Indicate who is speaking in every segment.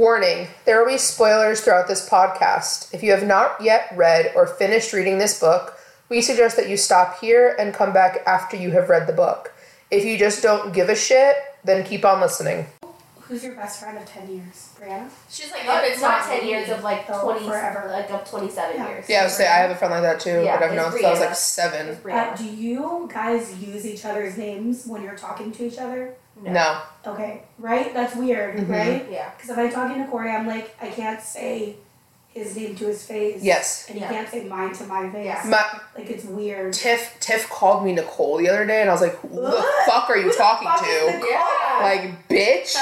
Speaker 1: Warning there will be spoilers throughout this podcast. If you have not yet read or finished reading this book, we suggest that you stop here and come back after you have read the book. If you just don't give a shit, then keep on listening.
Speaker 2: Who's your best friend of 10 years? Brianna?
Speaker 3: She's like,
Speaker 4: Yeah,
Speaker 3: oh,
Speaker 4: but
Speaker 3: it's not ten
Speaker 4: me,
Speaker 3: years of like
Speaker 4: though,
Speaker 3: twenty
Speaker 2: forever.
Speaker 3: like of twenty seven
Speaker 2: Yeah.
Speaker 3: years.
Speaker 1: Yeah, I would say I have a friend like that too,
Speaker 3: Yeah,
Speaker 1: but I've
Speaker 3: it's
Speaker 1: known since I was
Speaker 3: Brianna.
Speaker 1: like seven.
Speaker 3: It's
Speaker 2: Uh,
Speaker 3: Brianna.
Speaker 2: do you guys use each other's names when you're talking to each other?
Speaker 1: No.
Speaker 2: Okay, right? That's weird,
Speaker 1: Mhm.
Speaker 2: right?
Speaker 3: Yeah.
Speaker 2: Because if I'm talking to Corey, I'm like, I can't say his name to his face.
Speaker 1: Yes.
Speaker 2: And he
Speaker 3: Yeah.
Speaker 2: can't say mine to my face.
Speaker 3: Yeah.
Speaker 1: My
Speaker 2: Like, it's weird.
Speaker 1: Tiff Tiff called me Nicole the other day and I was like, Who the
Speaker 2: Ugh,
Speaker 1: fuck are
Speaker 2: who
Speaker 1: you
Speaker 2: the
Speaker 1: talking
Speaker 2: fuck is
Speaker 1: to?
Speaker 2: Nicole?
Speaker 3: Yeah.
Speaker 1: Like, bitch.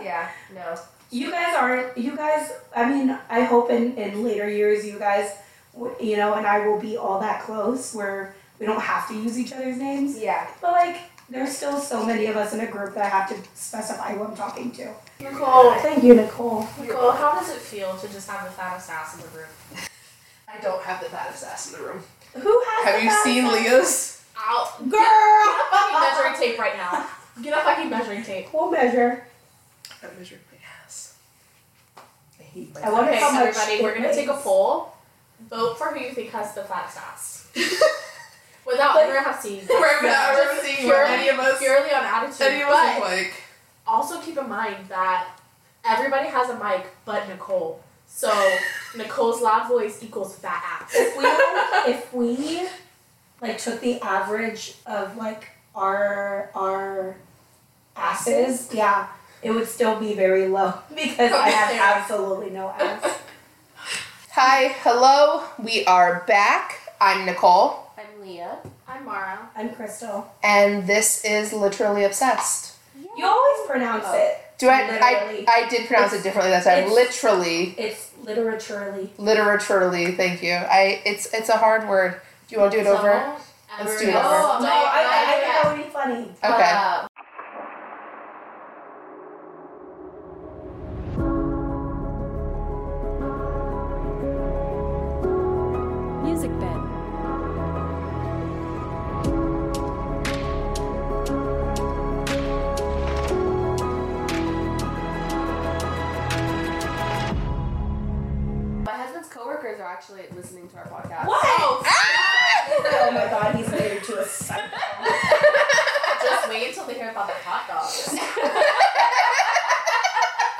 Speaker 3: Yeah. No.
Speaker 2: You guys aren't, you guys, I mean, I hope in, in later years you guys, w- you know, and I will be all that close where we don't have to use each other's names.
Speaker 3: Yeah.
Speaker 2: But like, there's still so many of us in a group that I have to specify who I'm talking to.
Speaker 4: Nicole,
Speaker 2: Thank you, Nicole.
Speaker 4: Oh, Nicole, how does it feel to just have the fattest ass in the group?
Speaker 1: I don't have the fattest ass in the room.
Speaker 2: Who has?
Speaker 1: Have
Speaker 2: the
Speaker 1: you
Speaker 2: best-
Speaker 1: seen Leah's?
Speaker 4: Ow.
Speaker 2: Girl.
Speaker 4: Get a fucking measuring tape right now. Get a fucking measuring tape.
Speaker 2: We'll measure.
Speaker 1: I measured my ass. I hate my
Speaker 2: I wonder
Speaker 4: Okay,
Speaker 2: how much.
Speaker 4: everybody,
Speaker 2: it
Speaker 4: we're gonna take a
Speaker 2: weighs.
Speaker 4: poll. Vote for who you think has the fattest ass. Without
Speaker 2: But-
Speaker 4: ever have seen.
Speaker 1: We're
Speaker 4: Yeah,
Speaker 1: not
Speaker 4: just
Speaker 1: seeing
Speaker 4: purely-
Speaker 1: any of us.
Speaker 4: Purely on attitude.
Speaker 1: Any of
Speaker 4: but
Speaker 1: us look like.
Speaker 4: also keep in mind that everybody has a mic but Nicole. So Nicole's loud voice equals fat ass.
Speaker 2: If we, if we, like, took the average of like our our asses, yeah, it would still be very low because I
Speaker 4: Okay.
Speaker 2: have absolutely no ass.
Speaker 1: Hi, hello. We are back. I'm Nicole,
Speaker 3: I'm Leah.
Speaker 4: I'm Mara.
Speaker 2: I'm Crystal.
Speaker 1: and this is literally obsessed.
Speaker 2: You always pronounce
Speaker 4: Oh.
Speaker 2: it.
Speaker 1: Do I? I,
Speaker 2: Literally.
Speaker 1: I did pronounce it
Speaker 2: It's-
Speaker 1: differently that time.
Speaker 2: it's-
Speaker 1: Literally,
Speaker 2: It's literaturely.
Speaker 1: literaturally. Thank you. I. It's it's a hard word. Do you want to do it over? Let's do it over.
Speaker 2: Oh, no, I, I, I think that would be funny.
Speaker 1: Okay.
Speaker 5: Music bed.
Speaker 3: My husband's coworkers are actually listening to our podcast.
Speaker 2: What?
Speaker 4: Oh,
Speaker 1: Ah!
Speaker 2: Oh my god, he's married to a psycho.
Speaker 4: Just wait until they hear about the hot dogs.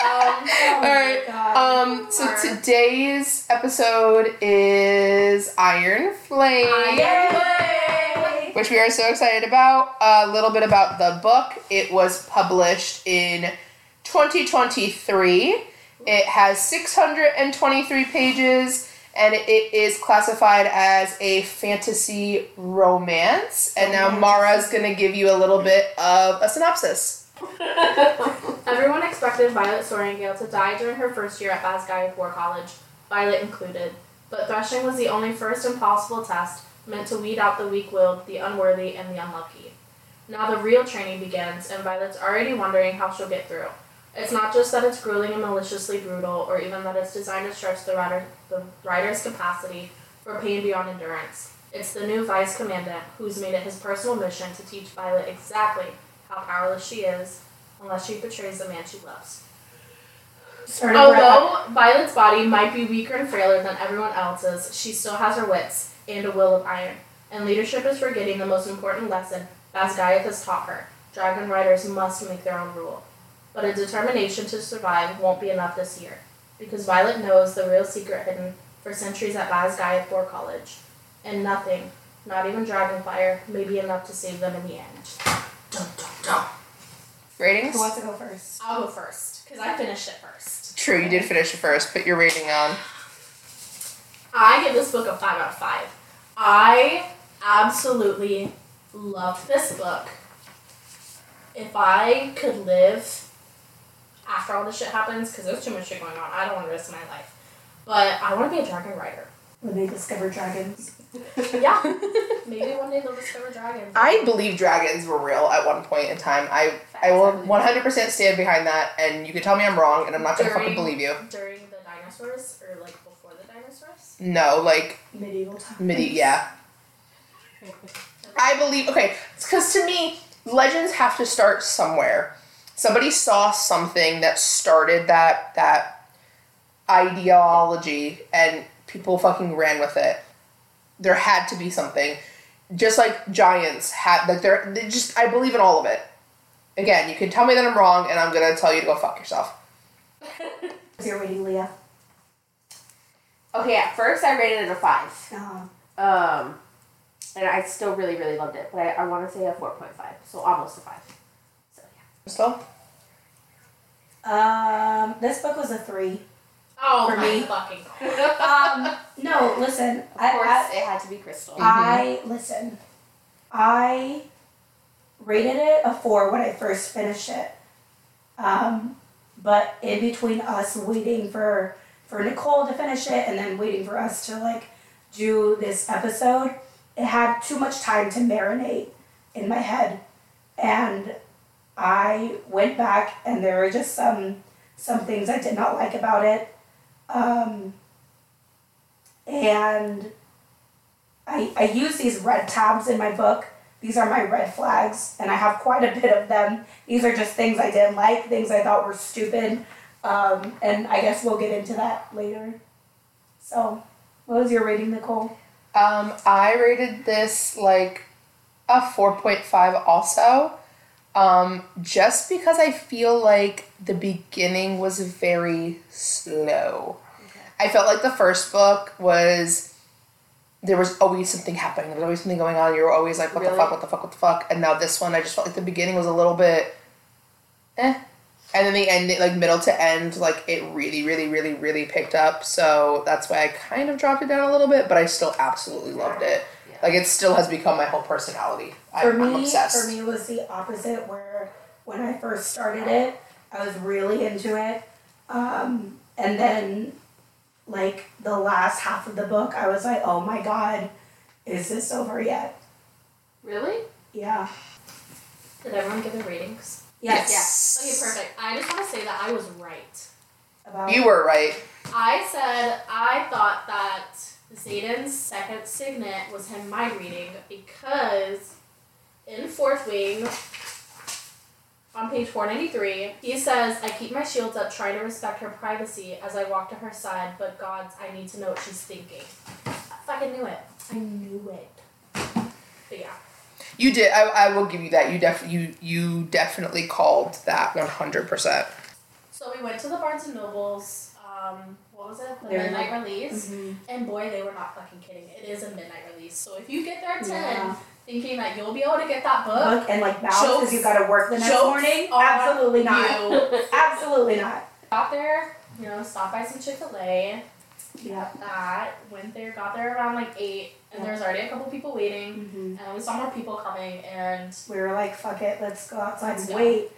Speaker 4: um,
Speaker 2: Oh my
Speaker 1: Alright,
Speaker 2: God.
Speaker 1: Um. So today's episode is Iron Flame.
Speaker 2: Yay!
Speaker 1: which we are so excited about. A little bit about the book. It was published in 2023. It has 623 pages and it is classified as a fantasy romance. And now
Speaker 2: Romance.
Speaker 1: Mara's going to give you a little bit of a synopsis.
Speaker 4: Everyone expected Violet Soaringale to die during her first year at Basgai War College, Violet included, but threshing was the only first impossible test meant to weed out the weak willed, the unworthy, and the unlucky. Now the real training begins, and Violet's already wondering how she'll get through. It's not just that it's grueling and maliciously brutal, or even that it's designed to stretch the, rider, the rider's capacity for pain beyond endurance. It's the new vice commandant who's made it his personal mission to teach Violet exactly how powerless she is unless she betrays the man she loves.
Speaker 2: Started right
Speaker 4: Although Violet's body might be weaker and frailer than everyone else's, she still has her wits and a will of iron. And leadership is forgetting the most important lesson Basgaiath has taught her. Dragon riders must make their own rule. But a determination to survive won't be enough this year, because Violet knows the real secret hidden for centuries at Basgaiath War College. And nothing, not even Dragonfire, may be enough to save them in the end. Dun, dun, dun.
Speaker 2: up.
Speaker 1: Ratings?
Speaker 2: Who wants to go first?
Speaker 4: I'll go first, because I finished it first.
Speaker 1: True, you did finish it first. Put your rating on.
Speaker 4: I give this book a five out of five. I absolutely loved this book. If I could live after all this shit happens, because there's too much shit going on, I don't want to risk my life. But I want to be a dragon rider.
Speaker 2: When they discover dragons.
Speaker 4: Yeah, maybe one day they'll discover dragons.
Speaker 1: I believe dragons were real at one point in time. I I will 100% stand behind that, and you can tell me I'm wrong, and I'm not gonna fucking
Speaker 4: During-
Speaker 1: believe you.
Speaker 4: During the dinosaurs, or like before the dinosaurs.
Speaker 1: No, like
Speaker 2: Medieval times.
Speaker 1: Midi, yeah. I believe, okay, because to me, legends have to start somewhere. somebody saw something that started that that ideology and people fucking ran with it. There had to be something. Just like giants had like they're they just I believe in all of it. Again, you can tell me that I'm wrong and I'm gonna tell you to go fuck yourself.
Speaker 2: You're waiting, Leah.
Speaker 3: Okay, at first I rated it a five.
Speaker 2: Oh.
Speaker 3: Um, and I still really, really loved it, but I, I want to say a 4.5, so almost a 5. So, yeah.
Speaker 1: Crystal?
Speaker 2: Um, this book was a three.
Speaker 4: Oh
Speaker 2: For
Speaker 4: my
Speaker 2: me.
Speaker 4: fucking god.
Speaker 2: Um, no, listen.
Speaker 3: Of
Speaker 2: I,
Speaker 3: course,
Speaker 2: I-
Speaker 3: it had to be Crystal.
Speaker 2: I listen. I rated it a four when I first finished it. Um, but in between us waiting for for Nicole to finish it and then waiting for us to like do this episode, it had too much time to marinate in my head, and I went back and there were just some some things I did not like about it, um, and. I, I use these red tabs in my book. These are my red flags, and I have quite a bit of them. These are just things I didn't like, things I thought were stupid, um, and I guess we'll get into that later. So, what was your rating, Nicole?
Speaker 1: Um, I rated this like a 4.5 also. Um, just because I feel like the beginning was very slow. I felt like the first book was there was always something happening. There was always something going on. You were always like, what the
Speaker 3: Really?
Speaker 1: fuck, what the fuck, what the fuck. And now this one, I just felt like the beginning was a little bit, eh. And then the end, like middle to end, like it really, really, really, really picked up. So that's why I kind of dropped it down a little bit, but I still absolutely loved it.
Speaker 3: Yeah.
Speaker 1: Like it still has become my whole personality. I,
Speaker 2: for me,
Speaker 1: I'm obsessed.
Speaker 2: for me, it was the opposite. Where when I first started it, I was really into it, um, and then like the last half of the book, I was like, oh my god, is this over yet?
Speaker 3: Really?
Speaker 2: Yeah.
Speaker 4: Did everyone get their ratings?
Speaker 2: Yes.
Speaker 4: Okay, perfect. I just want to say that I was right.
Speaker 2: About
Speaker 1: You were right.
Speaker 4: I said I thought that Zayden's second signet was him mind reading because in Fourth Wing, on page 493, he says, I keep my shields up, trying to respect her privacy as I walk to her side, but gods, I need to know what she's thinking. I fucking knew it. I knew it. But yeah.
Speaker 1: You did. I, I will give you that. You def you you definitely called that one hundred percent.
Speaker 4: So we went to the Barnes and Nobles. Um, what was it? The
Speaker 2: They're
Speaker 4: midnight release.
Speaker 2: Mhm.
Speaker 4: And boy, they were not fucking kidding. It is a midnight release. So if you get there at ten,
Speaker 2: Yeah.
Speaker 4: thinking that you'll be able to get that book,
Speaker 2: Look and like mouth because you got to work the next
Speaker 4: jokes
Speaker 2: morning.
Speaker 4: on
Speaker 2: Absolutely not.
Speaker 4: you
Speaker 2: Absolutely not.
Speaker 4: got there, you know, stopped by some Chick Fil A.
Speaker 2: Yeah.
Speaker 4: That went there, got there around like eight, and there was already a couple people waiting,
Speaker 2: Mm-hmm.
Speaker 4: and we saw more people coming. And
Speaker 2: We were like, fuck it, let's go outside
Speaker 4: Let's
Speaker 2: and
Speaker 4: go.
Speaker 2: wait.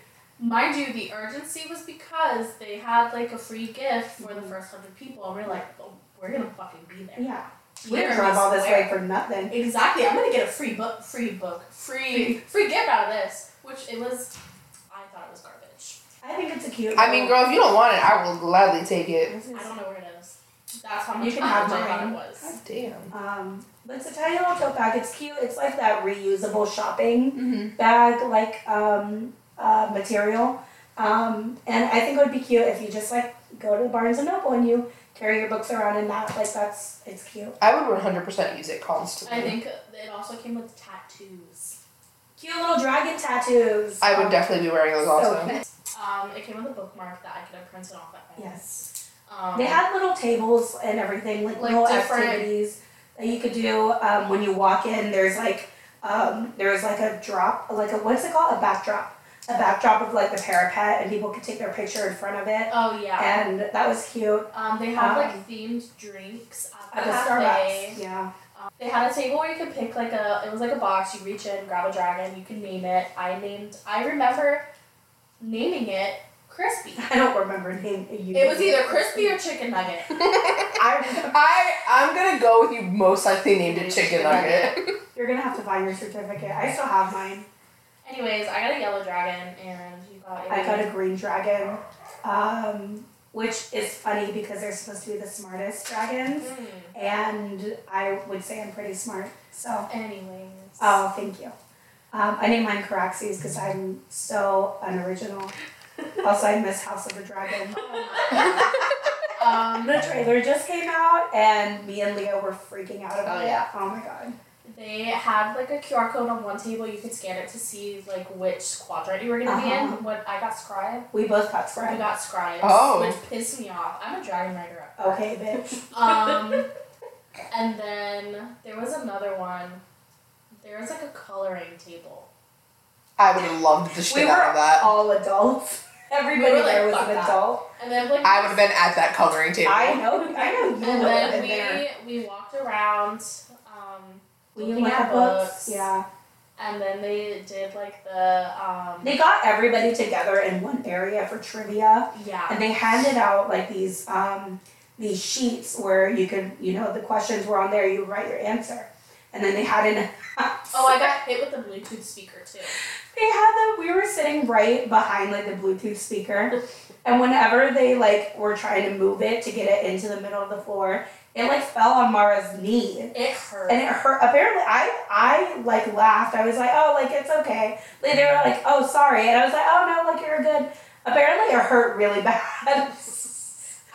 Speaker 4: mind you, the urgency was because they had like a free gift for
Speaker 2: Mm-hmm.
Speaker 4: the first hundred people, and we we're like, oh, we're gonna fucking be there.
Speaker 2: Yeah. We didn't
Speaker 4: Literally
Speaker 2: drive all this
Speaker 4: swear.
Speaker 2: way for nothing.
Speaker 4: Exactly. I'm gonna get a free book, free book, free free gift out of this, which it was. I thought it was garbage.
Speaker 2: I think it's a cute.
Speaker 1: I mean, girl, if you don't want it, I will gladly take it.
Speaker 2: little-
Speaker 4: I don't know where it is. That's how much
Speaker 2: You can
Speaker 4: garbage
Speaker 2: have
Speaker 4: I thought it
Speaker 2: mine.
Speaker 4: was.
Speaker 1: Damn.
Speaker 2: Um, but it's a tiny little tote bag. It's cute. It's like that reusable shopping
Speaker 1: Mm-hmm.
Speaker 2: bag like um, uh, material. Um, and I think it would be cute if you just like go to the Barnes and Noble and you carry your books around in that. Like that's it's cute.
Speaker 1: I would one hundred percent use it constantly.
Speaker 4: I think it also came with tattoos.
Speaker 2: Cute little dragon tattoos.
Speaker 1: I would
Speaker 2: Um,
Speaker 1: definitely be wearing those also.
Speaker 2: So,
Speaker 4: Um, it came with a bookmark that I could have printed off at my
Speaker 2: Yes.
Speaker 4: Um,
Speaker 2: they had little tables and everything, like,
Speaker 4: Like
Speaker 2: little
Speaker 4: different-
Speaker 2: activities that you could do um, when you walk in. There's like um, there's like a drop, like a what's it called? A backdrop, a backdrop of like the parapet, and people could take their picture in front of it,
Speaker 4: Oh yeah.
Speaker 2: and that was cute.
Speaker 4: um, they had
Speaker 2: um,
Speaker 4: like themed drinks at
Speaker 2: At
Speaker 4: the
Speaker 2: the
Speaker 4: cafe.
Speaker 2: Starbucks, yeah,
Speaker 4: Um, they had a table where you could pick like a it was like a box you reach in grab a dragon you can name it i named i remember naming it crispy
Speaker 2: I don't remember name. You
Speaker 4: it was either crispy or chicken nugget
Speaker 2: I.
Speaker 1: I I'm gonna go with you. Most likely named it chicken
Speaker 3: Chicken
Speaker 1: nugget.
Speaker 2: You're gonna have to find your certificate. I still have mine.
Speaker 4: anyways i got a yellow dragon and you got a
Speaker 2: I got a green dragon, um, which is funny because they're supposed to be the smartest dragons.
Speaker 4: Mm.
Speaker 2: and I would say I'm pretty smart. So,
Speaker 4: anyways
Speaker 2: oh, thank you. Um, I named mine Caraxes because I'm so unoriginal. Also, I miss House of the Dragon.
Speaker 4: Oh Um,
Speaker 2: The trailer just came out, and me and Leo were freaking out about
Speaker 3: Oh, yeah.
Speaker 2: it. Oh my god.
Speaker 4: they had like a QR code on one table. You could scan it to see like which quadrant you were gonna be
Speaker 2: Uh-huh.
Speaker 4: in. What I got scribe.
Speaker 2: We both got
Speaker 4: I
Speaker 2: scrubbed.
Speaker 4: got scribe,
Speaker 1: Oh.
Speaker 4: which pissed me off. I'm a dragon rider. up.
Speaker 2: Okay, bitch.
Speaker 4: Um, and then there was another one. There was like a coloring table.
Speaker 1: I would have loved the shit
Speaker 2: we
Speaker 1: out
Speaker 2: were
Speaker 1: of that.
Speaker 2: all adults. Everybody
Speaker 4: We were like,
Speaker 2: there was
Speaker 4: "Fuck
Speaker 2: an
Speaker 4: that."
Speaker 2: adult.
Speaker 4: And then like
Speaker 1: I would have been at that coloring table.
Speaker 2: I know. I know you would
Speaker 4: And
Speaker 2: have been
Speaker 4: then
Speaker 2: there.
Speaker 4: we we walked around. Um,
Speaker 2: We
Speaker 4: looking
Speaker 2: look
Speaker 4: at
Speaker 2: at books.
Speaker 4: books.
Speaker 2: Yeah.
Speaker 4: and then they did like the um,
Speaker 2: They got everybody together in one area for trivia.
Speaker 4: yeah
Speaker 2: And they handed out like these um, these sheets where you could, you know, the questions were on there. You write your answer, and then they had an.
Speaker 4: Oh, I got hit with a Bluetooth speaker too.
Speaker 2: They had the. We were sitting right behind like the Bluetooth speaker, and whenever they like were trying to move it to get it into the middle of the floor, it like fell on Mara's knee.
Speaker 4: It hurt.
Speaker 2: And it hurt. Apparently, I I like laughed. I was like, "Oh, like it's okay." Like they were like, "Oh, sorry," and I was like, "Oh no, like you're good." Apparently, it hurt really bad.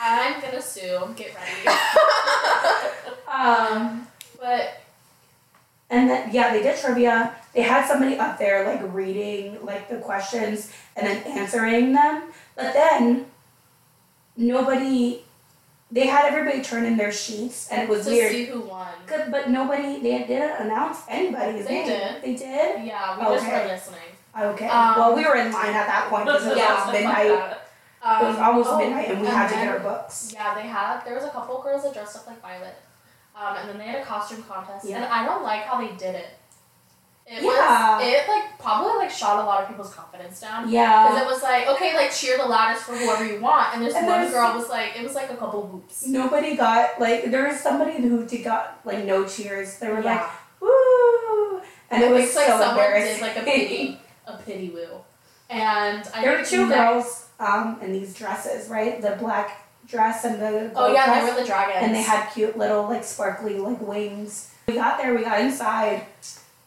Speaker 4: I'm gonna sue. Get ready.
Speaker 2: um,
Speaker 4: but
Speaker 2: And then yeah, they did trivia. They had somebody up there like reading like the questions and then answering them. But then nobody they had everybody turn in their sheets and it was
Speaker 4: to
Speaker 2: weird.
Speaker 4: see who won.
Speaker 2: Good, but nobody they didn't announce anybody's
Speaker 4: They
Speaker 2: name.
Speaker 4: did.
Speaker 2: They did?
Speaker 4: Yeah, we just
Speaker 2: Okay.
Speaker 4: were listening.
Speaker 2: Okay.
Speaker 4: Um,
Speaker 2: well we were in line at that point because it was
Speaker 4: Yeah,
Speaker 2: almost
Speaker 4: fuck
Speaker 2: midnight. It
Speaker 4: that. Um,
Speaker 2: was almost
Speaker 4: oh,
Speaker 2: midnight and we
Speaker 4: and
Speaker 2: had to
Speaker 4: then-
Speaker 2: get our books.
Speaker 4: Yeah, they had. There was a couple girls that dressed up like Violet, um, and then they had a costume contest.
Speaker 2: Yeah.
Speaker 4: And I don't like how they did it. It
Speaker 2: Yeah.
Speaker 4: was it like probably like shot a lot of people's confidence down Um, because
Speaker 2: Yeah.
Speaker 4: it was like okay like cheer the loudest for whoever you want, and this
Speaker 2: And
Speaker 4: one
Speaker 2: there's-
Speaker 4: girl was like it was like a couple whoops.
Speaker 2: Nobody got like there was somebody who did got like no cheers. They were like
Speaker 4: yeah.
Speaker 2: Woo! And it was
Speaker 4: like
Speaker 2: so
Speaker 4: someone did
Speaker 2: embarrassing.
Speaker 4: like a pity a pity woo, and I
Speaker 2: there were two
Speaker 4: next-
Speaker 2: girls um, in these dresses, right? The black dress and the
Speaker 4: Oh
Speaker 2: gold
Speaker 4: yeah,
Speaker 2: dress.
Speaker 4: they were the dragons.
Speaker 2: and they had cute little like sparkly like wings. We got there, we got inside,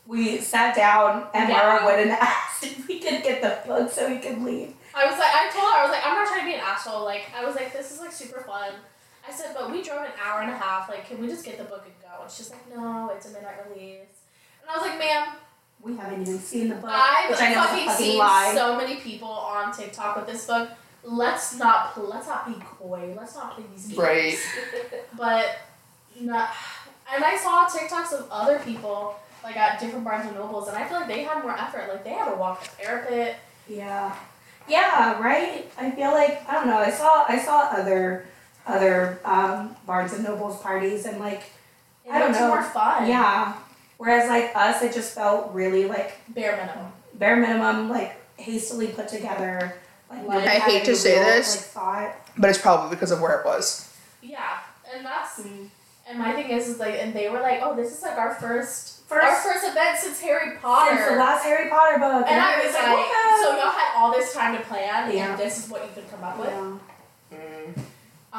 Speaker 2: we sat down, and
Speaker 4: Yeah.
Speaker 2: Mara went and asked if we could get the book so we could leave.
Speaker 4: I was like, I told her, I was like, I'm not trying to be an asshole. Like, I was like, this is like super fun. I said, but we drove an hour and a half. Like, can we just get the book and go? And she's like, no, it's a midnight release. And I was like, ma'am,
Speaker 2: We haven't even seen the book,
Speaker 4: I've
Speaker 2: which I know
Speaker 4: fucking
Speaker 2: is a fucking
Speaker 4: seen
Speaker 2: lie.
Speaker 4: so many people on TikTok with this book. Let's not, pl- let's not be coy. Let's not play these games.
Speaker 1: Right.
Speaker 4: But, no. And I saw TikToks of other people like at different Barnes and Nobles, and I feel like they had more effort. Like they had to walk the parapet.
Speaker 2: Yeah. Yeah, right? I feel like I don't know, I saw I saw other other um, Barnes and Nobles parties and like
Speaker 4: It
Speaker 2: I don't
Speaker 4: looked
Speaker 2: know.
Speaker 4: More fun.
Speaker 2: yeah. Whereas like us it just felt really like
Speaker 4: Bare minimum.
Speaker 2: bare minimum, like hastily put together. Like
Speaker 4: Like-
Speaker 2: nobody
Speaker 1: I
Speaker 2: had
Speaker 1: hate to
Speaker 2: any
Speaker 1: say
Speaker 2: real,
Speaker 1: this.
Speaker 2: Like, thought.
Speaker 1: But it's probably because of where it was.
Speaker 4: Yeah, and that's and my thing is, is like, and they were like, oh, this is like our first, our
Speaker 2: First-
Speaker 4: first event since Harry Potter.
Speaker 2: Since the last Harry Potter book,
Speaker 4: and I was like,
Speaker 2: okay.
Speaker 4: so y'all had all this time to plan,
Speaker 2: Yeah.
Speaker 4: and this is what you could come up with.
Speaker 2: Yeah.
Speaker 1: Mm.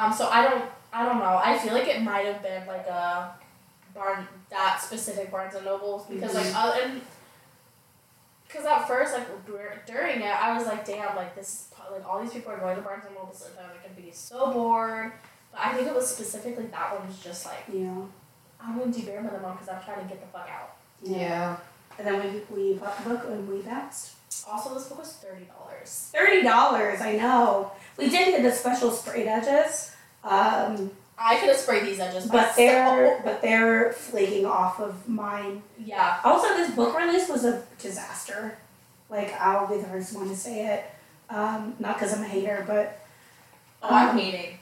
Speaker 4: Um, so I don't, I don't know. I feel like it might have been like a barn that specific Barnes and Nobles because
Speaker 2: Mm-hmm.
Speaker 4: like uh, and because at first like dur- during it I was like, damn, like this is po- like all these people are going to Barnes and Nobles and I'm gonna be so bored. But I think it was specifically that one was just like.
Speaker 2: yeah,
Speaker 4: I'm gonna do bare minimum because I'm trying to get the fuck out.
Speaker 2: And then we we bought the book and we bounced.
Speaker 4: Also, this book was thirty dollars.
Speaker 2: Thirty dollars, I know. We did get the special sprayed edges, um,
Speaker 4: I could have sprayed these edges
Speaker 2: but
Speaker 4: myself.
Speaker 2: they're but they're flaking off of mine.
Speaker 4: yeah,
Speaker 2: Also, this book release was a disaster. Like I'll be the first one to say it. Um, not because I'm a hater, but uh,
Speaker 4: oh, I'm
Speaker 2: Um,
Speaker 4: hating.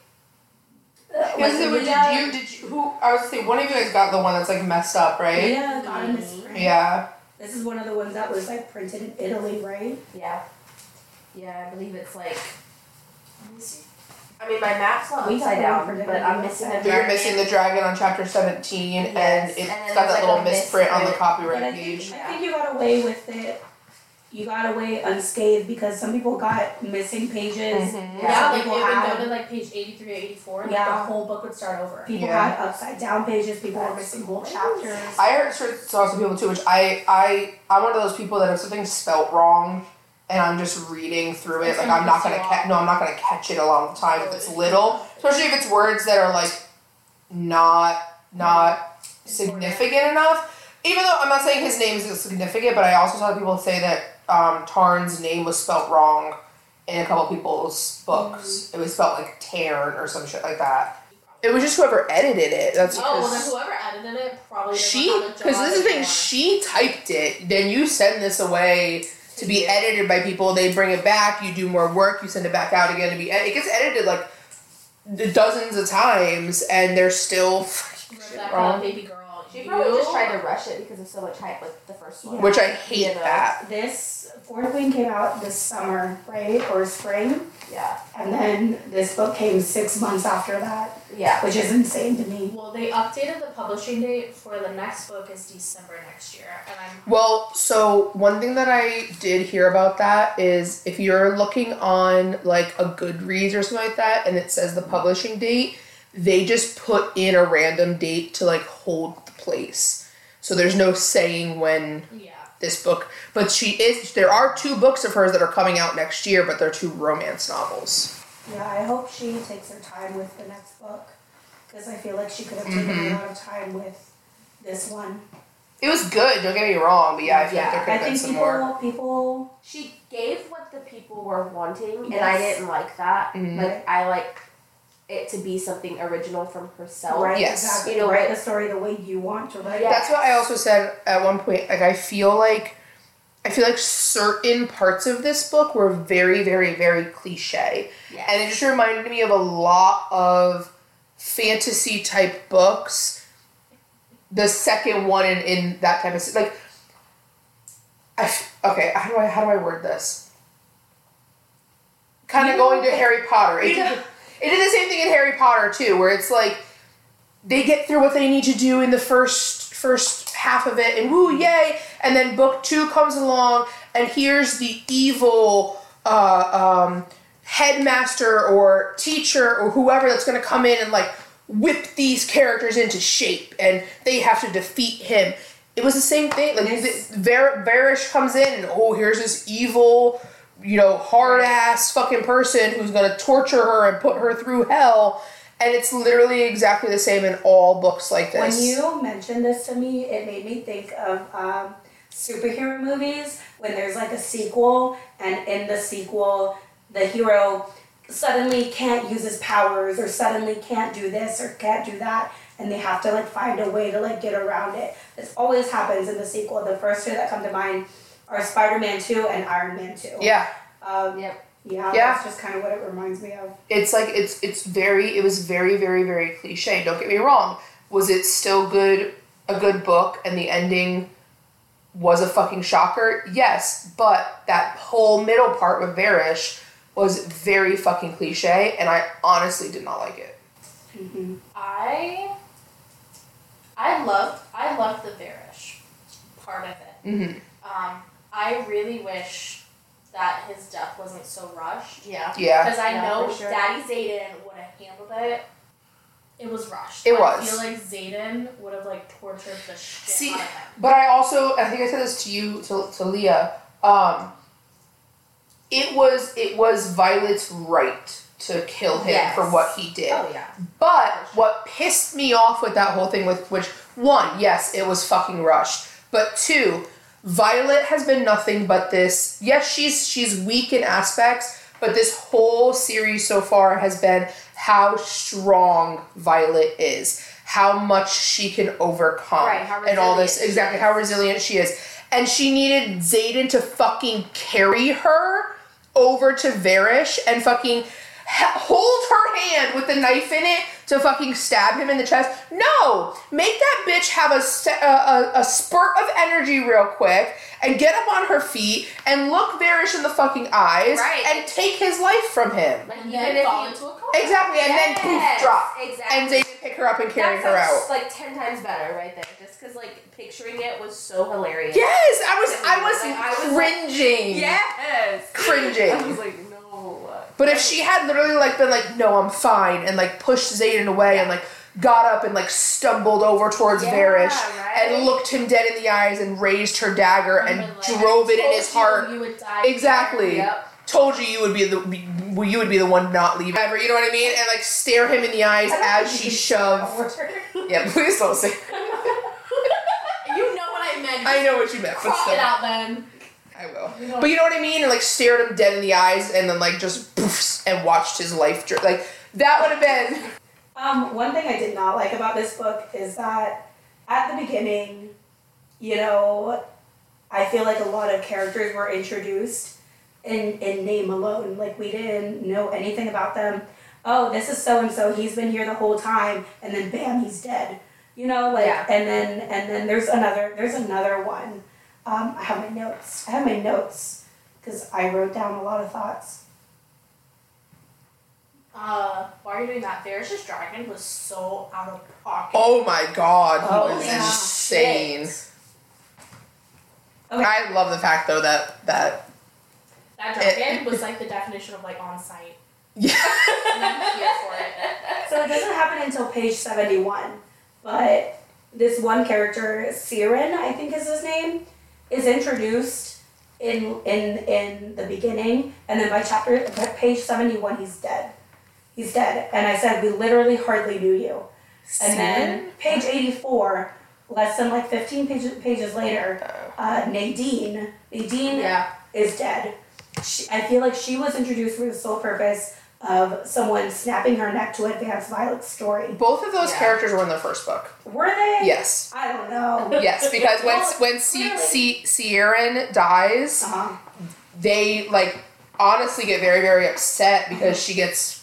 Speaker 1: Because it was- you did you who I was saying one of you guys got the one that's like messed up, right?
Speaker 2: Yeah, got in this
Speaker 1: Yeah.
Speaker 2: print. This is one of the ones that was like printed in Italy, right?
Speaker 3: Yeah. Yeah, I believe it's like. Let me see. I mean, my map's not
Speaker 2: We
Speaker 3: upside
Speaker 2: got one
Speaker 3: down,
Speaker 2: for
Speaker 3: but I'm missing the
Speaker 1: But you're missing the dragon on chapter seventeen
Speaker 3: Yes,
Speaker 1: and it's
Speaker 3: and then
Speaker 1: got
Speaker 3: there's,
Speaker 1: that
Speaker 3: like,
Speaker 1: little
Speaker 3: a
Speaker 1: misprint on the
Speaker 3: misprint.
Speaker 2: But I
Speaker 1: copyright
Speaker 2: think,
Speaker 1: page.
Speaker 2: I think you got away with it. You got away unscathed because some people got missing pages.
Speaker 1: Mhm.
Speaker 3: Yeah,
Speaker 4: Yeah,
Speaker 2: some
Speaker 4: like it
Speaker 2: people
Speaker 4: would
Speaker 2: had
Speaker 4: go to like page 83 or 84, and like,
Speaker 2: Yeah.
Speaker 4: the whole book would start over.
Speaker 2: people
Speaker 1: Yeah.
Speaker 2: had upside down pages. People were missing whole chapters.
Speaker 1: I heard sort of saw some people too, which I I I'm one of those people that if something's spelt wrong, and I'm just reading through it.
Speaker 4: It's
Speaker 1: Like
Speaker 4: gonna
Speaker 1: I'm not
Speaker 4: piss
Speaker 1: gonna
Speaker 4: you
Speaker 1: catch.
Speaker 4: off.
Speaker 1: No, I'm not gonna catch it a lot of the time if it's little, especially if it's words that are like not not significant enough. Even though I'm not saying his name is significant, but I also saw people say that um, Tarn's name was spelt wrong in a couple people's books.
Speaker 4: Mm-hmm.
Speaker 1: It was spelled like Tarn or some shit like that. It was just whoever edited it. That's
Speaker 4: Oh well,
Speaker 1: because-
Speaker 4: then whoever edited it probably doesn't
Speaker 1: she
Speaker 4: have a
Speaker 1: because
Speaker 4: job
Speaker 1: this is the thing
Speaker 4: anymore.
Speaker 1: she typed it then you send this away to be edited by people they bring it back you do more work you send it back out again to be ed- it gets edited like d- dozens of times and they're still fucking shit
Speaker 4: Rebecca,
Speaker 1: wrong
Speaker 4: baby girl.
Speaker 3: She probably
Speaker 4: you-
Speaker 3: just tried to rush it because of so much hype with the first one.
Speaker 1: which i hate
Speaker 3: Yeah, no.
Speaker 1: that
Speaker 2: This Fourth Wing came out this summer, right, or spring,
Speaker 3: Yeah.
Speaker 2: and then this book came six months after that,
Speaker 3: Yeah.
Speaker 2: which is insane to me.
Speaker 4: Well, they updated the publishing date for the next book is December next year, and I'm
Speaker 1: Well, so one thing that I did hear about that is if you're looking on like a Goodreads or something like that and it says the publishing date, they just put in a random date to like hold the place. So there's no saying when
Speaker 4: yeah.
Speaker 1: this book, but she is there are two books of hers that are coming out next year, but they're two romance novels.
Speaker 2: Yeah, I hope she takes her time with the next book because I feel like she could have taken
Speaker 1: Mm-hmm.
Speaker 2: a lot of time with this one.
Speaker 1: It was good, don't get me wrong, but yeah, I feel like
Speaker 3: Yeah,
Speaker 1: there
Speaker 2: I
Speaker 1: could have been
Speaker 2: think
Speaker 1: some
Speaker 2: people
Speaker 1: more.
Speaker 2: people
Speaker 3: She gave what the people were wanting, and I
Speaker 2: Yes.
Speaker 3: didn't like that.
Speaker 1: Mhm.
Speaker 3: Like I like it to be something original from herself.
Speaker 2: write
Speaker 1: yes.
Speaker 2: exactly
Speaker 3: You know
Speaker 2: write
Speaker 3: what?
Speaker 2: the story the way you want to write.
Speaker 3: Yeah.
Speaker 2: it.
Speaker 1: That's what I also said at one point. Like I feel like I feel like certain parts of this book were very, very, very cliche.
Speaker 3: Yeah.
Speaker 1: And it just reminded me of a lot of fantasy type books. The second one in, in that type of s- like I f- okay, how do I how do I word this? Kind of going to Harry Potter. It
Speaker 4: You
Speaker 1: did, it did the same thing in Harry Potter too, where it's like they get through what they need to do in the first first half of it and woo yay and then book two comes along and here's the evil uh, um, headmaster or teacher or whoever that's going to come in and like whip these characters into shape and they have to defeat him it was the same thing like
Speaker 2: Yes.
Speaker 1: the, Var- varish comes in and oh here's this evil you know hard ass fucking person who's going to torture her and put her through hell and it's literally exactly the same in all books like this.
Speaker 2: When you mentioned this to me, it made me think of um, superhero movies when there's like a sequel, and in the sequel, the hero suddenly can't use his powers, or suddenly can't do this, or can't do that, and they have to like find a way to like get around it. This always happens in the sequel. The first two that come to mind are Spider Man 2 and Iron Man 2.
Speaker 1: yeah,
Speaker 2: Um,
Speaker 3: Yep.
Speaker 2: yeah,
Speaker 1: Yeah.
Speaker 2: that's just kind of what it reminds me of.
Speaker 1: it's like it's it's very it was very very very cliche. Don't get me wrong. Was it still good? A good book, and the ending was a fucking shocker. Yes, but that whole middle part with Varish was very fucking cliche, and I honestly did not like it.
Speaker 2: hmm
Speaker 4: I I loved I loved the Varish part of it.
Speaker 1: Mm-hmm.
Speaker 4: Um, I really wish that his death wasn't so rushed
Speaker 3: Yeah.
Speaker 1: Yeah,
Speaker 4: because I
Speaker 3: Yeah,
Speaker 4: know
Speaker 3: for sure.
Speaker 4: Daddy Zayden would have handled it. It was rushed.
Speaker 1: It
Speaker 4: I
Speaker 1: was.
Speaker 4: feel like Zayden would have like tortured the shit
Speaker 1: See,
Speaker 4: out of him.
Speaker 1: But I also, I think I said this to you, to, to Leah. Um, it was it was Violet's right to kill him
Speaker 3: Yes.
Speaker 1: for what he did.
Speaker 3: Oh yeah.
Speaker 1: But what pissed me off with that whole thing with which one, yes, it was fucking rushed. But two, Violet has been nothing but this. Yes, she's she's weak in aspects, but this whole series so far has been how strong Violet is, how much she can overcome,
Speaker 3: Right, how
Speaker 1: and all this
Speaker 3: resilient she
Speaker 1: exactly
Speaker 3: is.
Speaker 1: how resilient she is. And she needed Zayden to fucking carry her over to Varish and fucking ha- hold her hand with the knife in it to fucking stab him in the chest. No, make that bitch have a st- a, a, a spurt of energy real quick and get up on her feet and look Varish in the fucking eyes
Speaker 3: Right.
Speaker 1: and take his life from him.
Speaker 3: Like
Speaker 4: And
Speaker 3: even
Speaker 4: then
Speaker 3: if
Speaker 4: fall
Speaker 3: you
Speaker 4: into a car.
Speaker 1: Exactly, and then
Speaker 3: Yes,
Speaker 1: poof, drop.
Speaker 3: Exactly.
Speaker 1: And Zayden pick her up and carry
Speaker 3: that
Speaker 1: her out.
Speaker 3: sounds like ten times better right there, just because like picturing it was so hilarious.
Speaker 1: Yes, I was I was
Speaker 3: Like, I was like-
Speaker 1: cringing.
Speaker 3: Yes. I was
Speaker 1: Cringing.
Speaker 3: like, no.
Speaker 1: But if she had literally like been like, no, I'm fine, and like pushed Zayden away and like got up and like stumbled over towards
Speaker 3: Yeah,
Speaker 1: Varish
Speaker 3: right.
Speaker 1: and looked him dead in the eyes and raised her dagger and
Speaker 4: Remember, like,
Speaker 1: drove it in his
Speaker 4: Told you
Speaker 1: heart.
Speaker 4: You would die.
Speaker 1: Exactly.
Speaker 3: Yep.
Speaker 1: Told you you would be the be- you would be the one not leaving ever. You know what I mean? And like stare him in the eyes as she shoved. Yeah, please don't say.
Speaker 4: You know what I meant.
Speaker 1: I know what you meant, but
Speaker 4: Crop
Speaker 1: still,
Speaker 4: it out then.
Speaker 1: I will. But you know what I mean? And like stared him dead in the eyes and then like just poofs and watched his life dr- like that would have been.
Speaker 2: Um, one thing I did not like about this book is that at the beginning, you know, I feel like a lot of characters were introduced in, in name alone. Like, we didn't know anything about them. Oh, this is so and so. He's been here the whole time, and then bam, he's dead. You know, like,
Speaker 3: Yeah.
Speaker 2: and then and then there's another there's another one. Um, I have my notes. I have my notes because I wrote down a lot of thoughts.
Speaker 4: Uh, why are you doing that? Varish's dragon was so out of pocket.
Speaker 1: Oh my god,
Speaker 2: Oh,
Speaker 1: he was
Speaker 4: yeah.
Speaker 1: insane.
Speaker 2: Okay.
Speaker 1: I love the fact though that that
Speaker 4: That dragon was like the definition of like on site.
Speaker 1: yeah.
Speaker 4: And I'm here for it.
Speaker 2: So it doesn't happen until page 71, but this one character, Siren, I think is his name, is introduced in in in the beginning, and then by chapter by page 71, he's dead. He's dead. And I said, we literally hardly knew you. And then page 84, less than like 15 pages, pages later, uh, Nadine, Nadine
Speaker 3: Yeah.
Speaker 2: is dead. She, I feel like she was introduced for the sole purpose of someone snapping her neck to advance Violet's story.
Speaker 1: Both of those
Speaker 3: Yeah.
Speaker 1: characters were in the first book.
Speaker 2: Were they?
Speaker 1: Yes.
Speaker 2: I don't know.
Speaker 1: Yes, because when
Speaker 2: Well,
Speaker 1: when C-
Speaker 2: clearly-
Speaker 1: C- Ciaran dies,
Speaker 2: Uh-huh.
Speaker 1: they like honestly get very very upset because she gets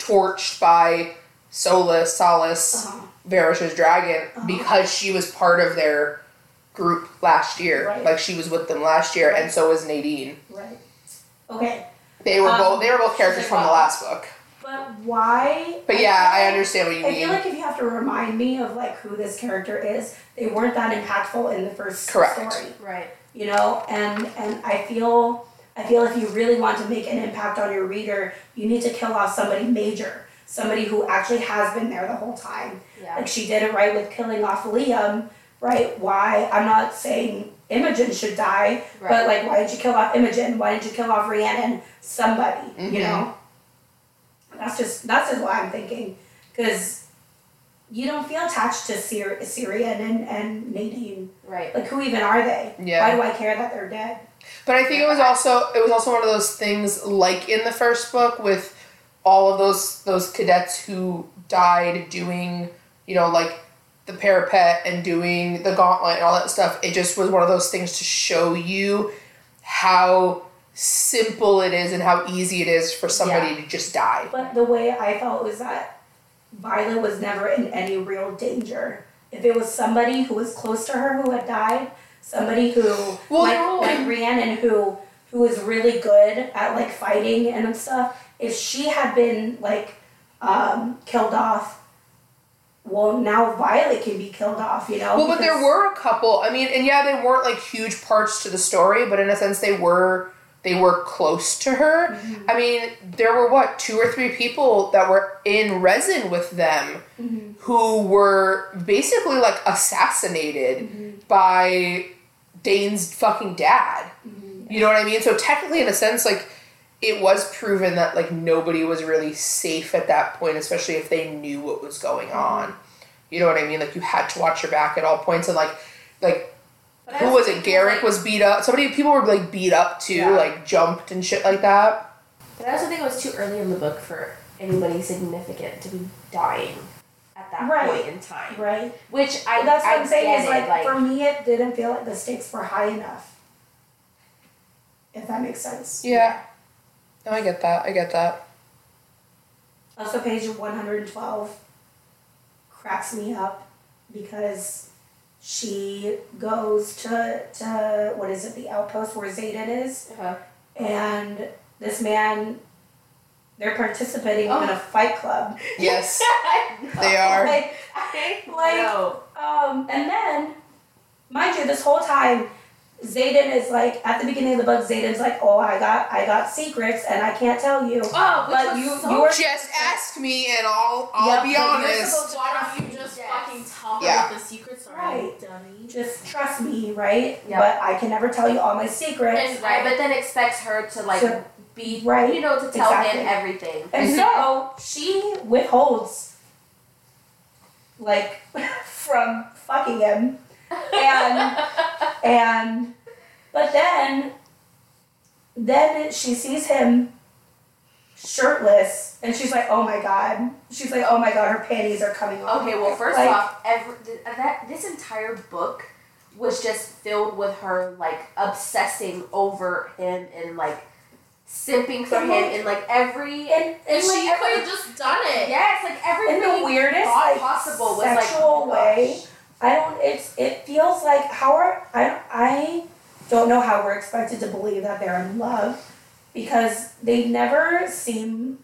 Speaker 1: torched by Solus, Solace,
Speaker 2: Uh-huh.
Speaker 1: Varish's dragon
Speaker 2: Uh-huh.
Speaker 1: because she was part of their group last year.
Speaker 2: Right.
Speaker 1: Like she was with them last year, and so was Nadine.
Speaker 2: Right. Okay.
Speaker 1: They were
Speaker 2: Um,
Speaker 1: both they were both characters
Speaker 2: she's
Speaker 1: from
Speaker 2: like,
Speaker 1: the
Speaker 2: "Wow."
Speaker 1: last book.
Speaker 2: But why?
Speaker 1: But yeah, I
Speaker 2: feel like-
Speaker 1: understand what you
Speaker 2: I feel
Speaker 1: mean.
Speaker 2: like if you have to remind me of like who this character is, they weren't that impactful in the first
Speaker 1: Correct.
Speaker 2: story.
Speaker 3: Right.
Speaker 2: you know and and i feel i feel if you really want to make an impact on your reader you need to kill off somebody major somebody who actually has been there the whole time
Speaker 3: Yeah.
Speaker 2: like she did it right with killing off liam right why i'm not saying imogen should die but
Speaker 3: Right.
Speaker 2: like why did you kill off imogen why did you kill off rhiannon somebody you
Speaker 1: Mhm.
Speaker 2: know that's just that's just what i'm thinking because you don't feel attached to Syr- syrian and, and nadine
Speaker 3: Right.
Speaker 2: like who even are they
Speaker 1: Yeah.
Speaker 2: why do I care that they're dead?
Speaker 1: But I think it was also it was also one of those things like in the first book with all of those those cadets who died doing you know like the parapet and doing the gauntlet and all that stuff. It just was one of those things to show you how simple it is and how easy it is for somebody to just die.
Speaker 2: But the way I felt was that Violet was never in any real danger. If it was somebody who was close to her who had died, somebody who
Speaker 1: Well,
Speaker 2: like,
Speaker 1: no.
Speaker 2: like Rhiannon who who is really good at like fighting and stuff, if she had been like um, killed off, well now Violet can be killed off, you know.
Speaker 1: Well, but there
Speaker 2: because-
Speaker 1: were a couple. I mean, and yeah, they weren't like huge parts to the story, but in a sense, they were they were close to her. I mean, there were what two or three people that were in resin with them
Speaker 2: Mhm.
Speaker 1: who were basically like assassinated
Speaker 4: Mm-hmm.
Speaker 1: by Dane's fucking dad.
Speaker 4: Mm-hmm.
Speaker 1: You know what I mean? So technically, in a sense, like it was proven that like nobody was really safe at that point, especially if they knew what was going
Speaker 4: Mm-hmm.
Speaker 1: on. You know what I mean? Like you had to watch your back at all points, and like like
Speaker 4: But I
Speaker 1: who
Speaker 4: also
Speaker 1: was it?
Speaker 4: think
Speaker 1: Garrick
Speaker 4: like-
Speaker 1: was beat up. So many people were like beat up too,
Speaker 3: Yeah.
Speaker 1: like jumped and shit like that.
Speaker 3: But I also think it was too early in the book for anybody significant to be dying at that
Speaker 2: Right.
Speaker 3: point in time.
Speaker 2: right.
Speaker 3: Which I
Speaker 2: that's what
Speaker 3: I
Speaker 2: I'm saying
Speaker 3: get
Speaker 2: is
Speaker 3: it,
Speaker 2: like, for me it didn't feel like the stakes were high enough. If that makes sense.
Speaker 1: Yeah. No, I get that. I get that.
Speaker 2: Also, page 112 cracks me up because she goes to, to what is it, the outpost where Zayden is,
Speaker 3: Uh-huh.
Speaker 2: and this man, they're participating in
Speaker 3: Oh.
Speaker 2: a fight club.
Speaker 1: Yes, they are.
Speaker 2: Like,
Speaker 3: I
Speaker 2: Like-
Speaker 3: know.
Speaker 2: um, and then, mind you, this whole time, Zayden is like at the beginning of the book. Zayden's like, "Oh, I got, I got secrets, and I can't tell you."
Speaker 4: Oh, which
Speaker 2: But
Speaker 4: was
Speaker 2: you,
Speaker 4: so
Speaker 2: you were
Speaker 1: Just ask me and I'll I'll
Speaker 2: Yep,
Speaker 1: be
Speaker 2: but
Speaker 4: You're
Speaker 1: honest.
Speaker 4: supposed to- Why don't you just
Speaker 3: Yes.
Speaker 4: fucking tell her
Speaker 1: Yeah.
Speaker 4: what the secrets are,
Speaker 2: Right.
Speaker 4: dummy?
Speaker 2: just trust me, right?
Speaker 3: Yeah.
Speaker 2: But I can never tell you all my secrets.
Speaker 4: And-
Speaker 3: Right, but then expects her to like
Speaker 2: So-
Speaker 3: be
Speaker 2: Right,
Speaker 3: you know to tell
Speaker 2: exactly.
Speaker 3: him everything.
Speaker 2: And so she withholds, like, from fucking him. And, and, but then, then she sees him shirtless and she's like, oh my god. She's like, oh my god, her panties are coming off.
Speaker 3: Okay, well, first
Speaker 2: Like-
Speaker 3: off, every, th- that this entire book was just filled with her like obsessing over him and like simping for
Speaker 2: And,
Speaker 3: him
Speaker 2: like-
Speaker 3: and like every
Speaker 2: And, and
Speaker 4: And
Speaker 2: like,
Speaker 4: she
Speaker 3: every-
Speaker 4: could have just done it.
Speaker 3: yes, like every
Speaker 2: in the weirdest
Speaker 3: thought
Speaker 2: like,
Speaker 3: possible was like,
Speaker 2: sexual
Speaker 3: oh my
Speaker 2: way. I don't. It's it feels like how are I I don't know how we're expected to believe that they're in love because they never seem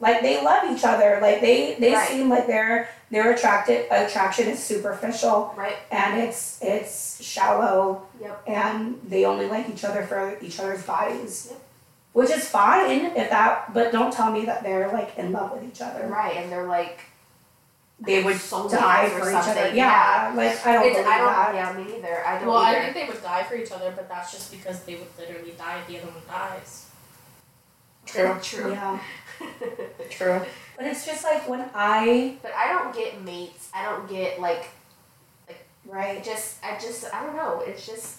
Speaker 2: like they love each other. Like they they
Speaker 3: Right.
Speaker 2: seem like their their attracted attraction is superficial
Speaker 3: right?
Speaker 2: and it's it's shallow.
Speaker 3: Yep.
Speaker 2: And they only like each other for each other's bodies.
Speaker 3: Yep.
Speaker 2: Which is fine if that, but don't tell me that they're like in love with each other
Speaker 3: Right, and they're like
Speaker 2: they would
Speaker 3: soulmates
Speaker 2: die
Speaker 3: or
Speaker 2: for each
Speaker 3: something.
Speaker 2: other. Yeah, like I don't
Speaker 3: It's,
Speaker 2: believe
Speaker 3: I don't.
Speaker 2: that.
Speaker 3: Yeah, me neither. I don't.
Speaker 4: Well,
Speaker 3: either.
Speaker 4: I think they would die for each other, but that's just because they would literally die if the other one dies.
Speaker 1: True,
Speaker 3: True.
Speaker 1: true.
Speaker 2: but it's just like when I
Speaker 3: but I don't get mates. I don't get like I
Speaker 2: right,
Speaker 3: just. I just. I don't know. It's just.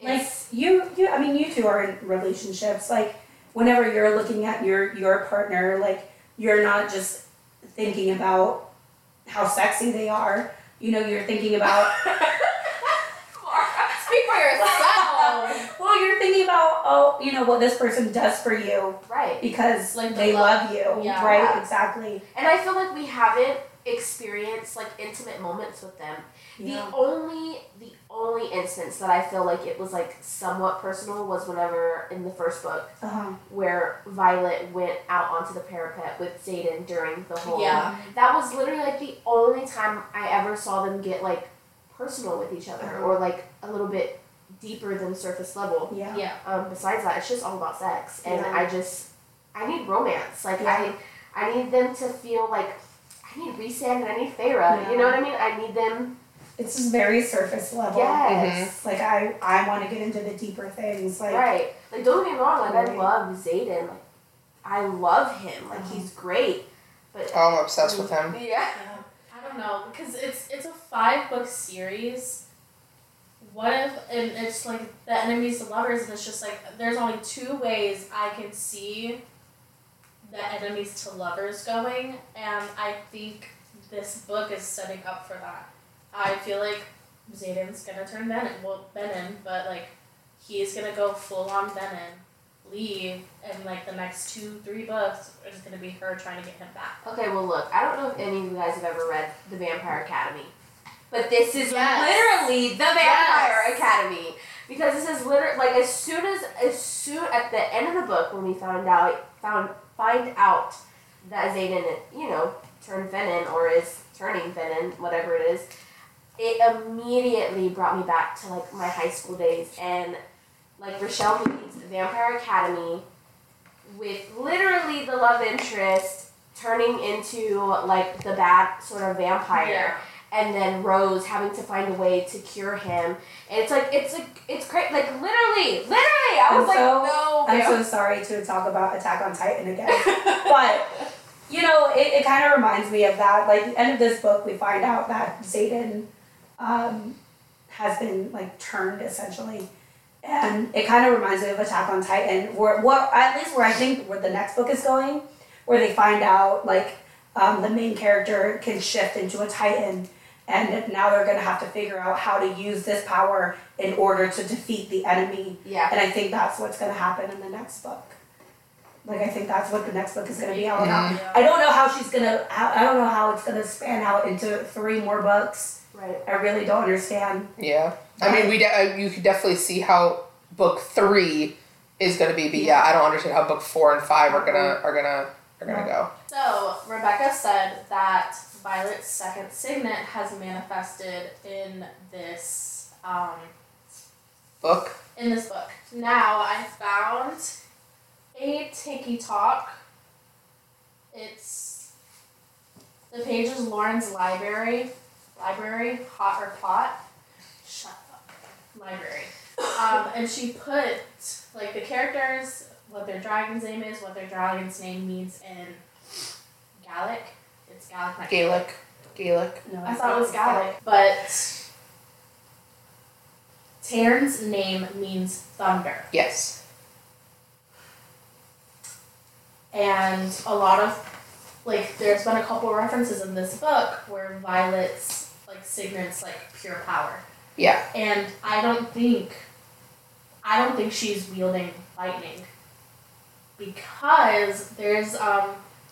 Speaker 2: like
Speaker 3: It's,
Speaker 2: you, you. I mean, you two are in relationships. Like whenever you're looking at your your partner, like you're not just thinking about how sexy they are. You know, you're thinking about.
Speaker 4: Speak for yourself.
Speaker 2: well, you're thinking about oh, you know what this person does for you
Speaker 3: right.
Speaker 2: because
Speaker 4: Like the
Speaker 2: they
Speaker 4: love.
Speaker 2: love you,
Speaker 4: Yeah.
Speaker 2: right? Exactly.
Speaker 3: And I feel like we haven't experienced like intimate moments with them.
Speaker 2: Yeah.
Speaker 3: The only the only instance that I feel like it was like somewhat personal was whenever in the first book
Speaker 2: Uh-huh.
Speaker 3: where Violet went out onto the parapet with Zayden during the whole
Speaker 4: yeah.
Speaker 3: That was literally like the only time I ever saw them get like personal with each other or like a little bit deeper than surface level.
Speaker 2: Yeah.
Speaker 4: Yeah.
Speaker 3: Um, besides that, it's just all about sex, and
Speaker 2: Yeah.
Speaker 3: I just I need romance. Like
Speaker 2: Yeah.
Speaker 3: I I need them to feel like I need Resan and I need Feyre. You know what I mean? I need them.
Speaker 2: It's just very surface level.
Speaker 3: Yes.
Speaker 2: Like I, I want to get into the deeper things. Mm-hmm. Like
Speaker 3: right. Like don't get me wrong. Like I
Speaker 2: Right.
Speaker 3: love Zayden. Like I love him. Like
Speaker 2: Uh-huh.
Speaker 3: he's great. But
Speaker 1: Oh, I'm obsessed with him.
Speaker 3: yeah.
Speaker 4: I don't know because it's it's a five book series. What if and it's like the enemies to lovers and it's just like there's only two ways I can see the enemies to lovers going and I think this book is setting up for that. I feel like Zayden's gonna turn Venom well Venom, but like he's gonna go full on Venom, leave, and like the next two, three books is gonna be her trying to get him back.
Speaker 3: Okay. Well, look. I don't know if any of you guys have ever read The Vampire Academy, but this is
Speaker 4: Yes.
Speaker 3: literally The Vampire
Speaker 4: Yes.
Speaker 3: Academy. because this is literally like as soon as as soon at the end of the book when we found out found find out that Zayden you know turned Venom or is turning Venom whatever it is, it immediately brought me back to like my high school days and like Rochelle meets Vampire Academy with literally the love interest turning into like the bad sort of vampire and then Rose having to find a way to cure him. And it's like it's like it's crazy. Like literally, literally, I was
Speaker 2: I'm so-
Speaker 3: like, no,
Speaker 2: I'm
Speaker 3: ma'am.
Speaker 2: so sorry to talk about Attack on Titan again, but you know, it, it kind of reminds me of that. Like the end of this book, we find out that Zayden um, has been like turned essentially, and it kind of reminds me of Attack on Titan, where what at least where I think where the next book is going, where they find out like um, the main character can shift into a Titan. And now they're gonna have to figure out how to use this power in order to defeat the enemy.
Speaker 3: yeah.
Speaker 2: And I think that's what's going to happen in the next book. Like, I think that's what the next book is going to be all about.
Speaker 4: Yeah.
Speaker 2: I don't know how she's going to, I don't know how it's going to span out into three more books.
Speaker 3: Right.
Speaker 2: I really don't understand.
Speaker 1: Yeah. I mean, we de- uh, you could definitely see how book three is gonna be, but yeah, I don't understand how book four and five are gonna are gonna are gonna go.
Speaker 4: So, Rebecca said that Violet's second signet has manifested in this um,
Speaker 1: book.
Speaker 4: in this book. Now I found a Tiki Talk. It's the page is Lauren's library, library, hot or pot. Shut up, library. Um, and she put like the characters, what their dragon's name is, what their dragon's name means in Gaelic. It's Gaelic, not
Speaker 1: Gaelic. Gaelic.
Speaker 2: No,
Speaker 4: I thought it was Gaelic, but Tarn's name means thunder,
Speaker 1: Yes.
Speaker 4: and a lot of like there's been a couple references in this book where Violet's like Sigrid's like pure power,
Speaker 1: Yeah.
Speaker 4: and I don't think I don't think she's wielding lightning because there's um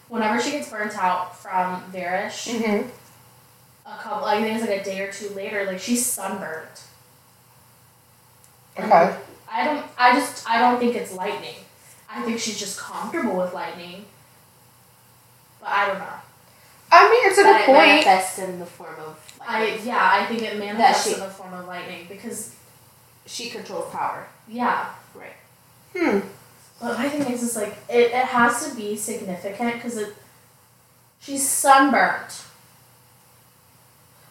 Speaker 4: whenever she gets burnt out from Varish.
Speaker 1: Mm-hmm.
Speaker 4: a couple I think it was like a day or two later, like she's sunburned. And
Speaker 1: Okay.
Speaker 4: I don't I just I don't think it's lightning. I think she's just comfortable with lightning. But I don't know.
Speaker 1: I mean, it's a
Speaker 3: That
Speaker 1: good
Speaker 3: it
Speaker 1: point.
Speaker 3: manifests in the form of like,
Speaker 4: I yeah, I think it manifests
Speaker 3: she-
Speaker 4: in the form of lightning because
Speaker 3: she controls power.
Speaker 4: yeah.
Speaker 3: Right.
Speaker 1: Hmm.
Speaker 4: But my thing is is like it, it has to be significant because it she's sunburned.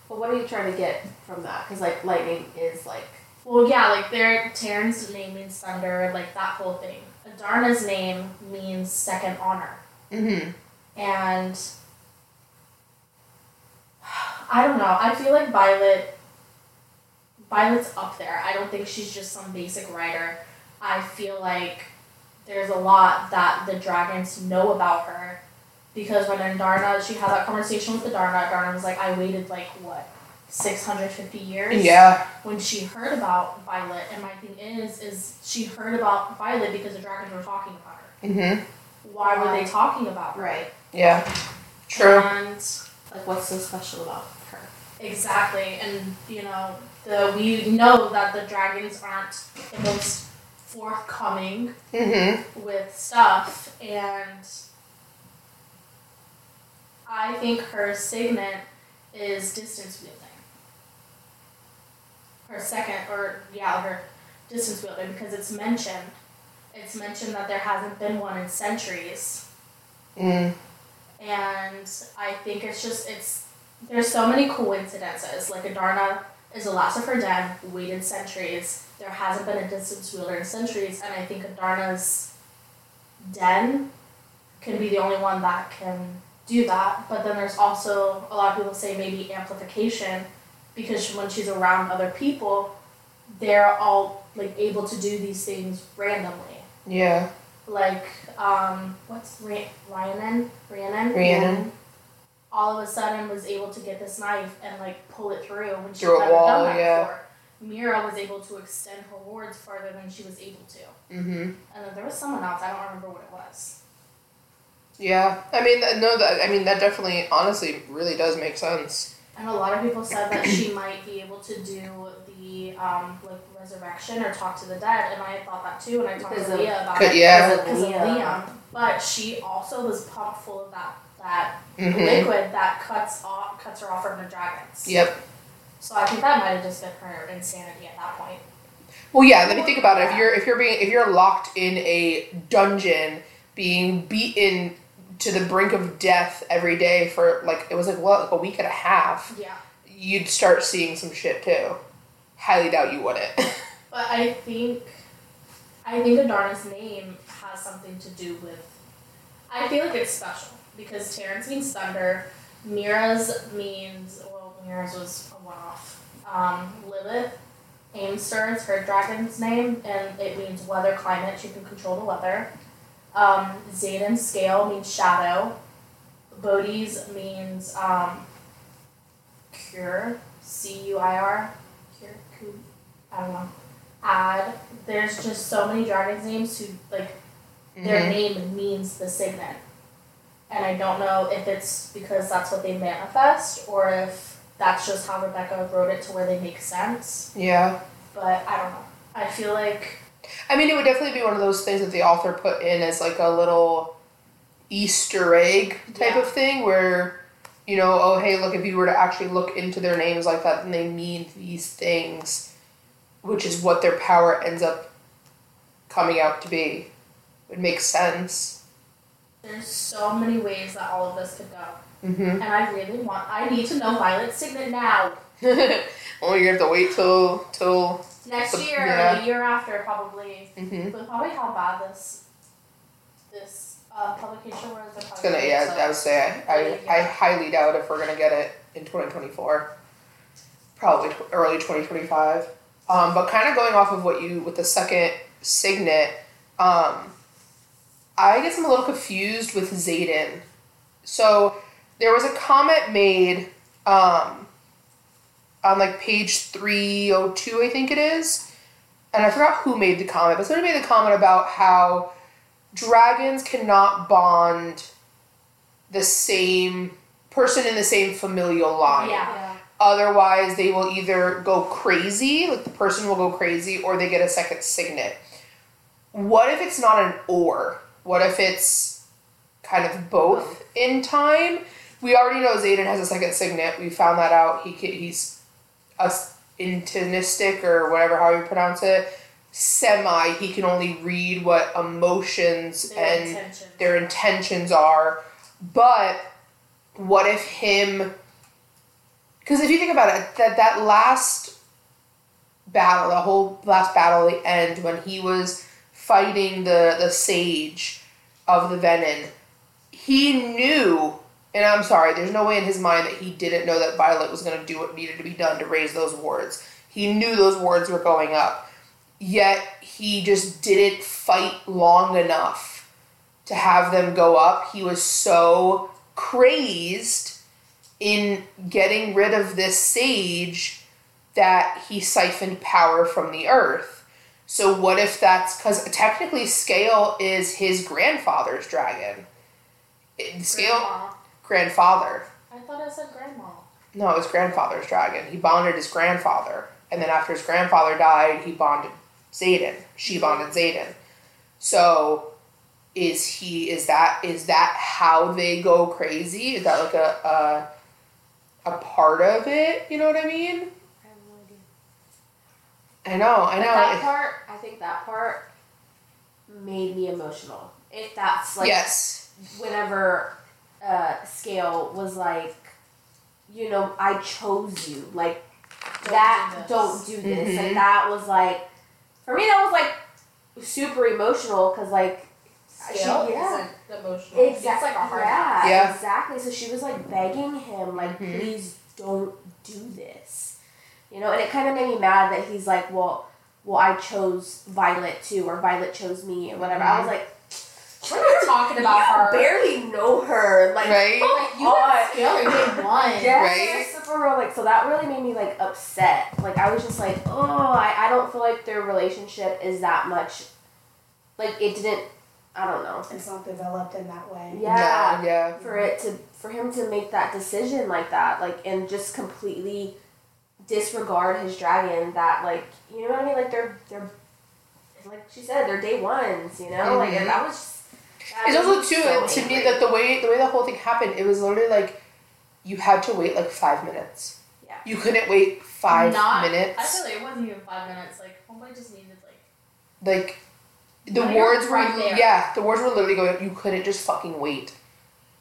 Speaker 3: But what are you trying to get from that? Because like lightning is like
Speaker 4: Well, yeah, like their Terran's name means thunder, like that whole thing. Adarna's name means second honor.
Speaker 1: Mm-hmm.
Speaker 4: and I don't know. I feel like Violet. Violet's up there. I don't think she's just some basic writer. I feel like there's a lot that the dragons know about her because when Darna, she had that conversation with Adarna. Adarna was like, "I waited like what, six hundred fifty years."
Speaker 1: Yeah.
Speaker 4: when she heard about Violet, and my thing is, is she heard about Violet because the dragons were talking about her.
Speaker 1: Mm-hmm.
Speaker 4: Why were they talking about her?
Speaker 3: right.
Speaker 1: Yeah. True.
Speaker 4: And
Speaker 3: Like what's so special about her?
Speaker 4: Exactly, and you know the we know that the dragons aren't the most forthcoming
Speaker 1: Mm-hmm.
Speaker 4: with stuff, and I think her signet is distance wielding. Her second, or yeah, her distance wielding because it's mentioned. It's mentioned that there hasn't been one in centuries
Speaker 1: Mm.
Speaker 4: and I think it's just it's there's so many coincidences. Like Adarna is the last of her den, waited centuries. There hasn't been a distance wielder in centuries, and I think Adarna's den can be the only one that can do that. But then there's also a lot of people say maybe amplification, because when she's around other people, they're all like able to do these things randomly
Speaker 1: Yeah.
Speaker 4: like um what's Ra- Rhiannon? Rhiannon?
Speaker 1: Rhiannon.
Speaker 4: All of a sudden was able to get this knife and like pull it through when she
Speaker 1: Through a
Speaker 4: never
Speaker 1: wall,
Speaker 4: done that
Speaker 1: yeah.
Speaker 4: before. Mira was able to extend her wards farther than she was able to.
Speaker 1: Mm-hmm.
Speaker 4: And then there was someone else, I don't remember what it was.
Speaker 1: Yeah. I mean, th- no. That I mean, that definitely, honestly, really does make sense.
Speaker 4: And a lot of people said that she might be able to do the um like resurrection or talk to the dead and I thought that too and I talked
Speaker 3: Because
Speaker 4: to
Speaker 3: of-
Speaker 4: Leah about
Speaker 1: Could-
Speaker 4: it
Speaker 1: yeah.
Speaker 3: Because
Speaker 4: because
Speaker 3: of
Speaker 4: of
Speaker 3: Liam.
Speaker 4: Liam. But she also was pumped full of that that
Speaker 1: Mm-hmm.
Speaker 4: liquid that cuts off cuts her off from the dragons.
Speaker 1: Yep.
Speaker 4: So I think that might have just been her insanity at that point.
Speaker 1: Well, yeah. Let me think about it. If you're if you're being if you're locked in a dungeon, being beaten to the brink of death every day for like it was like what like a week and a half,
Speaker 4: Yeah.
Speaker 1: you'd start seeing some shit too. Highly doubt you wouldn't.
Speaker 4: But I think I think Adarna's name has something to do with I feel like it's special because Terrence means thunder, Mira's means well Mira's was a one off. Um, Lilith Aimster is her dragon's name and it means weather climate, she can control the weather. Um, Zayden's scale means shadow. Bodhi's means um, cure, C U I R, cure, cure, I don't know. Add. There's just so many dragons names who like
Speaker 1: Mm-hmm.
Speaker 4: their name means the signet, and I don't know if it's because that's what they manifest or if that's just how Rebecca wrote it to where they make sense.
Speaker 1: Yeah.
Speaker 4: But I don't know. I feel like
Speaker 1: I mean, it would definitely be one of those things that the author put in as like a little Easter egg type
Speaker 4: Yeah.
Speaker 1: of thing where, you know, oh, hey, look, if you were to actually look into their names like that, then they mean these things. which is what their power ends up coming out to be, would make sense.
Speaker 4: There's so many ways that all of this could go.
Speaker 1: Mm-hmm.
Speaker 4: And I really want, I need to know Violet's signet now.
Speaker 1: Only you're gonna have to wait till till.
Speaker 4: Next
Speaker 1: The-
Speaker 4: year or
Speaker 1: yeah.
Speaker 4: the year after, probably.
Speaker 1: Mm-hmm.
Speaker 4: But probably how bad this this uh, publication was. they're
Speaker 1: It's
Speaker 4: probably
Speaker 1: gonna. Yeah, I would say I, I, I highly doubt if we're gonna get it in 2024. Probably tw- early 2025. Um, but kind of going off of what you with the second signet, um, I guess I'm a little confused with Zayden. So there was a comment made um, on like page 302, I think it is. And I forgot who made the comment, but somebody made the comment about how dragons cannot bond the same person in the same familial line.
Speaker 4: Yeah.
Speaker 1: Otherwise, they will either go crazy, like the person will go crazy, or they get a second signet. What if it's not an or? What if it's kind of both in time? We already know Zayden has a second signet. We found that out. He ca- he's a intinistic or whatever how you pronounce it. Semi. He can only read what emotions
Speaker 4: Their
Speaker 1: and
Speaker 4: intention.
Speaker 1: their intentions are. But what if him? Because if you think about it, that that last battle, the whole last battle, at the end when he was fighting the the sage of the venom, he knew. And I'm sorry, there's no way in his mind that he didn't know that Violet was going to do what needed to be done to raise those wards. He knew those wards were going up. Yet he just didn't fight long enough to have them go up. He was so crazed in getting rid of this sage that he siphoned power from the earth. So, what if that's because technically Scale is his grandfather's dragon? It- Scale,
Speaker 4: Grandma.
Speaker 1: grandfather.
Speaker 4: I thought I said grandma.
Speaker 1: No, it was grandfather's dragon. He bonded his grandfather, and then after his grandfather died, he bonded Zayden. She
Speaker 3: Mm-hmm.
Speaker 1: bonded Zayden. So, is he? Is that? Is that how they go crazy? Is that like a a, a part of it? You know what I mean?
Speaker 3: I have no idea.
Speaker 1: I know. I
Speaker 3: But
Speaker 1: know.
Speaker 3: that part, I think that part made me emotional. If that's like
Speaker 1: yes.
Speaker 3: whenever uh, Scale was like, you know, I chose you. Like
Speaker 4: Don't do
Speaker 3: that.
Speaker 4: this.
Speaker 3: Don't do this.
Speaker 1: Mhm.
Speaker 3: And that was like, for me, that was like super emotional because like
Speaker 4: Scale
Speaker 3: She- yeah.
Speaker 4: isn't emotional.
Speaker 3: exactly,
Speaker 4: It's like a hard
Speaker 3: yeah,
Speaker 1: Yeah.
Speaker 3: exactly. So she was like begging him, like,
Speaker 1: Mhm.
Speaker 3: please don't do this. You know, and it kind of made me mad that he's like, well, well, I chose Violet too, or Violet chose me, or whatever. I was like,
Speaker 4: We're not talking about
Speaker 3: you
Speaker 4: her.
Speaker 3: barely know her, like, oh,
Speaker 1: Right?
Speaker 4: Like, you and Scale are day one.
Speaker 3: yeah,
Speaker 1: Right?
Speaker 3: super real. Like, so that really made me like upset. Like, I was just like, oh, I, I don't feel like their relationship is that much. Like, it didn't. I don't know.
Speaker 2: It's not developed in that way.
Speaker 3: Yeah.
Speaker 1: No, yeah.
Speaker 3: for it to for him to make that decision like that like and just completely disregard his dragon that like you know what i mean like they're they're like she said they're day ones you know like and that was just,
Speaker 1: Mm-hmm.
Speaker 3: that
Speaker 1: It's
Speaker 3: made
Speaker 1: also
Speaker 3: me
Speaker 1: too
Speaker 3: so
Speaker 1: to me
Speaker 3: angry.
Speaker 1: that the way the way the whole thing happened, it was literally like you had to wait like five minutes.
Speaker 3: Yeah.
Speaker 1: You couldn't wait five
Speaker 4: Not-
Speaker 1: minutes.
Speaker 4: I feel like it wasn't even five minutes. Like, homeboy just needed, like,
Speaker 1: like the
Speaker 4: Right
Speaker 1: wards were
Speaker 4: right there.
Speaker 1: yeah, the wards were literally going. You couldn't just fucking wait.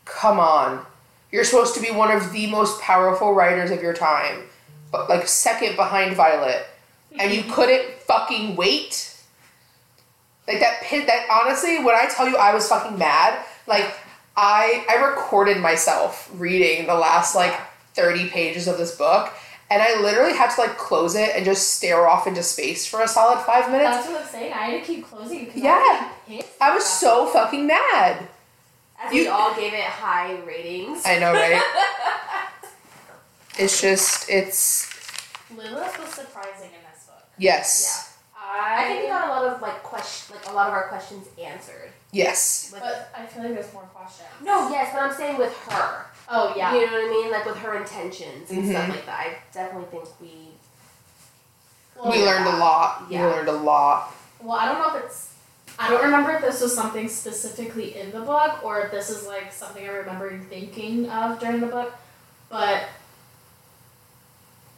Speaker 1: Come on, you're supposed to be one of the most powerful writers of your time, but like second behind Violet, and you couldn't fucking wait. Like that pit. That honestly, when I tell you I was fucking mad, like I I recorded myself reading the last like thirty pages of this book. And I literally had to like close it and just stare off into space for a solid five minutes
Speaker 4: That's what I'm saying. I had to keep closing because
Speaker 1: Yeah.
Speaker 4: I was, pissed
Speaker 1: I was
Speaker 4: about
Speaker 1: so fucking mad.
Speaker 3: as we
Speaker 1: you-
Speaker 3: all gave it high ratings
Speaker 1: I know, right? it's just, it's
Speaker 4: it. Lilith was surprising in this book.
Speaker 1: yes,
Speaker 4: I,
Speaker 3: i think we got a lot of like question like a lot of our questions answered
Speaker 1: yes,
Speaker 3: with
Speaker 4: but I feel like there's more questions.
Speaker 3: no yes but i'm saying with her
Speaker 4: Oh yeah.
Speaker 3: you know what i mean like with her intentions and
Speaker 1: Mhm.
Speaker 3: stuff like that i definitely think we
Speaker 4: Well,
Speaker 1: we learned a lot.
Speaker 3: Yeah.
Speaker 1: We learned a lot.
Speaker 4: Well, I don't know if it's. I don't remember if this was something specifically in the book or if this is like something I remember thinking of during the book, but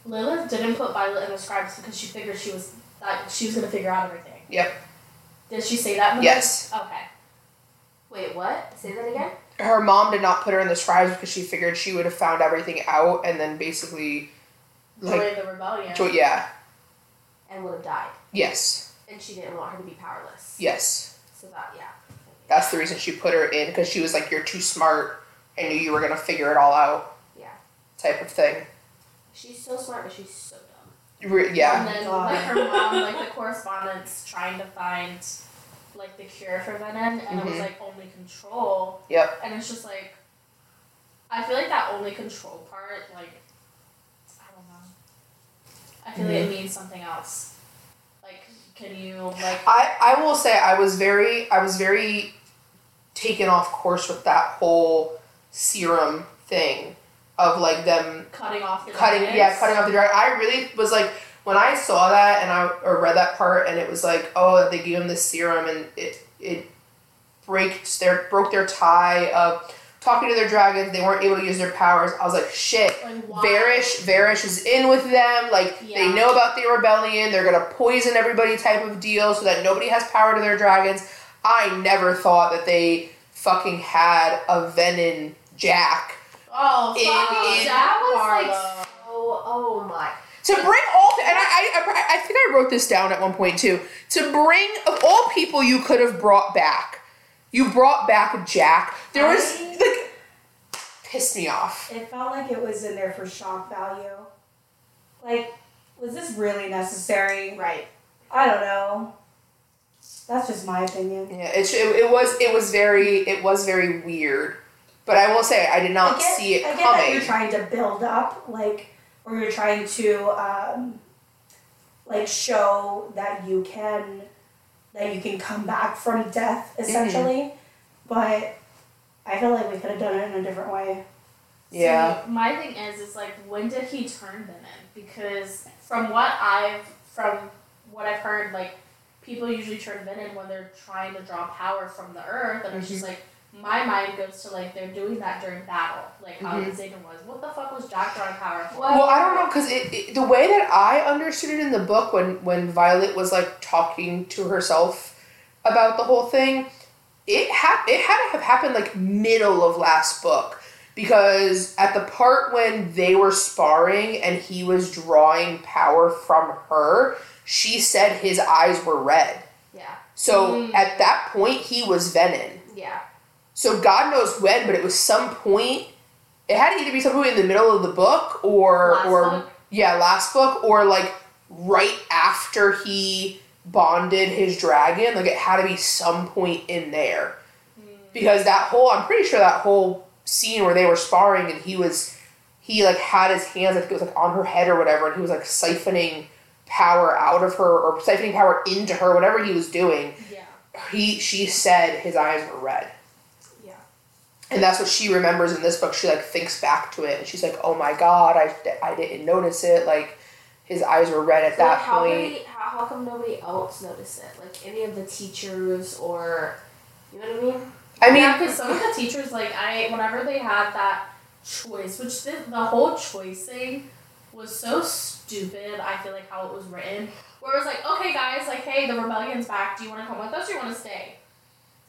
Speaker 4: Lilith didn't put Violet in the scribes because she figured she was that she was gonna figure out everything.
Speaker 1: Yep.
Speaker 4: Did she say that? In the
Speaker 1: Yes.
Speaker 4: book? Okay.
Speaker 3: Wait, what? Say that again?
Speaker 1: Her mom did not put her in the scribes because she figured she would have found everything out and then basically, like,
Speaker 4: Joy of the rebellion.
Speaker 1: joy, yeah,
Speaker 3: And would have died.
Speaker 1: yes,
Speaker 3: And she didn't want her to be powerless.
Speaker 1: yes.
Speaker 3: So that, yeah.
Speaker 1: That's the reason she put her in because she was like, "You're too smart. I knew you were gonna figure it all out."
Speaker 3: Yeah.
Speaker 1: Type of thing.
Speaker 3: She's so smart, but she's so dumb.
Speaker 1: Re- yeah.
Speaker 4: And then
Speaker 1: God.
Speaker 4: like her mom, like the correspondence trying to find like the cure for venom, and it was
Speaker 1: Mhm.
Speaker 4: like only control.
Speaker 1: Yep.
Speaker 4: And it's just like I feel like that only control part, like I don't know. I feel like it
Speaker 1: Mm-hmm.
Speaker 4: means something else. Like, can you like
Speaker 1: I, I will say I was very I was very taken off course with that whole serum thing of like them
Speaker 4: cutting off the
Speaker 1: cutting yeah
Speaker 4: diamonds?
Speaker 1: cutting off the dragon. I really was like when I saw that and I or read that part and it was like oh they gave him this serum and it it breaks their broke their tie of talking to their dragons they weren't able to use their powers. I was like shit
Speaker 4: Like, why?
Speaker 1: Varish, Varish is in with them. Like
Speaker 4: Yeah.
Speaker 1: they know about the rebellion. They're gonna poison everybody type of deal so that nobody has power to their dragons. I never thought that they fucking had a Venom Jack
Speaker 4: Oh,
Speaker 1: in-
Speaker 4: fucking
Speaker 1: in
Speaker 4: Jack was like
Speaker 1: Harlow.
Speaker 3: Oh, oh my.
Speaker 1: to bring all. And I, I, I think I wrote this down at one point too. To bring of all people you could have brought back, you brought back Jack. There was
Speaker 2: I-
Speaker 1: like pissed me off.
Speaker 2: It felt like it was in there for shock value. Like, was this really necessary?
Speaker 3: Right.
Speaker 2: I don't know. That's just my opinion.
Speaker 1: Yeah, it, it, it was it was very it was very weird. But I will say I did not
Speaker 2: I get,
Speaker 1: see it
Speaker 2: I get that
Speaker 1: coming.
Speaker 2: you're trying to build up, like, or you're trying to, um, like, show that you can, that you can come back from
Speaker 1: Mm-hmm.
Speaker 2: death, essentially. But I feel like we could have done it in a different way.
Speaker 1: Yeah.
Speaker 4: See, my thing is, is like, when did he turn them in? Because from what I've, from what I've heard, like, people usually turn them in when they're trying to draw power from the earth, and it's
Speaker 1: Mm-hmm.
Speaker 4: just like, my mind goes to like they're doing that during battle, like how
Speaker 1: Mhm.
Speaker 4: Zayden was. What the fuck was Jack drawing power for?
Speaker 1: Well, I don't know because it, it- the way that I understood it in the book when when Violet was like talking to herself about the whole thing, it hap- it had to have happened like middle of last book because at the part when they were sparring and he was drawing power from her, she said his eyes were red.
Speaker 3: Yeah.
Speaker 1: So
Speaker 4: Mm.
Speaker 1: at that point, he was Venom.
Speaker 3: Yeah.
Speaker 1: So God knows when, but it was some point. It had to either be some point in the middle of the book or
Speaker 4: Last
Speaker 1: or
Speaker 4: book?
Speaker 1: yeah, last book or like right after he bonded his dragon. Like it had to be some point in there because that whole I'm pretty sure that whole scene where they were sparring and he was he like had his hands I think it was like on her head or whatever and he was like siphoning power out of her or siphoning power into her whatever he was doing
Speaker 4: Yeah.
Speaker 1: he she said his eyes were red.
Speaker 3: Yeah.
Speaker 1: And that's what she remembers in this book. She like thinks back to it and she's like, "Oh my god, I, I didn't notice it." Like his eyes were red at
Speaker 3: So, like,
Speaker 1: that
Speaker 3: how
Speaker 1: point.
Speaker 3: Nobody, how, how come nobody else noticed it? Like any of the teachers or you know what I mean?
Speaker 1: I mean,
Speaker 4: yeah, because some of the teachers, like, I, whenever they had that choice, which the, the whole choice thing was so stupid, I feel like how it was written, where it was like, okay, guys, like, hey, the rebellion's back. Do you want to come with us or you want to stay?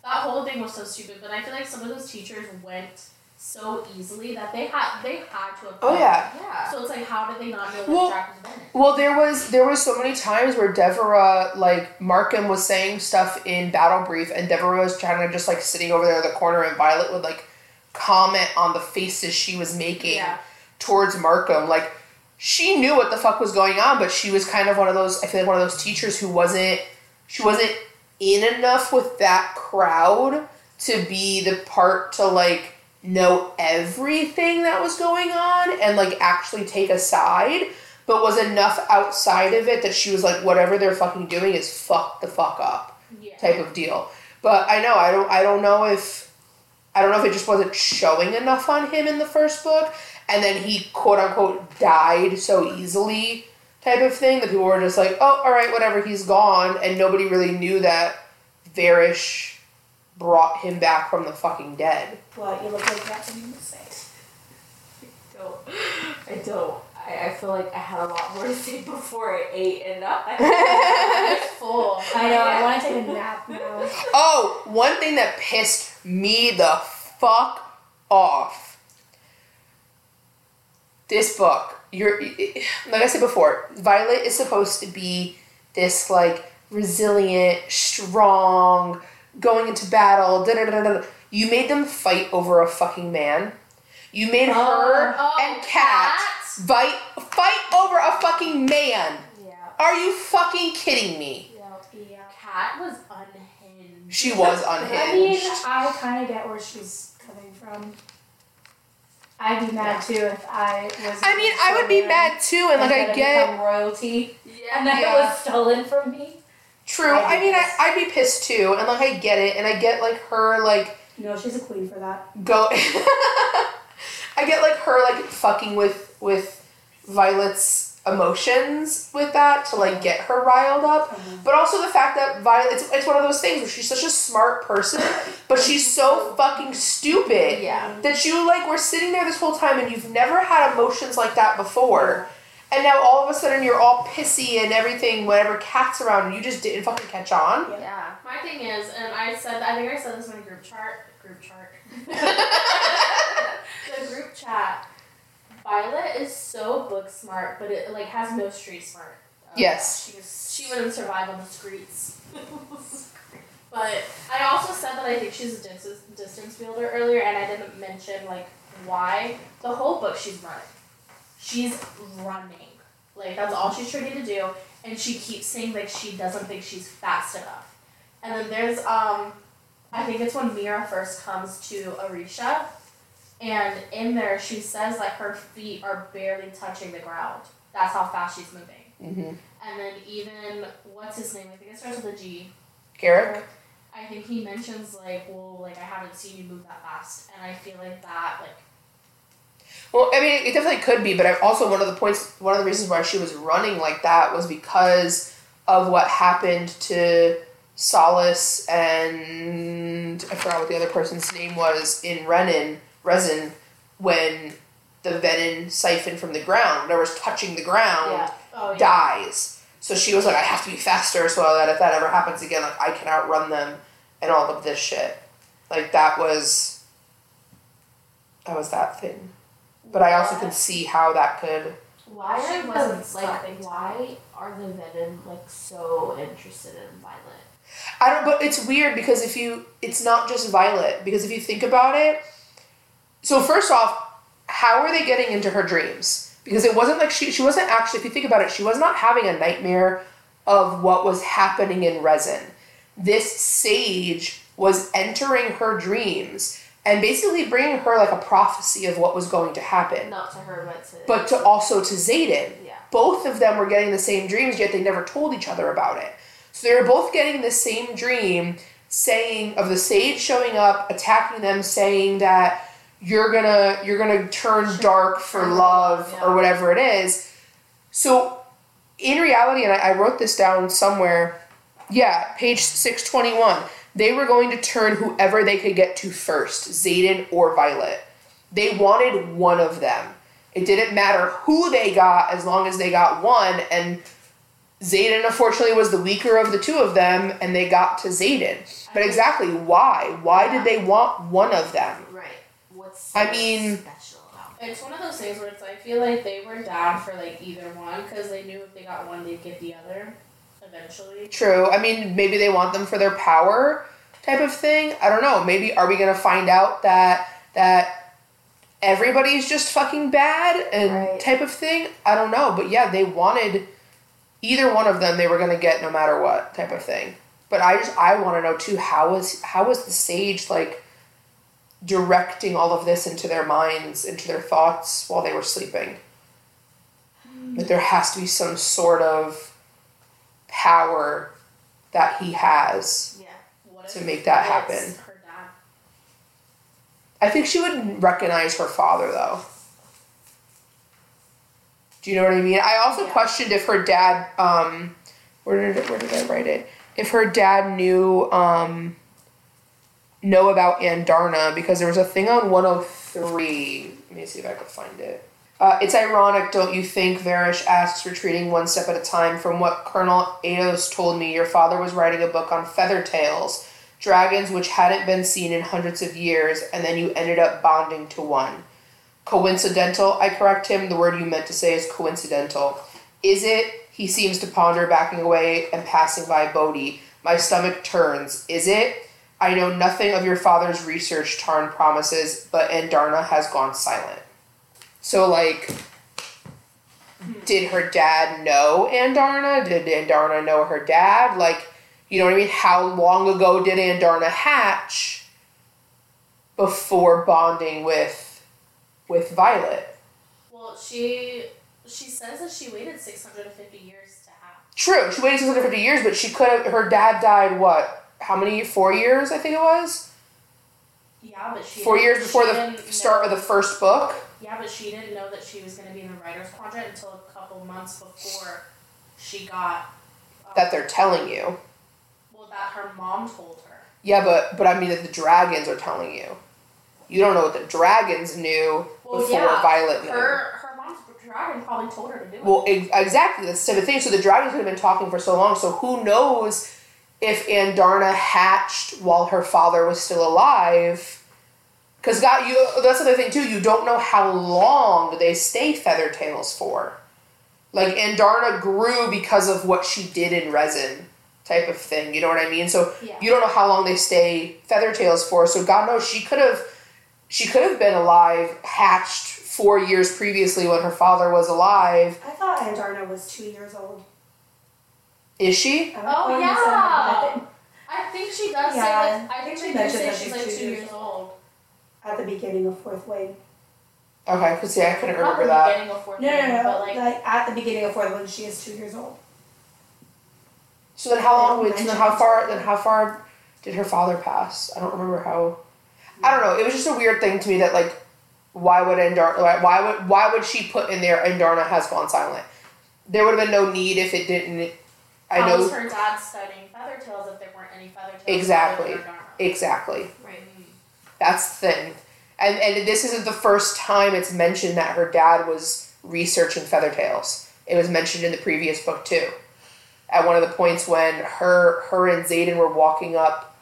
Speaker 4: That whole thing was so stupid, but I feel like some of those teachers went so easily that they had they had to have
Speaker 1: oh
Speaker 4: gone.
Speaker 1: yeah.
Speaker 3: Yeah.
Speaker 4: So it's like, how did they not know that
Speaker 1: Well-
Speaker 4: Jack was in it?
Speaker 1: Well, there was there was so many times where Deborah like Markham was saying stuff in battle brief, and Deborah was kind of just like sitting over there in the corner, and Violet would like comment on the faces she was making
Speaker 4: Yeah.
Speaker 1: towards Markham. Like she knew what the fuck was going on, but she was kind of one of those. I feel like one of those teachers who wasn't she wasn't in enough with that crowd to be the part to like know everything that was going on and like actually take a side but was enough outside of it that she was like, whatever they're fucking doing is fuck the fuck up
Speaker 4: Yeah.
Speaker 1: type of deal. But I know I don't I don't know if I don't know if it just wasn't showing enough on him in the first book, and then he quote unquote died so easily type of thing that people were just like, oh, all right, whatever, he's gone, and nobody really knew that Varish brought him back from the fucking dead.
Speaker 2: Well, you look like that's what you would say.
Speaker 3: don't. I don't. I I, I feel like I had a lot more to say before I ate and not.
Speaker 4: It's full.
Speaker 2: I know, I want to take a nap now.
Speaker 1: Oh, one thing that pissed me the fuck off. This book, you're like I said before, Violet is supposed to be this like resilient, strong, going into battle. Da da da da. You made them fight over a fucking man. You made
Speaker 2: Uh.
Speaker 1: her
Speaker 4: Oh,
Speaker 1: and Cat
Speaker 4: Kat.
Speaker 1: fight fight over a fucking man.
Speaker 3: yeah,
Speaker 1: Are you fucking kidding me?
Speaker 3: yeah.
Speaker 2: Yeah.
Speaker 3: Cat was unhinged.
Speaker 1: She was
Speaker 2: I mean,
Speaker 1: unhinged.
Speaker 2: I kind of get where she's coming from. I'd be mad too if I was.
Speaker 1: I mean, I would be
Speaker 2: stolen
Speaker 1: mad too, and like
Speaker 2: then
Speaker 1: I get
Speaker 2: become royalty, and
Speaker 3: Yeah.
Speaker 2: then
Speaker 1: Yeah.
Speaker 2: it was stolen from me.
Speaker 1: true. I mean, I, I'd be pissed too, and like I get it, and I get like her like
Speaker 2: No, she's a queen for that.
Speaker 1: go. I get like her like fucking with with Violet's emotions with that to like get her riled up, but also the fact that Violet it's, it's one of those things where she's such a smart person, but she's so fucking stupid.
Speaker 3: Yeah.
Speaker 1: that you like were sitting there this whole time and you've never had emotions like that before. And now all of a sudden you're all pissy and everything whenever cat's around and you just didn't fucking catch on.
Speaker 3: Yeah.
Speaker 4: My thing is, and I said, I think I said this in a group chart, group chart, the group chat. Violet is so book smart, but it like has no street smart. Uh,
Speaker 1: Yes.
Speaker 4: she's she wouldn't survive on the streets. but I also said that I think she's a distance distance builder earlier, and I didn't mention like why the whole book she's running. She's running. Like that's all she's trying to do, and she keeps saying like she doesn't think she's fast enough. And then there's um, I think it's when Mira first comes to Arisha, and in there she says like her feet are barely touching the ground. That's how fast she's moving.
Speaker 1: Mm-hmm.
Speaker 4: And then even what's his name? I think it starts with a G.
Speaker 1: Garrick?
Speaker 4: I think he mentions like, well, like I haven't seen you move that fast, and I feel like that like
Speaker 1: Well, I mean, it definitely could be, but I also one of the points, one of the reasons why she was running like that was because of what happened to Solace and I forgot what the other person's name was in Renin, Resin, when the venom siphoned from the ground, whatever was touching the ground,
Speaker 4: oh yeah.
Speaker 1: dies. So she was like, I have to be faster so that if that ever happens again, like I can outrun them and all of this shit. Like that was that was that thing. But I also could see how that could
Speaker 3: Why
Speaker 4: She
Speaker 3: are
Speaker 4: wasn't
Speaker 3: the,
Speaker 4: stopping
Speaker 3: like
Speaker 4: to-
Speaker 3: why are the venom like so interested in Violet?
Speaker 1: I don't but it's weird because if you it's not just Violet, because if you think about it so first off, how are they getting into her dreams? Because it wasn't like she she wasn't actually if you think about it, she was not having a nightmare of what was happening in resin. This sage was entering her dreams and basically bringing her like a prophecy of what was going to happen,
Speaker 3: Not to her, but to
Speaker 1: but to also to Zayden.
Speaker 3: yeah.
Speaker 1: Both of them were getting the same dreams, yet they never told each other about it. So they were both getting the same dream, saying of the sage showing up, attacking them, saying that you're gonna you're gonna turn dark for love or whatever it is. So in reality, and I, I wrote this down somewhere, yeah, page six twenty one. They were going to turn whoever they could get to first, Zayden or Violet. They wanted one of them. It didn't matter who they got as long as they got one. And Zayden, unfortunately, was the weaker of the two of them, and they got to Zayden. But exactly why? Why did they want one of them?
Speaker 3: Right. What's so
Speaker 1: I mean-
Speaker 3: special about
Speaker 4: It's one of those things where it's I feel like they were down for like either one because they knew if they got one they'd get the other eventually.
Speaker 1: True. I mean, maybe they want them for their power type of thing. I don't know. Maybe are we gonna find out that that everybody's just fucking bad and
Speaker 3: Right.
Speaker 1: type of thing? I don't know. But yeah, they wanted either one of them they were gonna get no matter what type of thing. But I just I wanna know too, how was how was the sage like directing all of this into their minds, into their thoughts while they were sleeping? Like there has to be some sort of power that he has.
Speaker 3: Yeah.
Speaker 4: What
Speaker 1: To
Speaker 4: if
Speaker 1: make that
Speaker 4: it's
Speaker 1: happen.
Speaker 4: Her dad.
Speaker 1: I think she would recognize her father though. Do you know what I mean? I also
Speaker 4: Yeah.
Speaker 1: questioned if her dad um where did where did I write it? If her dad knew um oh know about Andarna because there was a thing on 103. Let me see if I could find it. Uh, it's ironic, don't you think? Varish asks, retreating one step at a time. From what Colonel Ados told me, your father was writing a book on feather tails, dragons which hadn't been seen in hundreds of years, and then you ended up bonding to one. Coincidental, I correct him. The word you meant to say is coincidental. Is it? He seems to ponder, backing away and passing by Bodhi. My stomach turns. Is it? I know nothing of your father's research, Tarn promises, but Andarna has gone silent. So, like, did her dad know Andarna? Did Andarna know her dad? Like, you know what I mean? How long ago did Andarna hatch before bonding with with Violet?
Speaker 4: Well, she she says that she waited 650 years to have.
Speaker 1: True, she waited 650 years, but she could have. Her dad died what? How many? Four years, I think it was.
Speaker 4: Yeah, but she
Speaker 1: Four years
Speaker 4: she
Speaker 1: before the
Speaker 4: didn't
Speaker 1: start
Speaker 4: know-
Speaker 1: of the first book.
Speaker 4: Yeah, but she didn't know that she was going to be in the writer's quadrant until a couple months before she got. um,
Speaker 1: That they're telling you.
Speaker 4: Well, that her mom told her.
Speaker 1: Yeah, but but I mean that the dragons are telling you. You don't know what the dragons knew
Speaker 4: Well,
Speaker 1: before
Speaker 4: yeah,
Speaker 1: Violet knew.
Speaker 4: Her her mom's dragon probably told her to do it.
Speaker 1: Well, ex- exactly. That's the same thing. So the dragons would have been talking for so long. So who knows if Andarna hatched while her father was still alive? Because God, you that's the other thing too. You don't know how long they stay feather tails for. Like Andarna grew because of what she did in resin, type of thing. You know what I mean? So
Speaker 4: yeah.
Speaker 1: you don't know how long they stay feather tails for so god knows she could have she could have been alive hatched four years previously when her father was alive
Speaker 2: I thought Andarna was two years old.
Speaker 1: is she
Speaker 2: I don't
Speaker 4: Oh,
Speaker 2: know, you
Speaker 4: yeah.
Speaker 2: said that, but
Speaker 4: I think she does
Speaker 2: Yeah,
Speaker 4: say that. I think
Speaker 2: she
Speaker 4: she does
Speaker 2: mentioned
Speaker 4: say
Speaker 2: that
Speaker 4: she's
Speaker 2: she's
Speaker 4: like
Speaker 2: two
Speaker 4: two
Speaker 2: years
Speaker 4: years old.
Speaker 2: At the beginning of fourth wave.
Speaker 1: okay because see i couldn't
Speaker 4: Not
Speaker 1: remember
Speaker 4: the
Speaker 1: that
Speaker 4: beginning of fourth
Speaker 2: No,
Speaker 4: grade,
Speaker 2: no, no.
Speaker 4: but like
Speaker 2: at the beginning of fourth wave, she is two years old.
Speaker 1: so then how long
Speaker 2: I
Speaker 1: would
Speaker 2: don't
Speaker 1: so then
Speaker 2: know.
Speaker 1: how far then how far did her father pass i don't remember how i don't know it was just a weird thing to me that like why would Andar- why- why would why would she put in there Andarna has gone silent? There would have been no need if it didn't. I
Speaker 4: how
Speaker 1: know
Speaker 4: was her dad studying feather tails if there weren't any feather tails? Mm.
Speaker 1: Exactly.
Speaker 4: other than her dharma?
Speaker 1: exactly.
Speaker 4: Right.
Speaker 1: That's the thing. And and this isn't the first time it's mentioned that her dad was researching feather tails. It was mentioned in the previous book too. At one of the points when her her and Zayden were walking up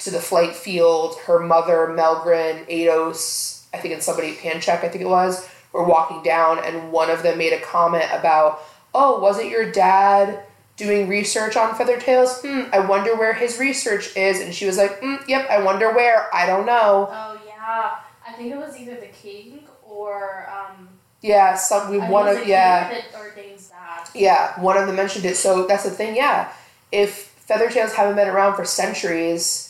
Speaker 1: to the flight field, her mother, Melgren, Ados, I think it's somebody Panchak, I think it was, were walking down and one of them made a comment about, Oh, wasn't your dad doing research on feather tails? Hmm, I wonder where his research is. And she was like, mm, Yep, I wonder where. I don't know.
Speaker 4: Oh yeah, I think it was either the king or um.
Speaker 1: Yeah, some we
Speaker 4: I think
Speaker 1: one
Speaker 4: it was the
Speaker 1: of
Speaker 4: king
Speaker 1: yeah
Speaker 4: that ordains that.
Speaker 1: yeah one of them mentioned it. So that's the thing. Yeah, if feather tails haven't been around for centuries,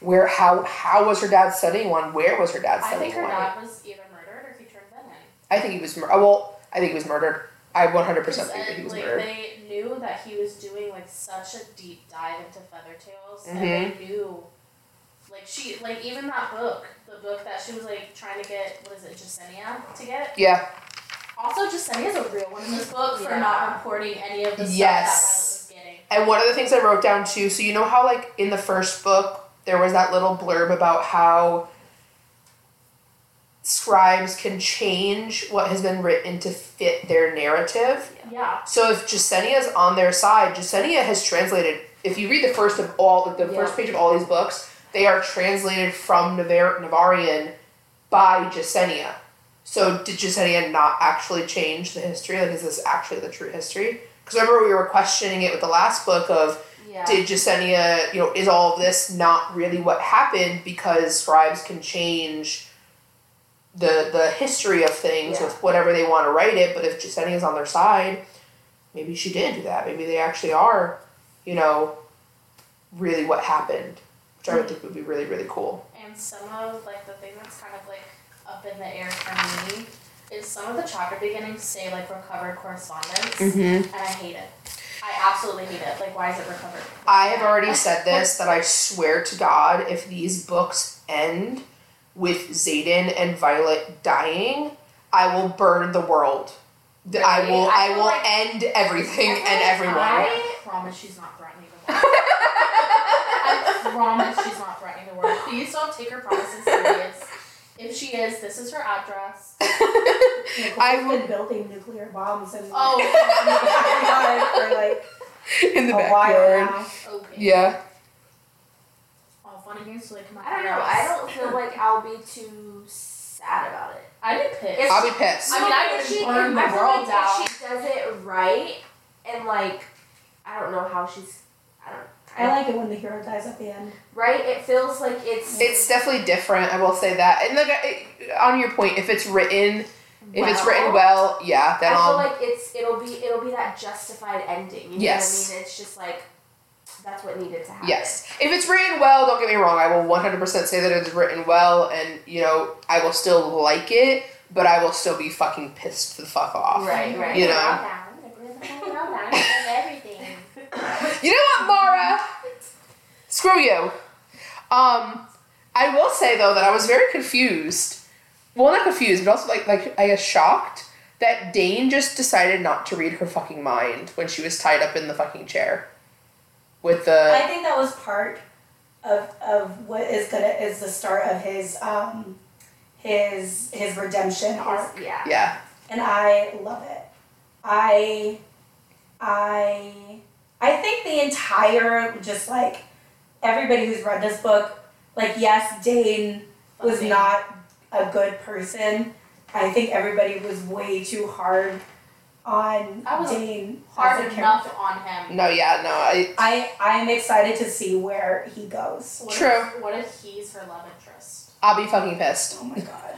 Speaker 1: where how how was her dad studying one? Where was her dad
Speaker 4: I
Speaker 1: studying
Speaker 4: think her
Speaker 1: one?
Speaker 4: dad was either murdered or he turned venom.
Speaker 1: I think he was mur- well. I think he was murdered. I one hundred percent
Speaker 4: Because
Speaker 1: think that he was
Speaker 4: like
Speaker 1: murdered.
Speaker 4: they knew that he was doing like such a deep dive into feather tails,
Speaker 1: Mm-hmm.
Speaker 4: and they knew, like she like even that book, the book that she was like trying to get, what is it, Jasenia to get.
Speaker 1: yeah,
Speaker 4: Also, Jasenia is a real one in this book for
Speaker 3: Yeah.
Speaker 4: not reporting any of the
Speaker 1: Yes.
Speaker 4: stuff that Violet was getting.
Speaker 1: and one of the things I wrote down too. So you know how like in the first book there was that little blurb about how scribes can change what has been written to fit their narrative.
Speaker 4: Yeah.
Speaker 1: So if Jasenia is on their side, Jasenia has translated. If you read the first of all, the
Speaker 3: Yeah.
Speaker 1: first page of all these books, they are translated from Navar- Navarian by Jasenia. So did Jasenia not actually change the history? Like, is this actually the true history? Because remember we were questioning it with the last book of
Speaker 3: Yeah.
Speaker 1: did Jasenia, you know, is all of this not really what happened because scribes can change the the history of things
Speaker 3: Yeah.
Speaker 1: with whatever they want to write it, but if Jasenia is on their side, maybe she did do that. Maybe they actually are, you know, really what happened. Which I would think would be really, really cool.
Speaker 4: And some of like the thing that's kind of like up in the air for me is some of the chapter beginnings say like recovered correspondence,
Speaker 1: Mm-hmm.
Speaker 4: and I hate it. I absolutely hate it. Like, why is it recovered?
Speaker 1: I have already said this that I swear to God, if these books end with Zayden and Violet dying, I will burn the world. Th- I
Speaker 4: Really?
Speaker 1: will
Speaker 4: I
Speaker 1: I,
Speaker 4: feel
Speaker 1: will
Speaker 4: like-
Speaker 1: end everything
Speaker 4: I feel
Speaker 1: and
Speaker 4: like
Speaker 1: everyone.
Speaker 4: I promise she's not threatening the world. I promise she's not threatening the world. Please don't take her promises serious. If she is, this is her address.
Speaker 2: Nicole's
Speaker 1: would-
Speaker 2: been building nuclear bombs and
Speaker 4: Oh,
Speaker 2: for like
Speaker 1: in the
Speaker 2: a while
Speaker 1: backyard.
Speaker 2: now.
Speaker 4: okay.
Speaker 1: Yeah.
Speaker 4: Oh, fun and games like my
Speaker 3: I don't know. I don't feel like I'll be too sad about it.
Speaker 4: I'd be pissed.
Speaker 3: If-
Speaker 1: I'll be pissed.
Speaker 4: I mean, I would
Speaker 3: If she-
Speaker 4: burn the
Speaker 3: I feel
Speaker 4: world
Speaker 3: like
Speaker 4: down.
Speaker 3: If she does it right, and like, I don't know how she's. I don't.
Speaker 2: I like it when the hero dies at the end.
Speaker 3: Right? It feels like it's.
Speaker 1: It's definitely different, I will say that. And like it, on your point, if it's written if it's written well, yeah, then
Speaker 3: I
Speaker 1: I'll
Speaker 3: feel like it's it'll be it'll be that justified ending. You
Speaker 1: Yes.
Speaker 3: know what I mean? It's just like that's what needed to happen.
Speaker 1: Yes. If it's written well, don't get me wrong, I will 100% say that it's written well and, you know, I will still like it, but I will still be fucking pissed the fuck off.
Speaker 3: Right, right.
Speaker 1: You know.
Speaker 6: down, the room down of everything.
Speaker 1: You know what, Mara? Screw you. Um, I will say though that I was very confused. Well, not confused, but also like like I guess shocked that Dane just decided not to read her fucking mind when she was tied up in the fucking chair with
Speaker 2: I
Speaker 1: the
Speaker 2: think that was part of of what is gonna is the start of his um his his redemption arc.
Speaker 3: Yeah.
Speaker 1: yeah
Speaker 2: and I love it. I, I, I think the entire just like everybody who's read this book, like yes, Dane was
Speaker 4: Fucking-
Speaker 2: not a good person. I think everybody was way too hard on
Speaker 4: I was
Speaker 2: Dane
Speaker 4: hard
Speaker 2: as a
Speaker 4: enough
Speaker 2: character.
Speaker 4: on him.
Speaker 1: no yeah no I
Speaker 2: I I'm excited to see where he goes.
Speaker 4: What
Speaker 1: True.
Speaker 4: If, what if he's her love interest?
Speaker 1: I'll be fucking pissed.
Speaker 2: Oh my god.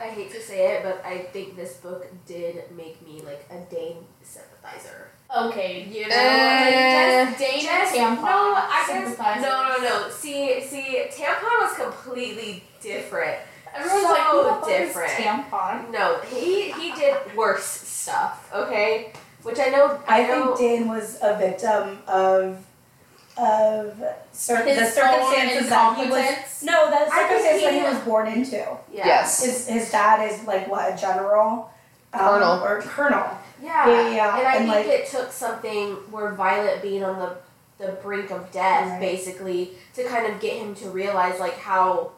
Speaker 3: I hate to say it, but I think this book did make me like a Dane sympathizer.
Speaker 4: Okay, you know,
Speaker 1: Eh.
Speaker 4: like, just date
Speaker 3: Just-
Speaker 4: a tampon.
Speaker 3: No, I guess,
Speaker 4: sympathizer.
Speaker 3: no, no, no. See, see, tampon was completely different.
Speaker 4: Everyone's
Speaker 3: So
Speaker 4: like, who the fuck is
Speaker 3: different.
Speaker 4: tampon?
Speaker 3: No, he he did worse stuff. Okay, which I know.
Speaker 2: I
Speaker 3: know,
Speaker 2: think Dane was a victim of of cer- the
Speaker 4: His own
Speaker 2: circumstances that he was.
Speaker 4: incompetence.
Speaker 2: No, the
Speaker 3: I think
Speaker 2: circumstances that he
Speaker 3: he-
Speaker 2: was born into.
Speaker 3: Yeah.
Speaker 1: Yes.
Speaker 2: His his dad is like what a general, um,
Speaker 1: Colonel.
Speaker 2: or colonel.
Speaker 3: Yeah.
Speaker 2: Yeah, yeah,
Speaker 3: And I
Speaker 2: and, like-
Speaker 3: think it took something where Violet being on the the brink of death,
Speaker 2: Right.
Speaker 3: basically, to kind of get him to realize like how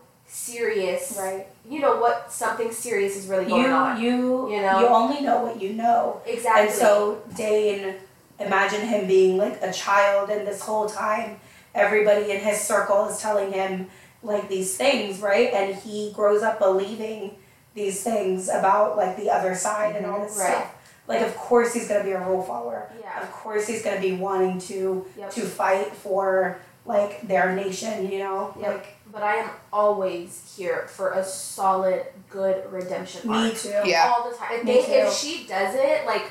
Speaker 3: serious,
Speaker 2: Right.
Speaker 3: you know, what something serious is really
Speaker 2: You
Speaker 3: going on.
Speaker 2: you
Speaker 3: You know?
Speaker 2: you only know what you know,
Speaker 3: Exactly.
Speaker 2: and so Dane, imagine him being like a child, and this whole time, everybody in his circle is telling him like these things, right? And he grows up believing these things about like the other side and all this
Speaker 3: Mm-hmm. Right.
Speaker 2: stuff. Like, of course he's gonna be a rule follower.
Speaker 3: yeah.
Speaker 2: Of course he's gonna be wanting to
Speaker 3: Yep.
Speaker 2: to fight for like their nation, you know?
Speaker 3: Yep.
Speaker 2: Like
Speaker 3: But I am always here for a solid, good redemption arc.
Speaker 2: me too.
Speaker 1: Yeah.
Speaker 3: All the time. If,
Speaker 2: Me
Speaker 3: they- if
Speaker 2: too.
Speaker 3: she does it, like,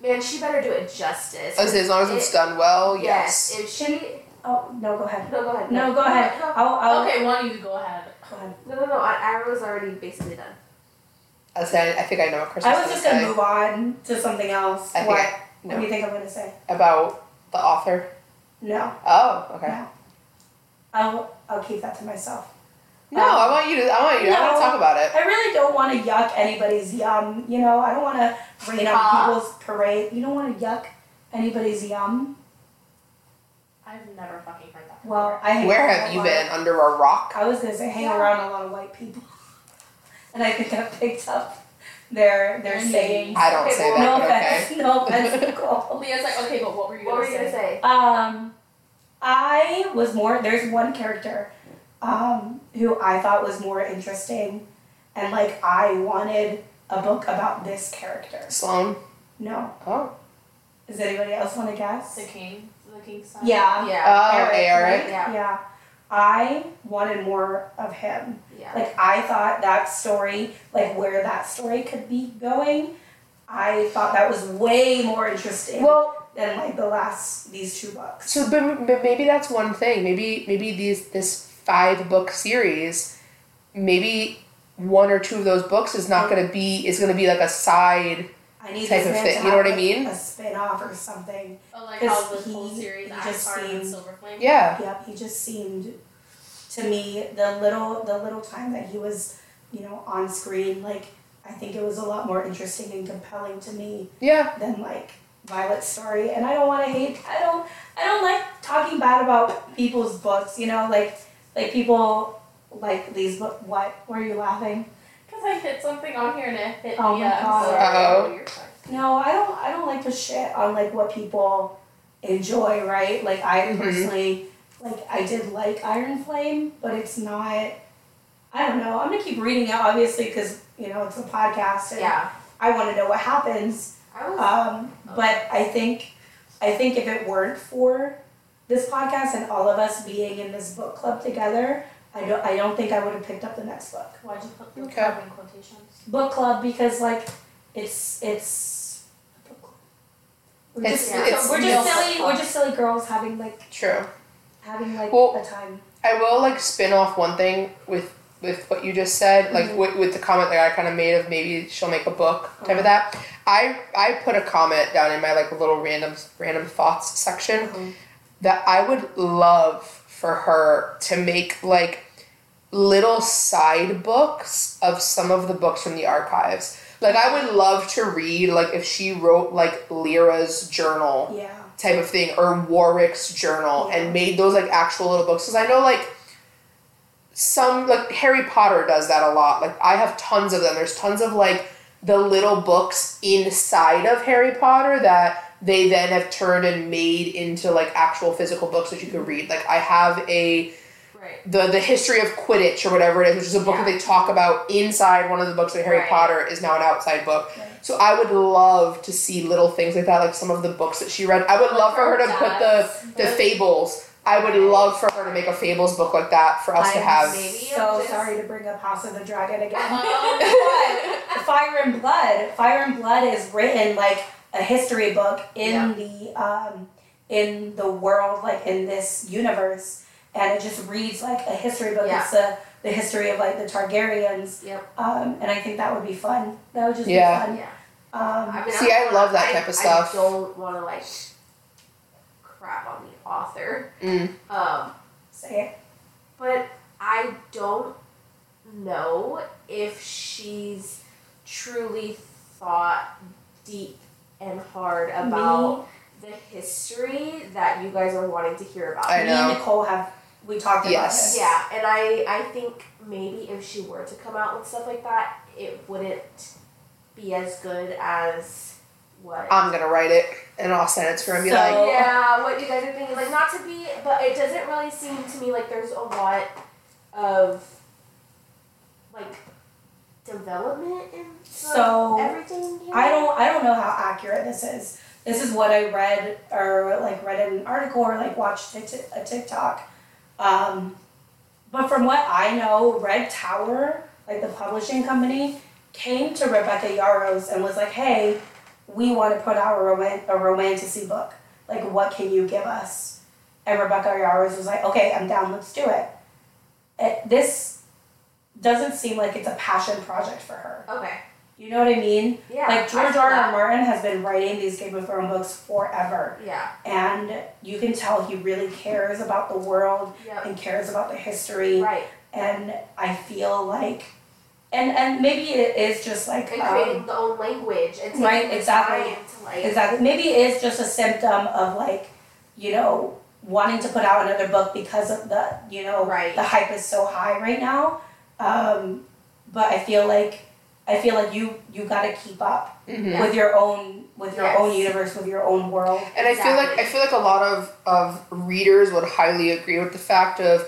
Speaker 3: man, she better do it justice.
Speaker 1: I say as long as it's done well, yes.
Speaker 3: If she.
Speaker 2: Oh no, go ahead.
Speaker 3: No, go ahead.
Speaker 2: No, go ahead.
Speaker 3: No,
Speaker 2: I'll, I'll
Speaker 4: Okay, one of you go ahead.
Speaker 2: go ahead.
Speaker 3: no, no. no I, I was already basically done.
Speaker 1: I said I think I know what Chris
Speaker 2: I was just gonna
Speaker 1: say.
Speaker 2: move on to something else.
Speaker 1: I think
Speaker 2: what?
Speaker 1: I-
Speaker 2: what do
Speaker 1: no
Speaker 2: you think I'm gonna say?
Speaker 1: about the author.
Speaker 2: No.
Speaker 1: Oh okay.
Speaker 2: I'll I'll keep that to myself.
Speaker 1: No, I want you to. I want you. I want
Speaker 2: No.
Speaker 1: to talk about it.
Speaker 2: I really don't wanna yuck anybody's yum, you know, I don't wanna rain
Speaker 4: Aw.
Speaker 2: on people's parade. You don't wanna yuck anybody's yum.
Speaker 4: I've never fucking heard that.
Speaker 2: Well I hang
Speaker 1: Where
Speaker 2: around
Speaker 1: have
Speaker 2: a
Speaker 1: you
Speaker 2: lot of-
Speaker 1: been? Under a rock?
Speaker 2: I was gonna say hang
Speaker 4: Yeah.
Speaker 2: around a lot of white people. And I think I picked up their their
Speaker 4: Their
Speaker 2: saying.
Speaker 1: I don't say that,
Speaker 2: No
Speaker 1: but okay.
Speaker 2: offense, no offense, Nicole.
Speaker 4: Leah's like, okay, but what were you
Speaker 3: What were
Speaker 4: gonna
Speaker 3: you gonna
Speaker 4: say?
Speaker 3: say?
Speaker 2: Um, I was more. There's one character, um, who I thought was more interesting, and like I wanted a book about this character.
Speaker 1: Sloan.
Speaker 2: No,
Speaker 1: Oh.
Speaker 2: does anybody else want to guess?
Speaker 4: The king, the king's son.
Speaker 2: Yeah.
Speaker 3: Yeah.
Speaker 1: Oh,
Speaker 2: Eric,
Speaker 1: Eric.
Speaker 2: right?
Speaker 3: Yeah.
Speaker 2: yeah. I wanted more of him.
Speaker 3: Yeah.
Speaker 2: Like I thought that story, like where that story could be going, I thought that was way more interesting
Speaker 1: Well,
Speaker 2: than like the last these two books.
Speaker 1: so but, but maybe that's one thing. Maybe maybe these this five book series, maybe one or two of those books is
Speaker 2: Mm.
Speaker 1: not gonna be is gonna be like a side.
Speaker 2: I need
Speaker 1: type
Speaker 2: this
Speaker 1: of
Speaker 2: man
Speaker 1: thing,
Speaker 2: to
Speaker 1: you know what I
Speaker 2: have, like,
Speaker 1: mean?
Speaker 2: A spin off or something.
Speaker 4: Oh, like how the
Speaker 2: Because
Speaker 4: whole
Speaker 2: he-
Speaker 4: series
Speaker 2: he just
Speaker 4: Ironheart and
Speaker 2: seemed-
Speaker 4: Silverflame.
Speaker 1: Yeah.
Speaker 2: Yep, he just seemed to me the little the little time that he was, you know, on screen, like I think it was a lot more interesting and compelling to me
Speaker 1: Yeah.
Speaker 2: than like Violet's story. And I don't want to hate. I don't. I don't like talking bad about people's books. You know, like like people like these, but what were you laughing?
Speaker 4: Because I hit something on here and it hit
Speaker 2: Oh
Speaker 4: me.
Speaker 2: my
Speaker 4: I'm
Speaker 2: God.
Speaker 4: sorry.
Speaker 1: Uh-oh.
Speaker 4: You're fine.
Speaker 2: No, I don't. I don't like to shit on like what people enjoy, right? Like I
Speaker 1: Mhm.
Speaker 2: personally, like I did like Iron Flame, but it's not. I don't know. I'm gonna keep reading it, obviously, because you know it's a podcast,
Speaker 1: Um,
Speaker 2: and
Speaker 3: Yeah.
Speaker 2: I want to know what happens.
Speaker 3: I
Speaker 1: uh,
Speaker 3: was.
Speaker 2: Um, but I think, I think if it weren't for this podcast and all of us being in this book club together, I don't. I don't think I would have picked up the next book
Speaker 4: Why'd you put the
Speaker 1: Okay.
Speaker 4: club in quotations?
Speaker 2: book club because like it's it's we're
Speaker 1: It's-
Speaker 2: just,
Speaker 1: it's
Speaker 2: we're
Speaker 1: male
Speaker 2: just silly
Speaker 4: book
Speaker 2: we're
Speaker 4: club.
Speaker 2: just silly girls having like
Speaker 1: True.
Speaker 2: having like
Speaker 1: Well-
Speaker 2: a time
Speaker 1: I will like spin off one thing with with what you just said, like with, with the comment that I kind of made of maybe she'll make a book type of that. I I put a comment down in my like little random random thoughts section that I would love for her to make like little side books of some of the books from the archives. Like I would love to read like if she wrote like Lyra's journal
Speaker 2: yeah
Speaker 1: type of thing or Warwick's journal and made those like actual little books because I know like some like Harry Potter does that a lot. Like I have tons of them. There's tons of like the little books inside of Harry Potter that they then have turned and made into like actual physical books that you could read. Like I have a
Speaker 3: right.
Speaker 1: the the history of Quidditch or whatever it is, which is a book that they talk about inside one of the books that Harry
Speaker 3: Right.
Speaker 1: Potter is now an outside book.
Speaker 2: Right.
Speaker 1: So I would love to see little things like that, like some of the books that she read. I would love for her to put the the
Speaker 4: dots.
Speaker 1: fables. I would love for her to make a fables book like that for us to
Speaker 2: I'm
Speaker 1: have.
Speaker 3: Maybe
Speaker 2: so
Speaker 3: I'm just-
Speaker 2: sorry to bring up House of the Dragon again
Speaker 4: Oh,
Speaker 3: Uh-huh.
Speaker 2: but Fire and Blood Fire and Blood is written like a history book in
Speaker 3: Yeah.
Speaker 2: the um in the world like in this universe and it just reads like a history book
Speaker 3: Yeah.
Speaker 2: it's the the history of like the Targaryens
Speaker 3: Yep.
Speaker 2: um and I think that would be fun that would just
Speaker 1: Yeah.
Speaker 2: be fun
Speaker 3: Yeah.
Speaker 2: Um,
Speaker 3: I mean,
Speaker 1: See,
Speaker 3: I,
Speaker 1: I
Speaker 3: don't
Speaker 1: love that
Speaker 3: wanna-
Speaker 1: type of
Speaker 3: I-
Speaker 1: stuff.
Speaker 3: I don't want to like crap on the author,
Speaker 1: Mm.
Speaker 3: um,
Speaker 2: say it.
Speaker 3: but I don't know if she's truly thought deep and hard about the history that you guys are wanting to hear about.
Speaker 1: I
Speaker 2: me
Speaker 1: know.
Speaker 2: and Nicole have we talked
Speaker 1: Yes.
Speaker 2: about
Speaker 3: Yeah, and I I think maybe if she were to come out with stuff like that, it wouldn't be as good as what
Speaker 1: I'm gonna write it and I'll send it to her and be
Speaker 2: So-
Speaker 1: Um, like,
Speaker 3: Yeah, what you guys are thinking, like not to be, but it doesn't really seem to me like there's a lot of like development in like,
Speaker 2: So,
Speaker 3: everything. Here.
Speaker 2: this. I don't I don't know how accurate this is. This is what I read or like read in an article or like watched a Tik- a TikTok. Um, but from what I know, Red Tower, like the publishing company, came to Rebecca Yarros and was like, "Hey, we want to put out a roman- a romantasy book. Like, what can you give us?" And Rebecca Yarros was like, "Okay, I'm down. Let's do it." it this doesn't seem like it's a passion project for her.
Speaker 3: Okay.
Speaker 2: You know what I mean?
Speaker 3: Yeah.
Speaker 2: like
Speaker 3: I
Speaker 2: George
Speaker 3: feel
Speaker 2: R.
Speaker 3: that.
Speaker 2: R. Martin has been writing these Game of Thrones books forever,
Speaker 3: Yeah.
Speaker 2: and you can tell he really cares about the world
Speaker 3: Yep.
Speaker 2: and cares about the history.
Speaker 3: Right.
Speaker 2: And I feel like, and and maybe it is just like
Speaker 3: And
Speaker 2: um,
Speaker 3: creating the own language and taking
Speaker 2: right,
Speaker 3: the
Speaker 2: exactly.
Speaker 3: time to like.
Speaker 2: Exactly. Maybe it is just a symptom of like, you know, wanting to put out another book because of the, you know,
Speaker 3: Right.
Speaker 2: the hype is so high right now. Um, but I feel like I feel like you you gotta keep up
Speaker 1: Mhm.
Speaker 2: with your own with your
Speaker 3: Yes.
Speaker 2: own universe, with your own world.
Speaker 1: And I feel like I
Speaker 3: Exactly.
Speaker 1: feel like a lot of, of readers would highly agree with the fact of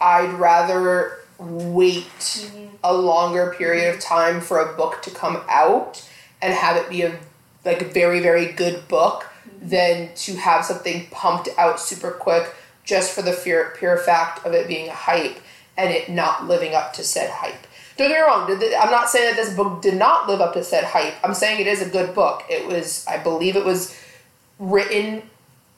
Speaker 1: I'd rather wait
Speaker 3: Mm-hmm.
Speaker 1: a longer period of time for a book to come out and have it be a like very very good book than to have something pumped out super quick just for the fear, pure fact of it being a hype and it not living up to said hype. Don't get me wrong. Did the, I'm not saying that this book did not live up to said hype. I'm saying it is a good book. It was, I believe, it was written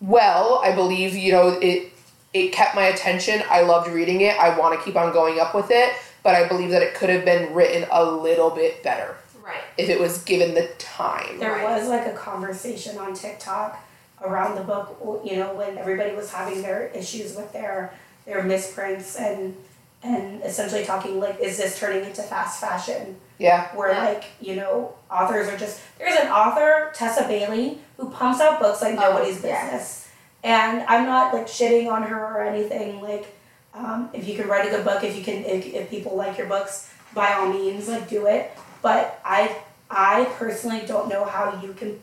Speaker 1: well. I believe you know it. It kept my attention. I loved reading it. I want to keep on going up with it, but I believe that it could have been written a little bit better
Speaker 3: Right.
Speaker 1: if it was given the time.
Speaker 2: There
Speaker 3: Right.
Speaker 2: was like a conversation on TikTok around the book, you know, when everybody was having their issues with their their misprints and and essentially talking like, is this turning into fast fashion?
Speaker 1: Yeah.
Speaker 2: Where
Speaker 3: Yeah.
Speaker 2: like you know authors are just there's an author Tessa Bailey who pumps out books like
Speaker 3: Oh,
Speaker 2: nobody's
Speaker 3: yes.
Speaker 2: business, and I'm not like shitting on her or anything like. Um, if you can write a good book, if you can, if, if people like your books, by all means, like do it. But I, I personally don't know how you can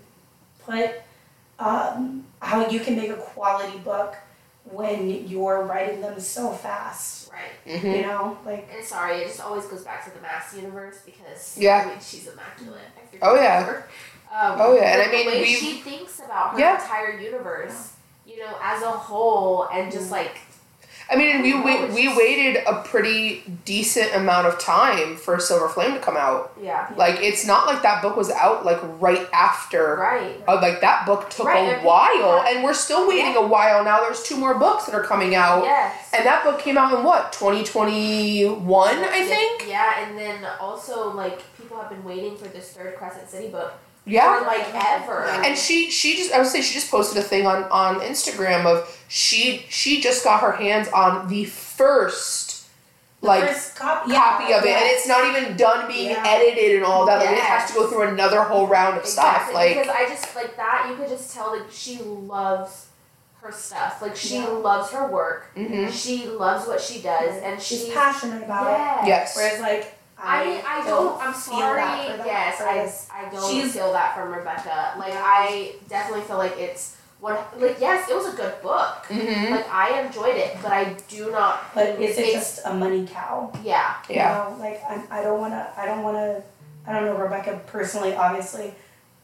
Speaker 2: put, um, how you can make a quality book when you're writing them so fast.
Speaker 3: Right.
Speaker 1: Mm-hmm.
Speaker 2: You know, like
Speaker 3: And sorry, it just always goes back to the mass universe because
Speaker 1: Yeah.
Speaker 3: I mean, she's immaculate. I forget
Speaker 1: Oh, yeah.
Speaker 3: her. Um,
Speaker 1: Oh, yeah, and
Speaker 3: but
Speaker 1: I mean,
Speaker 3: the way
Speaker 1: we've-
Speaker 3: she thinks about her
Speaker 1: Yeah.
Speaker 3: entire universe, you know, as a whole, and
Speaker 1: Mm-hmm.
Speaker 3: just like
Speaker 1: I mean, and we wait, we waited a pretty decent amount of time for Silver Flame to come out.
Speaker 3: yeah,
Speaker 1: Like, it's not like that book was out like right after.
Speaker 3: right,
Speaker 1: Uh, like that book took
Speaker 3: Right,
Speaker 1: a
Speaker 3: and-
Speaker 1: while, and we're still waiting a while now. There's two more books that are coming out,
Speaker 3: yes.
Speaker 1: and that book came out in what 2021, I think.
Speaker 3: Yeah, and then also like people have been waiting for this third Crescent City book
Speaker 1: Yeah,
Speaker 3: for like ever.
Speaker 1: And she she just I would say she just posted a thing on on Instagram of she she just got her hands on the first like
Speaker 2: first copy,
Speaker 1: copy of it and
Speaker 2: yeah.
Speaker 1: it's not even done being
Speaker 2: Yeah.
Speaker 1: edited and all that like it has
Speaker 3: Yes.
Speaker 1: to go through another whole round of stuff
Speaker 3: Exactly,
Speaker 1: like
Speaker 3: because I just like that you could just tell that she loves her stuff. Like she
Speaker 2: Yeah.
Speaker 3: loves her work.
Speaker 1: mhm.
Speaker 3: She loves what she does, and
Speaker 2: she's
Speaker 3: she
Speaker 2: passionate about it.
Speaker 3: yeah.
Speaker 1: yes
Speaker 2: Whereas like
Speaker 3: I, I don't, I'm
Speaker 2: feel
Speaker 3: sorry.
Speaker 2: that for that
Speaker 3: yes,
Speaker 2: artist.
Speaker 3: I, I don't
Speaker 2: She's-
Speaker 3: feel that from Rebecca. Like, I definitely feel like it's one, like, yes, it was a good book.
Speaker 1: hmm
Speaker 3: Like, I enjoyed it, but I do not.
Speaker 2: But is it
Speaker 3: it's-
Speaker 2: just a money cow?
Speaker 3: Yeah.
Speaker 1: yeah
Speaker 2: You know, like I, I don't wanna I don't wanna I don't know Rebecca personally, obviously.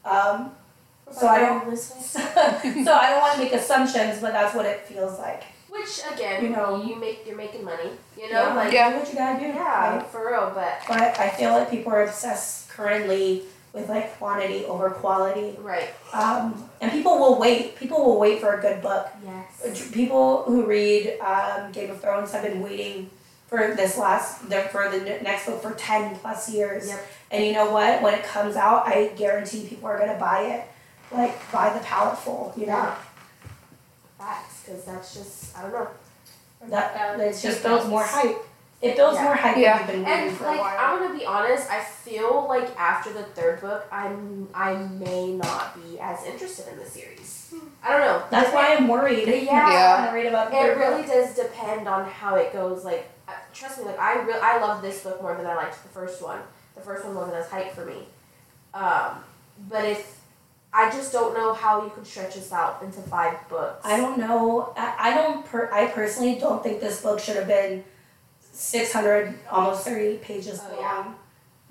Speaker 2: Um, so I don't so I don't want to make assumptions, but that's what it feels like.
Speaker 3: Which, again,
Speaker 2: You
Speaker 3: you
Speaker 2: know.
Speaker 3: know, you make, you're making money, you know?
Speaker 2: yeah,
Speaker 3: Like,
Speaker 1: Yeah.
Speaker 2: do what you gotta do.
Speaker 3: yeah,
Speaker 2: right?
Speaker 3: for real, but,
Speaker 2: But I feel like people are obsessed currently with like quantity over quality.
Speaker 3: right.
Speaker 2: Um, and people will wait. People will wait for a good book.
Speaker 3: Yes.
Speaker 2: people who read um, Game of Thrones have been waiting for this last the, for the n- next book for 10 plus years
Speaker 3: Yep.
Speaker 2: and you know what when it comes out i guarantee people are going to buy it like buy the paletful you know
Speaker 3: Yeah. Facts, because that's just, I don't know.
Speaker 2: that it's just
Speaker 4: It
Speaker 2: builds
Speaker 4: builds.
Speaker 2: more hype it builds
Speaker 3: Yeah.
Speaker 2: more hype
Speaker 1: Yeah.
Speaker 2: than you've been waiting
Speaker 3: And
Speaker 2: for a
Speaker 3: like
Speaker 2: while
Speaker 3: I'm gonna be honest, I feel like after the third book, I'm I may not be as interested in the series. I don't know.
Speaker 2: that's why i'm worried
Speaker 3: Yeah.
Speaker 2: i'm going to read about the
Speaker 3: It
Speaker 2: third
Speaker 3: really
Speaker 2: book.
Speaker 3: does depend on how it goes. Like, uh, trust me, like I real I love this book more than I liked the first one. The first one wasn't as hype for me. Um, but if I just don't know how you could stretch this out into five books.
Speaker 2: i don't know i, I don't per, i personally don't think this book should have been 600 almost 30 pages long
Speaker 3: Oh, yeah.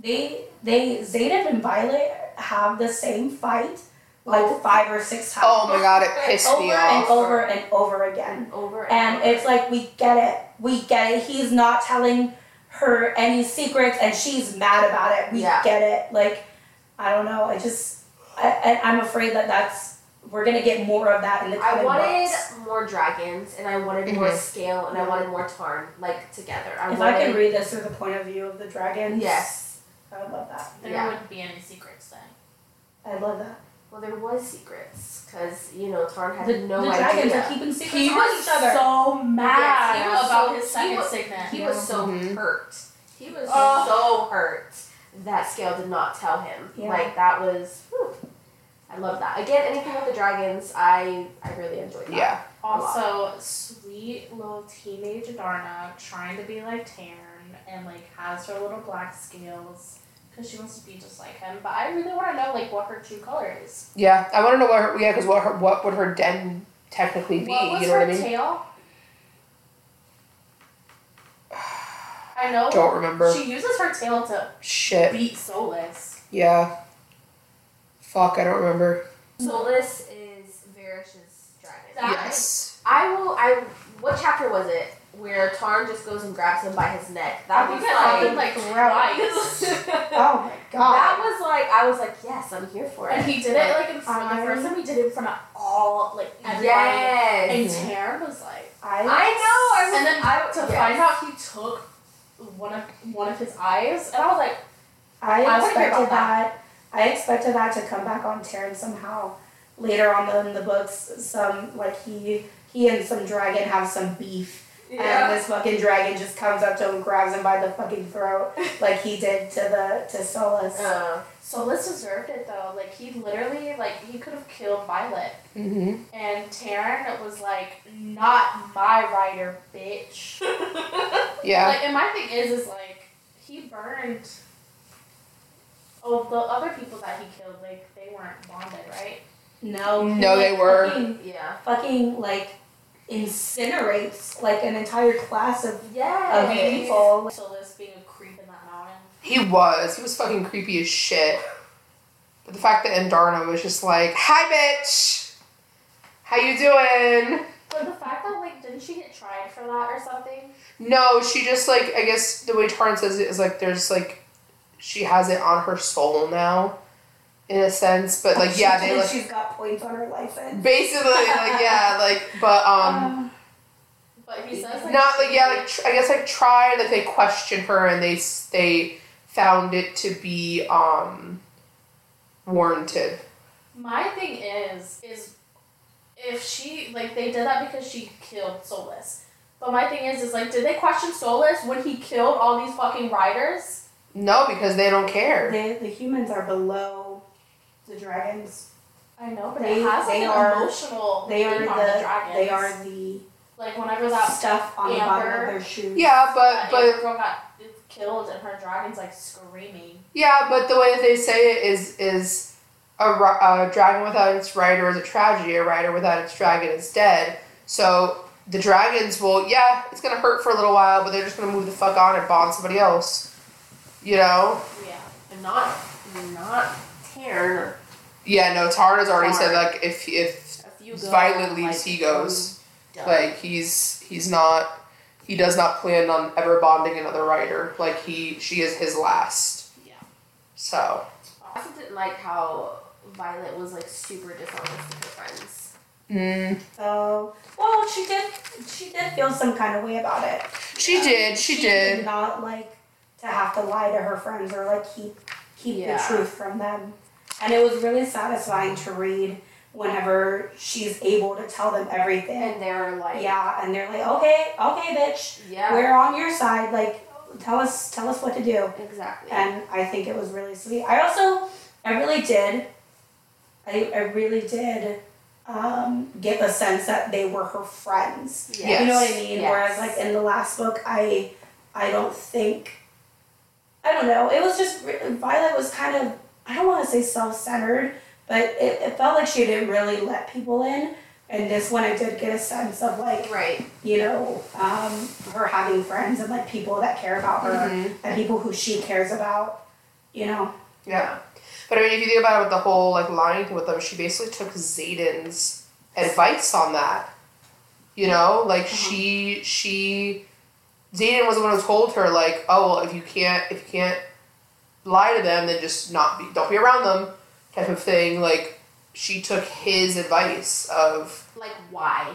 Speaker 2: they they Zaynab and Violet have the same fight like
Speaker 3: Oh.
Speaker 2: five or six times
Speaker 1: oh my god it pissed me
Speaker 2: over and
Speaker 1: off
Speaker 2: over and over again
Speaker 3: and over
Speaker 2: and it's like we get it we get it he's not telling her any secrets and she's mad about it we
Speaker 3: Yeah.
Speaker 2: get it like I don't know I just I, I I'm afraid that that's we're gonna get more of that in the
Speaker 3: I
Speaker 2: coming
Speaker 3: wanted
Speaker 2: books.
Speaker 3: more dragons and I wanted more
Speaker 1: Mhm.
Speaker 3: scale and I wanted more Tarn like together. I
Speaker 2: if
Speaker 3: wanted
Speaker 2: I could read this through the point of view of the dragons
Speaker 3: Yes.
Speaker 2: I would love that
Speaker 4: There
Speaker 3: Yeah.
Speaker 4: wouldn't be any secrets then.
Speaker 2: I love that
Speaker 3: Well, there was secrets because you know Tarn had
Speaker 2: the,
Speaker 3: no
Speaker 2: the dragons
Speaker 3: idea.
Speaker 2: are keeping secrets
Speaker 4: He
Speaker 2: from
Speaker 4: was
Speaker 2: each other
Speaker 4: so mad
Speaker 3: Yes, he was
Speaker 4: about
Speaker 3: so-
Speaker 4: his
Speaker 3: he
Speaker 4: second
Speaker 3: was-
Speaker 4: signet.
Speaker 3: He was so
Speaker 1: Mhm.
Speaker 3: hurt. He was
Speaker 2: Oh.
Speaker 4: Ugh.
Speaker 3: so hurt that Scale did not tell him.
Speaker 2: Yeah.
Speaker 3: Like that was. whew. I love that. Again, anything with the dragons, I I really enjoyed. That.
Speaker 1: yeah
Speaker 4: Also, sweet little teenage Darna trying to be like Tarn and like has her little black scales because she wants to be just like him. But I really want to know like what her true color is.
Speaker 1: yeah I want to know what her yeah because what her what would her den technically be
Speaker 4: what was
Speaker 1: you know
Speaker 4: her
Speaker 1: what I mean
Speaker 4: tail? I know
Speaker 1: don't remember
Speaker 4: she uses her tail to
Speaker 1: shit
Speaker 4: beat Solus.
Speaker 1: yeah fuck I don't remember
Speaker 3: Solus is Varish's dragon.
Speaker 4: That-
Speaker 1: yes
Speaker 3: I will. I. What chapter was it where Tarn just goes and grabs him by his neck? That
Speaker 4: I
Speaker 3: was
Speaker 4: think
Speaker 3: like.
Speaker 4: that happened like twice.
Speaker 2: oh my god
Speaker 3: That was like I was like yes, I'm here for it.
Speaker 4: And he did it like in front of the first time he did it in front of all like everybody.
Speaker 3: Yes.
Speaker 4: And Taryn was like
Speaker 3: I know. I was,
Speaker 4: And then
Speaker 3: I
Speaker 4: to
Speaker 3: yes.
Speaker 4: find out he took one of one of his eyes and I was like,
Speaker 2: I
Speaker 4: I wanna hear
Speaker 2: expected
Speaker 4: about
Speaker 2: that. I expected that to come back on Terran somehow. Later on in the books, some like he he and some dragon have some beef, And this fucking dragon just comes up to him, grabs him by the fucking throat, like he did to the to Solus.
Speaker 3: Uh,
Speaker 4: Solis deserved it though. Like he literally, like he could have killed Violet.
Speaker 1: Mm-hmm.
Speaker 4: And Taryn was like, "Not my rider, bitch."
Speaker 1: Yeah.
Speaker 4: Like, and my thing is, is like he burned. Oh, the other people that he killed, like they weren't bonded, right?
Speaker 2: No, he,
Speaker 1: No, they
Speaker 2: like,
Speaker 1: were.
Speaker 2: fucking,
Speaker 3: yeah.
Speaker 2: fucking like incinerates like an entire class of of
Speaker 3: Yeah.
Speaker 4: Okay.
Speaker 2: people.
Speaker 4: Solis being a creep in that mountain.
Speaker 1: He was. He was fucking creepy as shit. But the fact that Andarna was just like, "Hi, bitch. How you doing?"
Speaker 4: But the fact that like didn't she get tried for that or something?
Speaker 1: No, she just like I guess the way Tarn says it is like there's like she has it on her soul now, in a sense. But like yeah,
Speaker 2: She-
Speaker 1: they like
Speaker 2: she's got points on her license.
Speaker 1: basically like yeah like but um
Speaker 4: But he says like
Speaker 1: not
Speaker 4: she-
Speaker 1: like yeah like tr- I guess like tried like they questioned her and they s- they found it to be um warranted.
Speaker 4: My thing is, is if she like they did that because she killed Solus. But my thing is, is like, did they question Solus when he killed all these fucking riders?
Speaker 1: No, because they don't care.
Speaker 2: the, the humans are below the dragons.
Speaker 4: I know, but
Speaker 2: They-
Speaker 4: it has
Speaker 2: they
Speaker 4: like, an
Speaker 2: are-
Speaker 4: emotional.
Speaker 2: They are
Speaker 4: thing
Speaker 2: the,
Speaker 4: on dragons.
Speaker 2: they are the
Speaker 4: like whenever that
Speaker 2: stuff on the bottom
Speaker 4: Amber.
Speaker 2: of their shoes.
Speaker 1: Yeah, but
Speaker 4: that
Speaker 1: but
Speaker 4: Amber girl got killed and her dragon's like screaming.
Speaker 1: Yeah, but the way that they say it is is a, ri- a dragon without its rider is a tragedy. A rider without its dragon is dead. So the dragons will, yeah, it's gonna hurt for a little while, but they're just gonna move the fuck on and bond somebody else. You know?
Speaker 4: Yeah.
Speaker 3: And not, not Taryn.
Speaker 1: Yeah, no. Tara's already said
Speaker 3: Tara.
Speaker 1: like if if
Speaker 3: If you go,
Speaker 1: Violet leaves, he goes.
Speaker 3: I'm done.
Speaker 1: Like he's he's not he does not plan on ever bonding another rider. Like he she is his last.
Speaker 4: Yeah.
Speaker 1: So
Speaker 3: I also didn't like how Violet was like super dishonest with her friends.
Speaker 1: mm,
Speaker 2: So well, she did she did feel some kind of way about it.
Speaker 1: she did. She did.
Speaker 2: did not like to have to lie to her friends or like keep keep
Speaker 3: Yeah.
Speaker 2: the truth from them. And it was really satisfying to read whenever she's able to tell them everything.
Speaker 3: And they were like,
Speaker 2: yeah, and they're like, okay, okay, bitch,
Speaker 3: yeah,
Speaker 2: we're on your side. Like, tell us, tell us what to do.
Speaker 3: exactly.
Speaker 2: And I think it was really sweet. I also, I really did, I, I really did um, get the sense that they were her friends.
Speaker 1: Yes.
Speaker 2: You know what I mean?
Speaker 3: Yes.
Speaker 2: Whereas like in the last book, I I don't think I don't know. It was just re- Violet was kind of I don't want to say self-centered, but it, it felt like she didn't really let people in. And this one, I did get a sense of like
Speaker 3: Right.
Speaker 2: you know um, her having friends and like people that care about her
Speaker 1: Mhm.
Speaker 2: and people who she cares about. You know,
Speaker 1: Yeah. But I mean, if you think about it with the whole like lying with them, she basically took Zayden's advice on that. You know, like she she Zayden was the one who told her like, oh well, if you can't if you can't lie to them, then just not be don't be around them type of thing. Like she took his advice of
Speaker 3: Like why?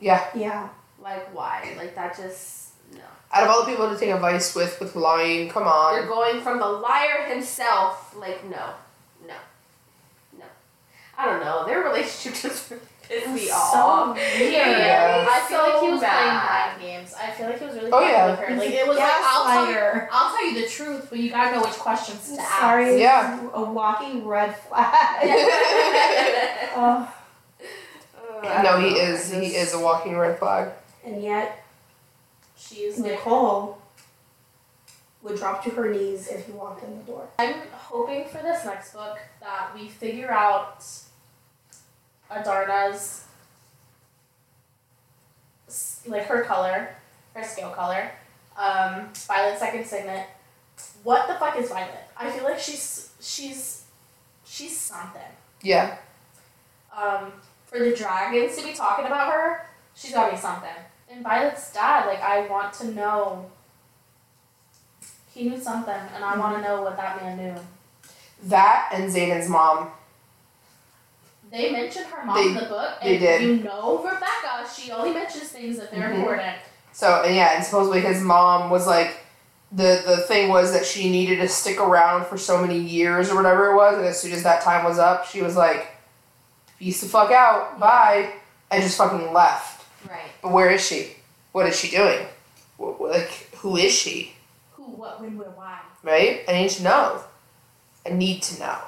Speaker 1: yeah.
Speaker 2: yeah.
Speaker 3: Like why? Like that just no.
Speaker 1: Out of all the people to take advice with with lying, come
Speaker 3: You're
Speaker 1: on.
Speaker 3: going from the liar himself. Like no, no, no. I don't know. Their relationship just pissed me
Speaker 2: So
Speaker 3: off.
Speaker 2: weird.
Speaker 1: Yeah.
Speaker 4: I feel like he
Speaker 3: So
Speaker 4: was
Speaker 3: bad.
Speaker 4: playing mind games. I feel like he was really
Speaker 1: Oh,
Speaker 4: playing
Speaker 1: yeah.
Speaker 4: with her. Like it was like I'll tell you,
Speaker 2: Gaslighter.
Speaker 4: I'll tell you the truth, but you gotta know which questions to ask.
Speaker 2: Sorry,
Speaker 1: Yeah.
Speaker 2: a walking red flag. Oh.
Speaker 3: Ugh,
Speaker 1: No, he
Speaker 3: I
Speaker 1: is he
Speaker 3: just-
Speaker 1: is a walking red flag.
Speaker 2: And yet,
Speaker 4: She's like
Speaker 2: Nicole would drop to her knees if you walked in the door.
Speaker 4: I'm hoping for this next book that we figure out Adarna's s- like her color, her scale color, um, Violet's second signet. What the fuck is Violet? I feel like she's she's she's something.
Speaker 1: Yeah.
Speaker 4: Um, for the dragons to be talking about her, she's gotta be something. And Violet's dad, like I want to know. He knew something, and I want to know what that man knew.
Speaker 1: That and Zayden's mom.
Speaker 4: They mentioned her mom
Speaker 1: They-
Speaker 4: in the book,
Speaker 1: they
Speaker 4: and
Speaker 1: did.
Speaker 4: you know Rebecca. She only mentions things if they're
Speaker 1: Mhm.
Speaker 4: important.
Speaker 1: So and yeah, and supposedly his mom was like the the thing was that she needed to stick around for so many years or whatever it was, and as soon as that time was up, she was like, Peace the fuck out, bye and just fucking left.
Speaker 3: Right.
Speaker 1: But where is she? What is she doing? Wh- wh- Like, who is she?
Speaker 4: Who, what, when, where, why?
Speaker 1: Right? I need to know. I need to know.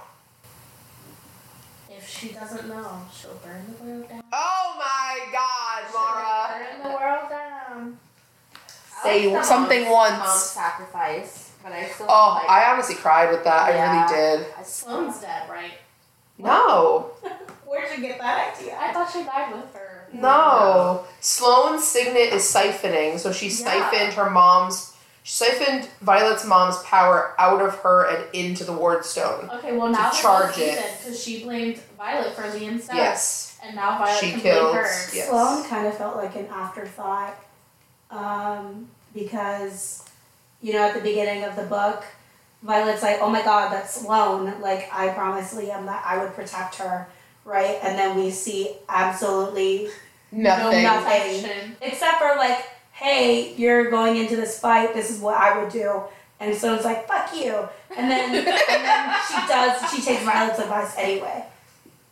Speaker 6: If she doesn't know, she'll burn the world down.
Speaker 1: Oh my God, Mara!
Speaker 6: Burn the world down.
Speaker 1: Say
Speaker 3: I like the
Speaker 1: something
Speaker 3: mom's,
Speaker 1: once.
Speaker 3: Mom's sacrifice, but I still
Speaker 1: Oh,
Speaker 3: like.
Speaker 1: I honestly cried with that.
Speaker 3: Yeah.
Speaker 1: I really did.
Speaker 3: I
Speaker 4: Sloane's dead, right?
Speaker 1: No,
Speaker 2: Where'd you get that idea?
Speaker 4: I thought she died with her.
Speaker 1: no. Sloane's signet is siphoning, so she
Speaker 4: Yeah.
Speaker 1: siphoned her mom's, she siphoned Violet's mom's power out of her and into the Wardstone.
Speaker 4: Okay, well now
Speaker 1: To
Speaker 4: they're
Speaker 1: charge
Speaker 4: both
Speaker 1: it.
Speaker 4: because she blamed Violet for the incest,
Speaker 1: Yes.
Speaker 4: and now Violet
Speaker 1: She
Speaker 4: can
Speaker 1: kills-
Speaker 4: blame her.
Speaker 1: yeah. Yes.
Speaker 2: Sloan kind of felt like an afterthought um, because, you know, at the beginning of the book, Violet's like, oh my god, that's Sloan. Like, I promised Liam that I would protect her, right? And then we see absolutely,
Speaker 1: Nothing.
Speaker 2: No, nothing.
Speaker 4: Protection.
Speaker 2: except for like, hey, you're going into this fight, this is what I would do. And Sloan's like, fuck you. And then, and then she does, she takes Violet's advice anyway.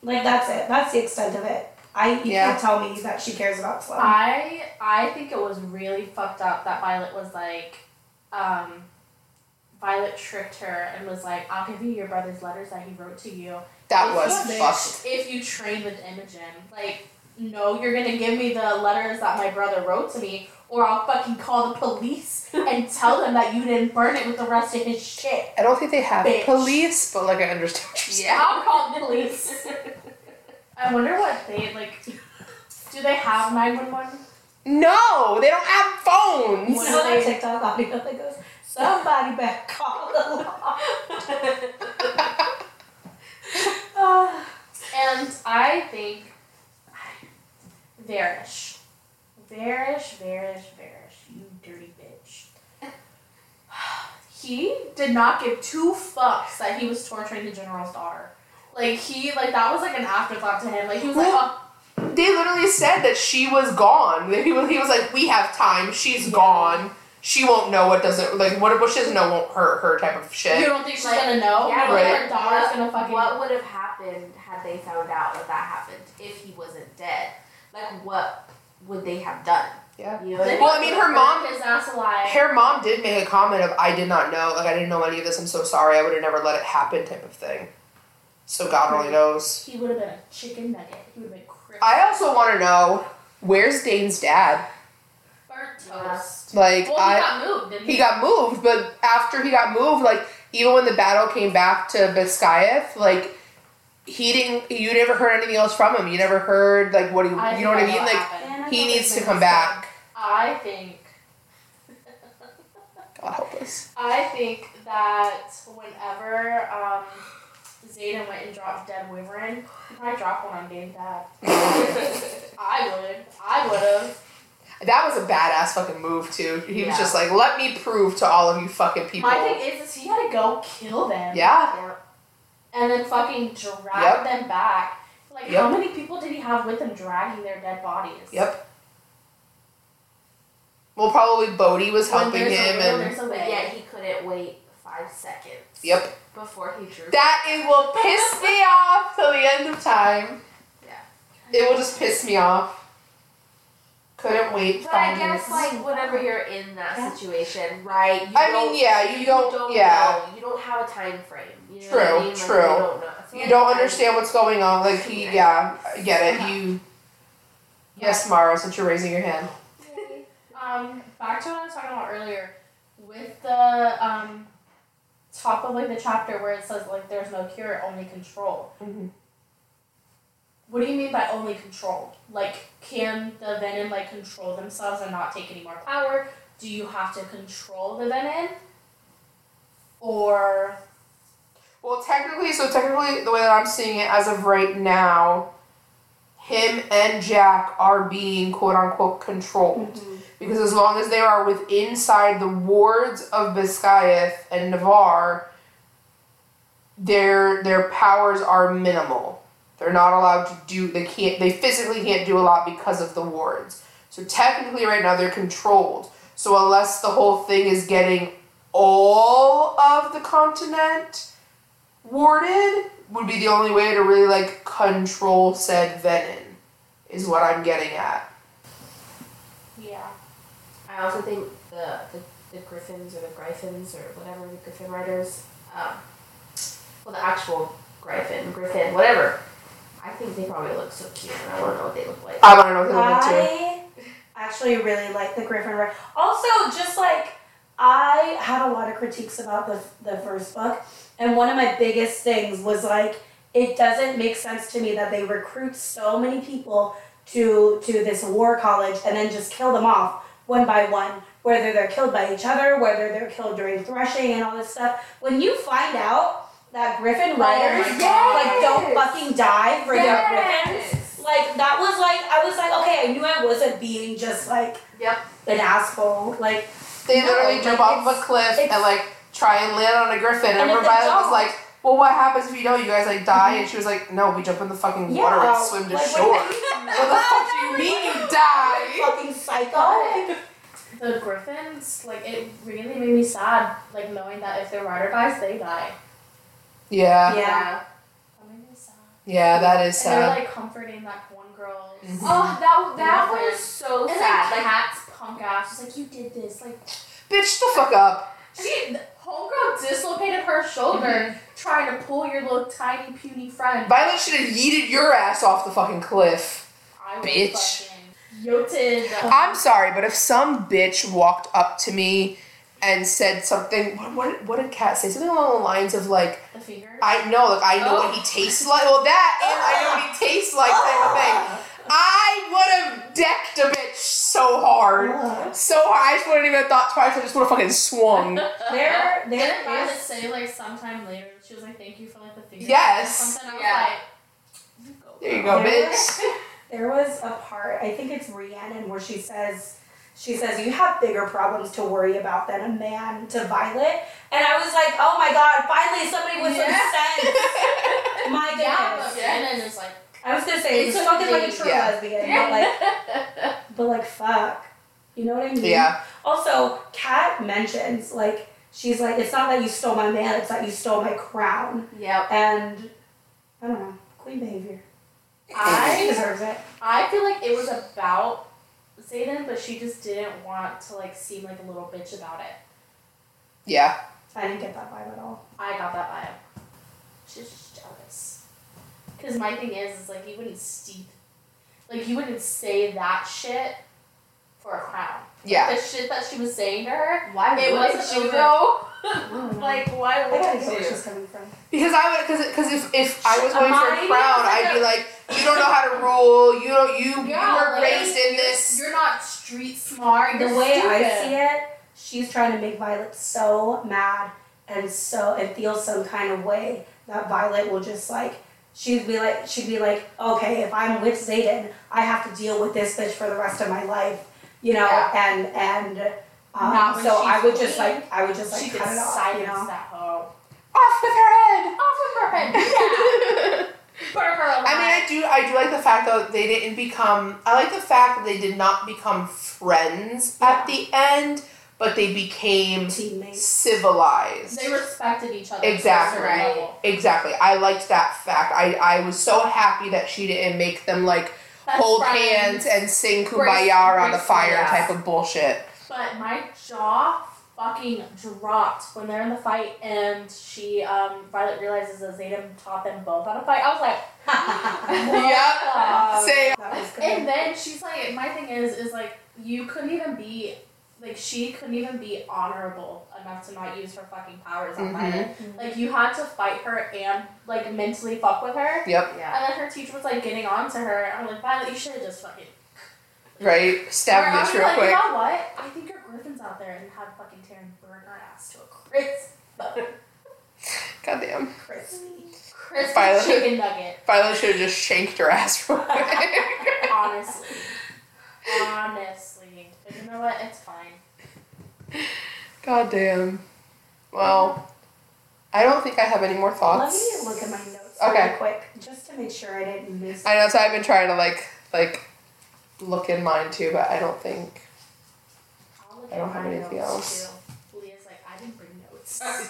Speaker 2: Like, that's it. That's the extent of it. I, you
Speaker 1: Yeah.
Speaker 2: can't tell me that she cares about Sloan.
Speaker 4: I I think it was really fucked up that Violet was like, um, Violet tricked her and was like, "I'll give you your brother's letters that he wrote to you
Speaker 1: That
Speaker 4: If
Speaker 1: was
Speaker 4: you-
Speaker 1: fucked.
Speaker 4: if you trade with Imogen." Like, no, you're gonna give me the letters that my brother wrote to me, or I'll fucking call the police and tell them that you didn't burn it with the rest of his shit.
Speaker 1: I don't think they have
Speaker 4: Bitch.
Speaker 1: police, but like I understand. What you're saying.
Speaker 4: I'll call the police. I wonder what they like. Do they have nine one one?
Speaker 1: No, they don't have phones.
Speaker 2: You know that TikTok audio that goes, somebody better call the law.
Speaker 4: And I think Varish. Varish, Varish, Varish, you dirty bitch. he did not give two fucks that he was torturing the general's daughter. Like he like that was like an afterthought to him. Like he was like, oh,
Speaker 1: They literally said that she was gone. That He was, he was like, "We have time. She's
Speaker 4: Yeah.
Speaker 1: gone. She won't know what doesn't like what what she doesn't know won't hurt her type of
Speaker 4: you
Speaker 1: shit."
Speaker 4: don't think she's
Speaker 3: Like,
Speaker 4: gonna know?
Speaker 3: yeah,
Speaker 4: You don't think
Speaker 1: right.
Speaker 4: her daughter's gonna
Speaker 3: what,
Speaker 4: fucking
Speaker 3: what would have happened had they found out that that happened if he wasn't dead? Like, what would they have done?
Speaker 1: Yeah.
Speaker 3: You know what I mean?
Speaker 1: Well, I mean, her mom-
Speaker 4: is ass alive.
Speaker 1: Her mom did make a comment of, "I did not know. Like I didn't know any of this. I'm so sorry. I would have never let it happen." Type of thing. So God
Speaker 4: Hmm.
Speaker 1: only knows.
Speaker 4: He would have been a chicken nugget. He would have been crispy.
Speaker 1: I also want to know where's Dane's dad.
Speaker 4: burnt toast.
Speaker 3: Yeah.
Speaker 1: Like
Speaker 4: Well, he
Speaker 1: I.
Speaker 4: got moved, didn't he?
Speaker 1: he got moved, but after he got moved, like even when the battle came back to Biscayeth, like he didn't. You never heard anything else from him. You never heard like what he.
Speaker 4: I
Speaker 1: you know what I
Speaker 4: think
Speaker 1: mean?
Speaker 4: know
Speaker 1: Like
Speaker 4: happened.
Speaker 1: he needs to come back.
Speaker 4: I think
Speaker 1: God help us.
Speaker 4: I think that whenever um, Zayden went and dropped dead Wyvern, he probably dropped one on Dane's dad. I would. I would have.
Speaker 1: That was a badass fucking move too. He was
Speaker 3: Yeah.
Speaker 1: just like, let me prove to all of you fucking people.
Speaker 4: My thing is, is he had to go kill them.
Speaker 1: yeah.
Speaker 4: And then fucking drag
Speaker 1: Yep.
Speaker 4: them back. Like,
Speaker 1: Yep.
Speaker 4: how many people did he have with him dragging their dead bodies?
Speaker 1: Yep. Well, probably Bodhi was
Speaker 4: When
Speaker 1: helping
Speaker 4: there's a
Speaker 1: him,
Speaker 4: will,
Speaker 1: and
Speaker 4: there's a
Speaker 3: But
Speaker 4: way.
Speaker 3: yet he couldn't wait five seconds.
Speaker 1: yep,
Speaker 3: Before he drew.
Speaker 1: that it will piss me off till the end of time.
Speaker 3: Yeah.
Speaker 1: it will just piss me off. Couldn't wait.
Speaker 3: But
Speaker 1: five
Speaker 3: I guess
Speaker 1: minutes.
Speaker 3: like whenever you're in
Speaker 2: Yeah.
Speaker 3: that situation, right? You
Speaker 1: I
Speaker 3: don't,
Speaker 1: mean, yeah, you, don't, yeah,
Speaker 3: know. You don't have a time frame. You know
Speaker 1: True,
Speaker 3: what I mean? Like,
Speaker 1: true.
Speaker 3: You don't know. So,
Speaker 1: you don't
Speaker 3: like,
Speaker 1: understand what's going on. Like, he, yeah, I get it. You, yes, Mara, since you're raising your hand.
Speaker 4: Um, back to what I was talking about earlier with the um, top of like the chapter where it says like there's no cure, only control.
Speaker 1: Mhm.
Speaker 4: What do you mean by only control? Like, can the venom like control themselves and not take any more power? Do you have to control the venom? Or
Speaker 1: Well, technically, so technically, the way that I'm seeing it as of right now, him and Jack are being quote unquote controlled
Speaker 2: Mm-hmm.
Speaker 1: because as long as they are within inside the wards of Biscayeth and Navarre, their their powers are minimal. They're not allowed to do. They can't. They physically can't do a lot because of the wards. So technically, right now they're controlled. So unless the whole thing is getting all of the continent warded would be the only way to really like control said venom is what i'm getting at
Speaker 4: yeah,
Speaker 3: I also think the, the, the Griffins or the Gryphons or whatever the Griffin writers, um, well, the actual Gryphon, Griffin, whatever. I think they probably look so cute, and I want to know what they look like.
Speaker 1: I want to know what they look like too.
Speaker 2: I actually really like the Griffin. Re- also, just like I had a lot of critiques about the the first book, and one of my biggest things was like it doesn't make sense to me that they recruit so many people to to this war college and then just kill them off one by one. Whether they're killed by each other, whether they're killed during threshing and all this stuff. When you find out that Griffin writers like don't fucking die for their Griffin like that was like I was like okay I knew I wasn't being just like
Speaker 3: Yep.
Speaker 2: an asshole like
Speaker 1: They
Speaker 2: No,
Speaker 1: literally
Speaker 2: like,
Speaker 1: jump off of a
Speaker 2: it's-
Speaker 1: cliff
Speaker 2: it's-
Speaker 1: and like try and land on a griffin. And,
Speaker 2: And if they
Speaker 1: everybody was
Speaker 2: don't-
Speaker 1: like, "Well, what happens if you don't? You guys like die?" And she was like, "No, we jump in the fucking water
Speaker 2: yeah
Speaker 1: and swim to
Speaker 2: like,
Speaker 1: shore."
Speaker 2: What,
Speaker 1: What the fuck do you mean you die?
Speaker 2: fucking psycho
Speaker 4: The Griffins, like it really made me sad, like knowing that if their rider dies, they die.
Speaker 1: Yeah,
Speaker 2: yeah
Speaker 4: That made me sad.
Speaker 1: yeah, that is
Speaker 4: And they're
Speaker 1: sad.
Speaker 4: like comforting that one girl.
Speaker 1: Mhm.
Speaker 3: Oh, that that
Speaker 4: Yeah.
Speaker 3: was so
Speaker 4: And
Speaker 3: sad.
Speaker 4: like
Speaker 3: Like,
Speaker 4: Cat's punk ass, she's like, "You did this." Like
Speaker 1: Bitch, the fuck up.
Speaker 4: she, homegirl dislocated her shoulder
Speaker 1: Mm-hmm.
Speaker 4: trying to pull your little tiny puny friend.
Speaker 1: Violet should have yeeted your ass off the fucking cliff.
Speaker 4: I was
Speaker 1: Bitch.
Speaker 4: fucking Yoted.
Speaker 1: I'm sorry, but if some bitch walked up to me and said something, what what, what did Kat say? Something along the lines of like.
Speaker 4: The finger.
Speaker 1: I know, like I know what he tastes like. Well, that and I know what he tastes like type of thing. I would have decked a bitch so
Speaker 2: Ah!
Speaker 1: hard, so hard. I just wouldn't even have thought twice. I just would have fucking swung.
Speaker 2: there
Speaker 4: Didn't
Speaker 2: there
Speaker 4: Violet
Speaker 2: is
Speaker 4: say like sometime later? She was like, "Thank you for like the finger."
Speaker 1: Yes.
Speaker 4: Or Something. I was
Speaker 3: Yeah.
Speaker 4: like, "You go."
Speaker 1: There you go, bitch.
Speaker 2: there was a part I think it's Rhiannon where she says she says you have bigger problems to worry about than a man to Violet and I was like oh my god finally somebody with some
Speaker 4: Yeah.
Speaker 2: sense my goodness.
Speaker 4: Yeah, but
Speaker 3: Yeah.
Speaker 4: Brennan is like,
Speaker 2: I was gonna say
Speaker 4: It's
Speaker 2: it's fucking like a
Speaker 4: amazing.
Speaker 2: true
Speaker 1: Yeah.
Speaker 2: lesbian, but like, but like, fuck, you know what I mean?
Speaker 1: Yeah,
Speaker 2: Also, Kat mentions like she's like, it's not that you stole my man, it's that you stole my crown,
Speaker 3: yep.
Speaker 2: and I don't know, queen behavior. she
Speaker 4: I
Speaker 2: deserves it.
Speaker 4: I feel like it was about Zayden, but she just didn't want to like seem like a little bitch about it.
Speaker 1: yeah.
Speaker 2: I didn't get that vibe at all.
Speaker 4: I got that vibe. She's just jealous. Cause my thing is, is like you wouldn't steep, like you wouldn't say that shit for a crown.
Speaker 1: Yeah,
Speaker 4: The shit that she was saying to her,
Speaker 3: Why
Speaker 4: it
Speaker 3: would
Speaker 4: wasn't
Speaker 3: you
Speaker 4: over.
Speaker 3: though?
Speaker 4: like why
Speaker 2: I
Speaker 4: would
Speaker 2: gotta
Speaker 4: you?
Speaker 2: get where she's coming from.
Speaker 1: because I would, because because if, if I was going for
Speaker 4: Mine
Speaker 1: a
Speaker 4: is
Speaker 1: crown,
Speaker 4: like
Speaker 1: I'd
Speaker 4: a-
Speaker 1: be like, you don't know how to rule. You don't. You
Speaker 4: Yeah,
Speaker 1: you were
Speaker 4: like,
Speaker 1: raised in this.
Speaker 4: You're not street smart.
Speaker 2: The
Speaker 4: you're
Speaker 2: way I
Speaker 4: stupid.
Speaker 2: see it, she's trying to make Violet so mad and so and feel some kind of way that Violet will just like she'd be like she'd be like, okay, if I'm with Zayden, I have to deal with this bitch for the rest of my life, you know,
Speaker 1: Yeah.
Speaker 2: and and um,
Speaker 4: Not when
Speaker 2: so
Speaker 4: she's
Speaker 2: I would just
Speaker 4: queen.
Speaker 2: like I would just like
Speaker 4: she could
Speaker 2: cut it off,
Speaker 4: silence
Speaker 2: you know.
Speaker 4: that hoe.
Speaker 1: Off with her head.
Speaker 4: Off of her head. Yeah. Burn her alive.
Speaker 1: I mean, I do, I do like the fact though they didn't become. I like the fact that they did not become friends at the end, but they became
Speaker 2: Teammates.
Speaker 1: civilized.
Speaker 4: they respected each other.
Speaker 1: Exactly.
Speaker 4: To a certain level.
Speaker 1: exactly. I liked that fact. I, I was so happy that she didn't make them like
Speaker 4: Best
Speaker 1: hold
Speaker 4: friends.
Speaker 1: hands and sing
Speaker 4: Brace-
Speaker 1: kumbaya around the
Speaker 4: brace-
Speaker 1: fire
Speaker 4: yeah.
Speaker 1: type of bullshit.
Speaker 4: But my jaw fucking dropped when they're in the fight and she um Violet realizes that Zayden taught them both how to fight. I was like,
Speaker 1: yep.
Speaker 2: Um,
Speaker 1: Same.
Speaker 2: That was good.
Speaker 4: And then she's like, my thing is, is like, you couldn't even be, like, she couldn't even be honorable enough to not use her fucking powers on
Speaker 1: Mhm.
Speaker 4: Violet. Like, you had to fight her and, like, mentally fuck with her.
Speaker 1: Yep.
Speaker 3: Yeah.
Speaker 4: And then her teacher was, like, getting on to her. I'm like, Violet, you should have just fucking.
Speaker 1: Right.
Speaker 4: Or I
Speaker 1: Stab
Speaker 4: was
Speaker 1: this real
Speaker 4: like,
Speaker 1: quick.
Speaker 4: you know what? I think your griffin's out there and have fucking Taryn burn her ass to a crisp,
Speaker 1: Goddamn.
Speaker 2: crispy.
Speaker 4: crisp
Speaker 1: Violet.
Speaker 4: chicken nugget.
Speaker 1: Violet should have just shanked her ass real quick.
Speaker 4: Honestly. Honestly. But you know what? It's fine.
Speaker 1: Goddamn. Well, I don't think I have any more
Speaker 2: Let
Speaker 1: thoughts.
Speaker 2: me look at my notes
Speaker 1: Okay.
Speaker 2: really quick just to make sure I didn't miss
Speaker 1: I know, so I've been trying to like like look in mine too, but I don't think
Speaker 4: I'll look
Speaker 1: I don't
Speaker 4: at
Speaker 1: have
Speaker 4: my
Speaker 1: anything
Speaker 4: notes,
Speaker 1: else.
Speaker 4: Too. Leah's like, I didn't bring notes.
Speaker 2: on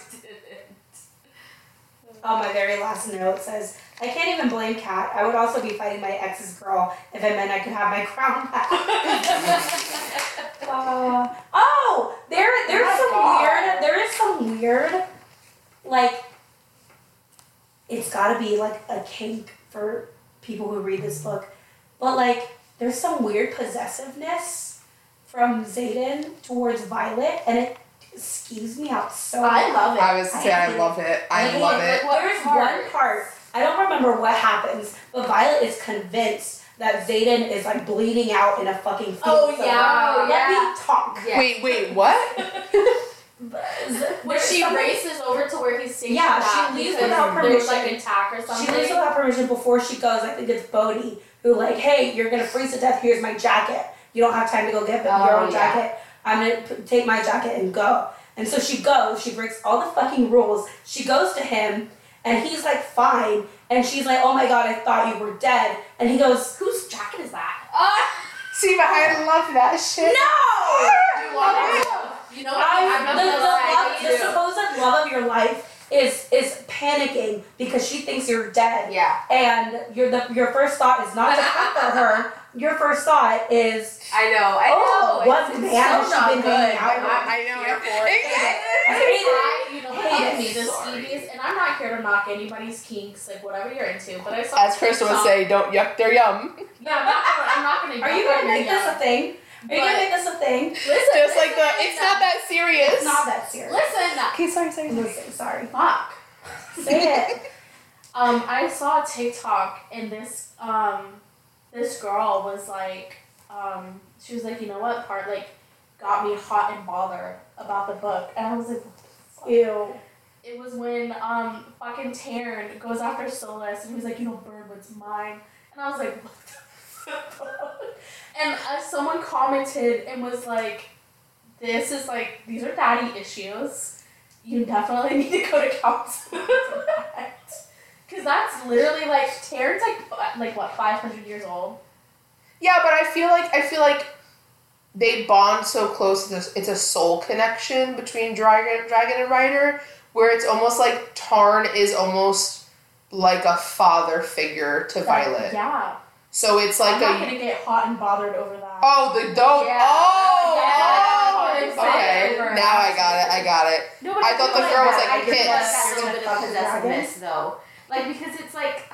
Speaker 2: Oh, my very last note says, I can't even blame Kat. I would also be fighting my ex's girl if it meant I could have my crown back. Uh, oh, there, there's
Speaker 3: My
Speaker 2: some
Speaker 3: God.
Speaker 2: weird. There is some weird, like. It's got to be like a kink for people who read this book, but like there's some weird possessiveness from Zayden towards Violet, and it skews me out so.
Speaker 3: I love it.
Speaker 2: much.
Speaker 1: I was saying I love it. I love it.
Speaker 3: What
Speaker 2: There's
Speaker 3: part?
Speaker 2: one part I don't remember what happens, but Violet is convinced that Zayden is like bleeding out in a fucking.
Speaker 3: Oh,
Speaker 2: field
Speaker 3: yeah,
Speaker 2: somewhere. Let
Speaker 3: yeah.
Speaker 2: me talk.
Speaker 3: Yeah.
Speaker 1: Wait, wait, what?
Speaker 4: Where
Speaker 2: There's
Speaker 4: she
Speaker 2: somebody-
Speaker 4: races over to where he's stationed
Speaker 2: Yeah,
Speaker 4: at
Speaker 2: she leaves
Speaker 4: because
Speaker 2: without
Speaker 4: there's like
Speaker 2: permission.
Speaker 4: an attack or something.
Speaker 2: She leaves without permission before she goes. I think it's Bodhi who like, hey, you're gonna freeze to death. Here's my jacket. You don't have time to go get
Speaker 3: Oh,
Speaker 2: your own
Speaker 3: yeah.
Speaker 2: jacket. I'm gonna p- take my jacket and go. And so she goes. She breaks all the fucking rules. She goes to him, and he's like, fine. And she's like, oh my god, I thought you were dead. And he goes, whose jacket is that?
Speaker 3: Ah!
Speaker 1: See, but I love that shit.
Speaker 2: No.
Speaker 4: You want to- you know what?
Speaker 2: I,
Speaker 4: I'm not
Speaker 2: the,
Speaker 4: gonna
Speaker 2: the love,
Speaker 4: lie,
Speaker 2: the
Speaker 4: I do.
Speaker 2: supposed love of your life is is panicking because she thinks you're dead.
Speaker 3: Yeah,
Speaker 2: and your the, your first thought is not to comfort her. Your first thought is,
Speaker 3: I know. I
Speaker 2: oh,
Speaker 3: know.
Speaker 2: what
Speaker 3: it's,
Speaker 2: man
Speaker 3: it's
Speaker 2: has
Speaker 3: so
Speaker 2: she
Speaker 3: not
Speaker 2: been hanging
Speaker 3: good.
Speaker 2: out
Speaker 3: I'm
Speaker 2: with?
Speaker 3: not
Speaker 1: I know.
Speaker 3: here for it.
Speaker 2: I hate
Speaker 4: I, you know, what
Speaker 2: Hate
Speaker 4: helped
Speaker 2: it.
Speaker 4: me this Stevie's, and I'm not here to knock anybody's kinks, like whatever you're into. But I saw
Speaker 1: As Krista would
Speaker 4: TikTok-
Speaker 1: say, don't yuck their yum.
Speaker 4: yeah, I'm not, gonna- I'm not gonna.
Speaker 2: it. Are you
Speaker 4: yuck
Speaker 2: gonna
Speaker 4: on
Speaker 2: make
Speaker 4: your
Speaker 2: this a thing? Are you gonna
Speaker 4: But-
Speaker 2: make this a thing?
Speaker 4: yum. Listen,
Speaker 1: Just like
Speaker 4: listen,
Speaker 1: the, it's not that serious.
Speaker 2: It's not that serious.
Speaker 4: Listen, listen,
Speaker 1: Okay, sorry, sorry.
Speaker 2: Listen, sorry.
Speaker 4: fuck.
Speaker 2: Say it.
Speaker 4: Um, I saw a TikTok and this um, this girl was like, um, she was like, you know what part like got me hot and bothered about the book, and I was like, what the fuck?
Speaker 2: Ew.
Speaker 4: It was when um fucking Taryn goes after Solas and he's like, you know, Birdwood's mine. And I was like, what the fuck? And uh, someone commented and was like, this is like, these are daddy issues. You definitely need to go to counseling for that. Because that's literally like, Taryn's like, fi- like what, 500 years old?
Speaker 1: Yeah, but I feel like I feel like they bond so close. This it's a soul connection between Dragon, Dragon and Ryder, where it's almost like Tarn is almost like a father figure to Violet.
Speaker 4: Yeah.
Speaker 1: So it's like
Speaker 4: I'm not
Speaker 1: a
Speaker 4: going to get hot and bothered over that.
Speaker 1: oh the dope
Speaker 3: Yeah.
Speaker 1: oh
Speaker 4: Yeah,
Speaker 1: oh
Speaker 4: that's what I'm
Speaker 1: okay
Speaker 4: saying.
Speaker 1: now I got it I got it.
Speaker 4: No,
Speaker 1: I thought
Speaker 4: feel
Speaker 1: the girl was like
Speaker 4: that-
Speaker 3: I
Speaker 1: a
Speaker 3: do
Speaker 1: kid.
Speaker 3: like that little
Speaker 2: You're a
Speaker 3: bit of
Speaker 2: fucking dragon.
Speaker 3: possessiveness, though. Like because it's like,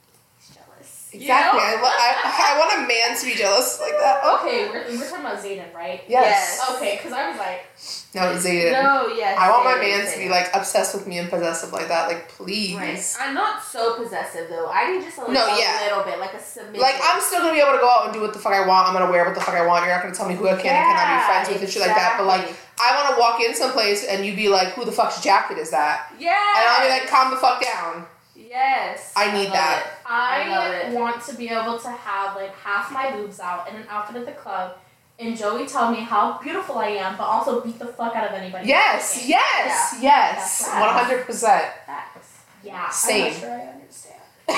Speaker 3: he's jealous.
Speaker 1: Exactly.
Speaker 4: You know?
Speaker 1: I, lo- I, I want a man to be jealous like that. Oh.
Speaker 4: Okay, we're, we're talking about Zayden, right?
Speaker 1: Yes.
Speaker 3: Yes.
Speaker 4: Okay, because I was like,
Speaker 1: No, Zayden.
Speaker 3: No, yes.
Speaker 1: I want my
Speaker 3: it is
Speaker 1: man to be
Speaker 3: it.
Speaker 1: like obsessed with me and possessive like that. Like please.
Speaker 3: Right. I'm not so possessive though. I need just a, little-
Speaker 1: No,
Speaker 3: a
Speaker 1: yeah.
Speaker 3: little bit, like a submission.
Speaker 1: Like I'm still gonna be able to go out and do what the fuck I want. I'm gonna wear what the fuck I want. You're not gonna tell me who I can and cannot be friends with and shit like that. But like I want to walk in someplace and you be like, "Who the fuck's jacket is that?"
Speaker 3: yeah.
Speaker 1: And I'll be like, "Calm the fuck down.
Speaker 3: yes.
Speaker 1: I need
Speaker 3: love
Speaker 1: that."
Speaker 3: it. I love
Speaker 4: I
Speaker 3: it.
Speaker 4: want to be able to have like half my boobs out in an outfit at the club, and Joey tell me how beautiful I am, but also beat the fuck out of anybody.
Speaker 1: Yes,
Speaker 4: Okay.
Speaker 1: yes, yes,
Speaker 4: That's
Speaker 1: one
Speaker 4: right.
Speaker 1: hundred percent.
Speaker 3: Facts.
Speaker 4: Yeah.
Speaker 1: Same.
Speaker 2: I'm not sure I understand.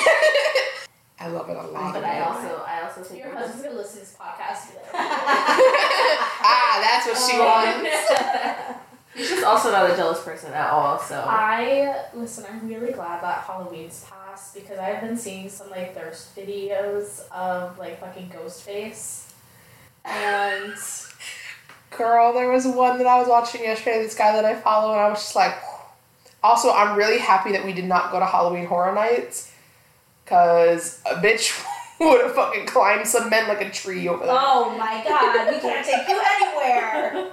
Speaker 1: I love it a lot.
Speaker 3: But I also, I also think
Speaker 4: Your
Speaker 3: I'm
Speaker 4: husband's gonna listen to this podcast.
Speaker 1: ah, that's what she wants.
Speaker 3: She's just also not a jealous person at all,
Speaker 4: Uh,
Speaker 3: so.
Speaker 4: I listen. I'm really glad that Halloween's passed because I've been seeing some like thirst videos of like fucking Ghostface, and
Speaker 1: Girl, there was one that I was watching yesterday. This guy that I follow, and I was just like. Also, I'm really happy that we did not go to Halloween Horror Nights, cause a bitch would have fucking climbed some men like a tree over there.
Speaker 2: Oh my god, we can't take you anywhere.
Speaker 1: Oh.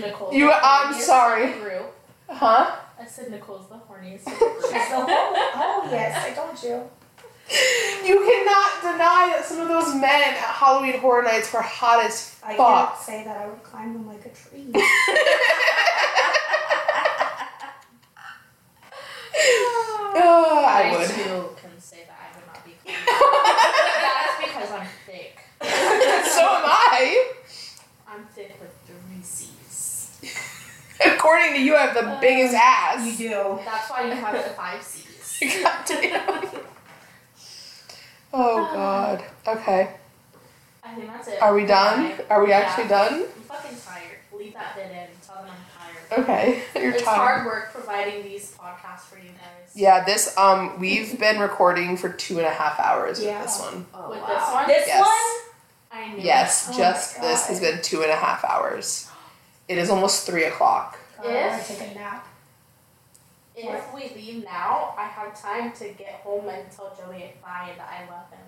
Speaker 4: Nicole.
Speaker 1: You-
Speaker 4: the
Speaker 1: I'm
Speaker 4: horniest
Speaker 1: sorry.
Speaker 4: Group.
Speaker 1: Huh?
Speaker 4: I said Nicole's the horniest. of the group.
Speaker 2: She's so, oh, oh yes, I told you.
Speaker 1: You cannot deny that some of those men at Halloween Horror Nights were hot as
Speaker 2: I
Speaker 1: fuck.
Speaker 2: can't say that I would climb them like a tree.
Speaker 1: Ugh, Oh, I would.
Speaker 4: too can say that I would not be. clean. That's because I'm thick.
Speaker 1: so am I.
Speaker 4: I'm thick with three C's.
Speaker 1: According to you, I have the biggest ass.
Speaker 2: You do.
Speaker 4: That's why Oh. you have the five C's.
Speaker 1: God damn. Oh
Speaker 4: Ah.
Speaker 1: god. Okay.
Speaker 4: I think that's it.
Speaker 1: Are we done? Are we actually done?
Speaker 4: I'm fucking tired. Leave that bit in. Tell them I'm tired.
Speaker 1: Okay. You're
Speaker 4: it's
Speaker 1: tired.
Speaker 4: hard work providing these podcasts for you guys.
Speaker 1: Yeah, this um we've been recording for two and a half hours
Speaker 2: Yeah.
Speaker 1: with this one.
Speaker 3: Oh,
Speaker 4: With
Speaker 3: wow.
Speaker 4: this one,
Speaker 2: This
Speaker 1: Yes.
Speaker 2: one
Speaker 4: I I knew.
Speaker 1: Yes,
Speaker 4: it. Oh my
Speaker 1: just this has
Speaker 4: God.
Speaker 1: been two and a half hours. It is almost three o'clock.
Speaker 2: God, I want
Speaker 4: If-
Speaker 2: to take a nap.
Speaker 4: If we leave now, I have time to get home and tell Joey at five that I love him.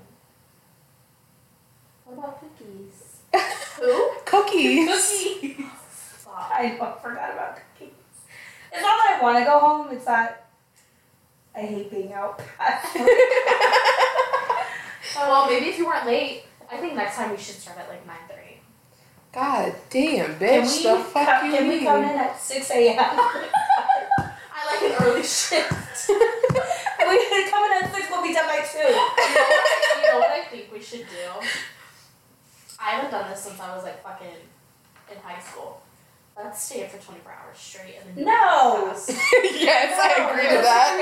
Speaker 3: What about cookies?
Speaker 4: Who?
Speaker 1: Cookies.
Speaker 4: Cookie. Fuck.
Speaker 2: I forgot about cookies. It's not that I want to go home. It's that I hate being out.
Speaker 4: Well, maybe if you weren't late, I think next time we should start at like nine thirty.
Speaker 1: God damn, bitch.
Speaker 2: Can we
Speaker 1: the fuck
Speaker 2: come-
Speaker 1: you
Speaker 2: can we
Speaker 1: mean?
Speaker 2: come in at six a.m.?
Speaker 4: I like an early shift.
Speaker 2: we could come in at six. We'll be done by two.
Speaker 4: You know, what, you know what I think we should do? I haven't done this since I was like fucking in high school. Let's stay up for 24 hours straight and then
Speaker 2: No.
Speaker 1: yes, I agree
Speaker 2: No,
Speaker 1: to that.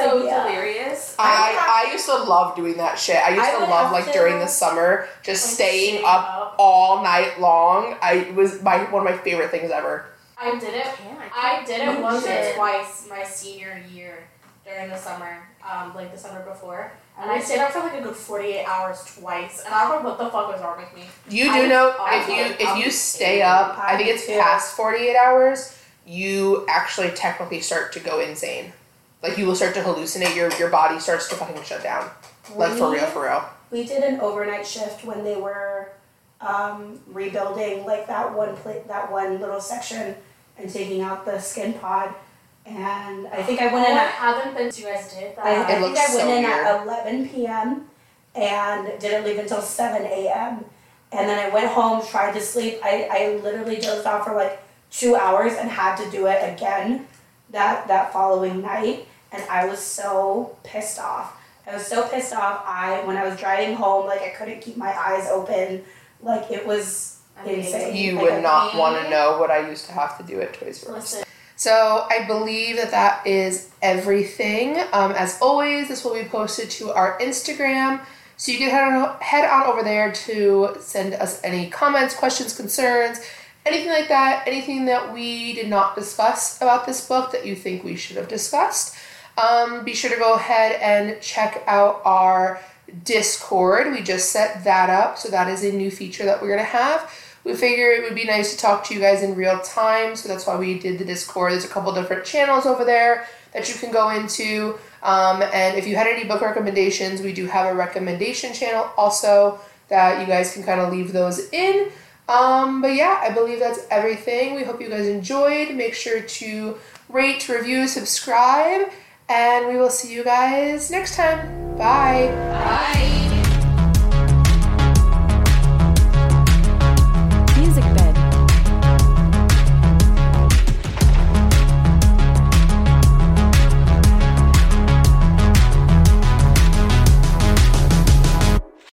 Speaker 2: Terrible
Speaker 3: so
Speaker 2: idea.
Speaker 3: delirious.
Speaker 1: I, I used to love doing that shit. I used
Speaker 2: I
Speaker 1: to
Speaker 2: would
Speaker 1: love
Speaker 2: have
Speaker 1: like
Speaker 2: to-
Speaker 1: during the summer, just staying up all night long. I it was my one of my favorite things ever.
Speaker 4: I did it.
Speaker 3: Damn, I
Speaker 4: I did it
Speaker 3: You
Speaker 4: once or
Speaker 3: did.
Speaker 4: twice my senior year during the summer, um, like the summer before, and I stayed up for like a good 48 hours twice, and I don't know what the fuck was wrong with me.
Speaker 1: You do
Speaker 4: I-
Speaker 1: know
Speaker 4: I
Speaker 1: if you
Speaker 4: would- I
Speaker 1: if you stay
Speaker 4: would stay
Speaker 1: up, I think
Speaker 2: up
Speaker 1: it's
Speaker 2: too.
Speaker 1: past forty eight hours, you actually technically start to go insane. Like you will start to hallucinate. Your your body starts to fucking shut down. Like for
Speaker 2: We-
Speaker 1: real, for real.
Speaker 2: We did an overnight shift when they were um, rebuilding like that one pla- that one little section and taking out the skin pod. And I think I went in
Speaker 4: I
Speaker 2: at
Speaker 4: haven't been to you guys did that.
Speaker 2: uh, I, I think
Speaker 1: looks
Speaker 2: I went
Speaker 1: so
Speaker 2: in at 11 p.m. and didn't leave until 7 a.m. And then I went home, tried to sleep. I, I literally dozed off for like two hours and had to do it again that that following night. And I was so pissed off. I was so pissed off. I when I was driving home, like I couldn't keep my eyes open. Like it was
Speaker 3: I mean,
Speaker 2: insane.
Speaker 1: You
Speaker 2: Like, I-
Speaker 1: would not want to
Speaker 4: me-
Speaker 1: know what I used to have to do at Toys R Us.
Speaker 4: Listen,
Speaker 1: So I believe that that is everything. Um, as always, this will be posted to our Instagram. So you can head on, head on over there to send us any comments, questions, concerns, anything like that, anything that we did not discuss about this book that you think we should have discussed. Um, be sure to go ahead and check out our Discord. We just set that up, so that is a new feature that we're going to have. We figure it would be nice to talk to you guys in real time, so that's why we did the Discord. There's a couple different channels over there that you can go into. Um, and if you had any book recommendations, we do have a recommendation channel also that you guys can kind of leave those in. Um, but yeah, I believe that's everything. We hope you guys enjoyed. Make sure to rate, review, subscribe, and we will see you guys next time. Bye.
Speaker 4: bye.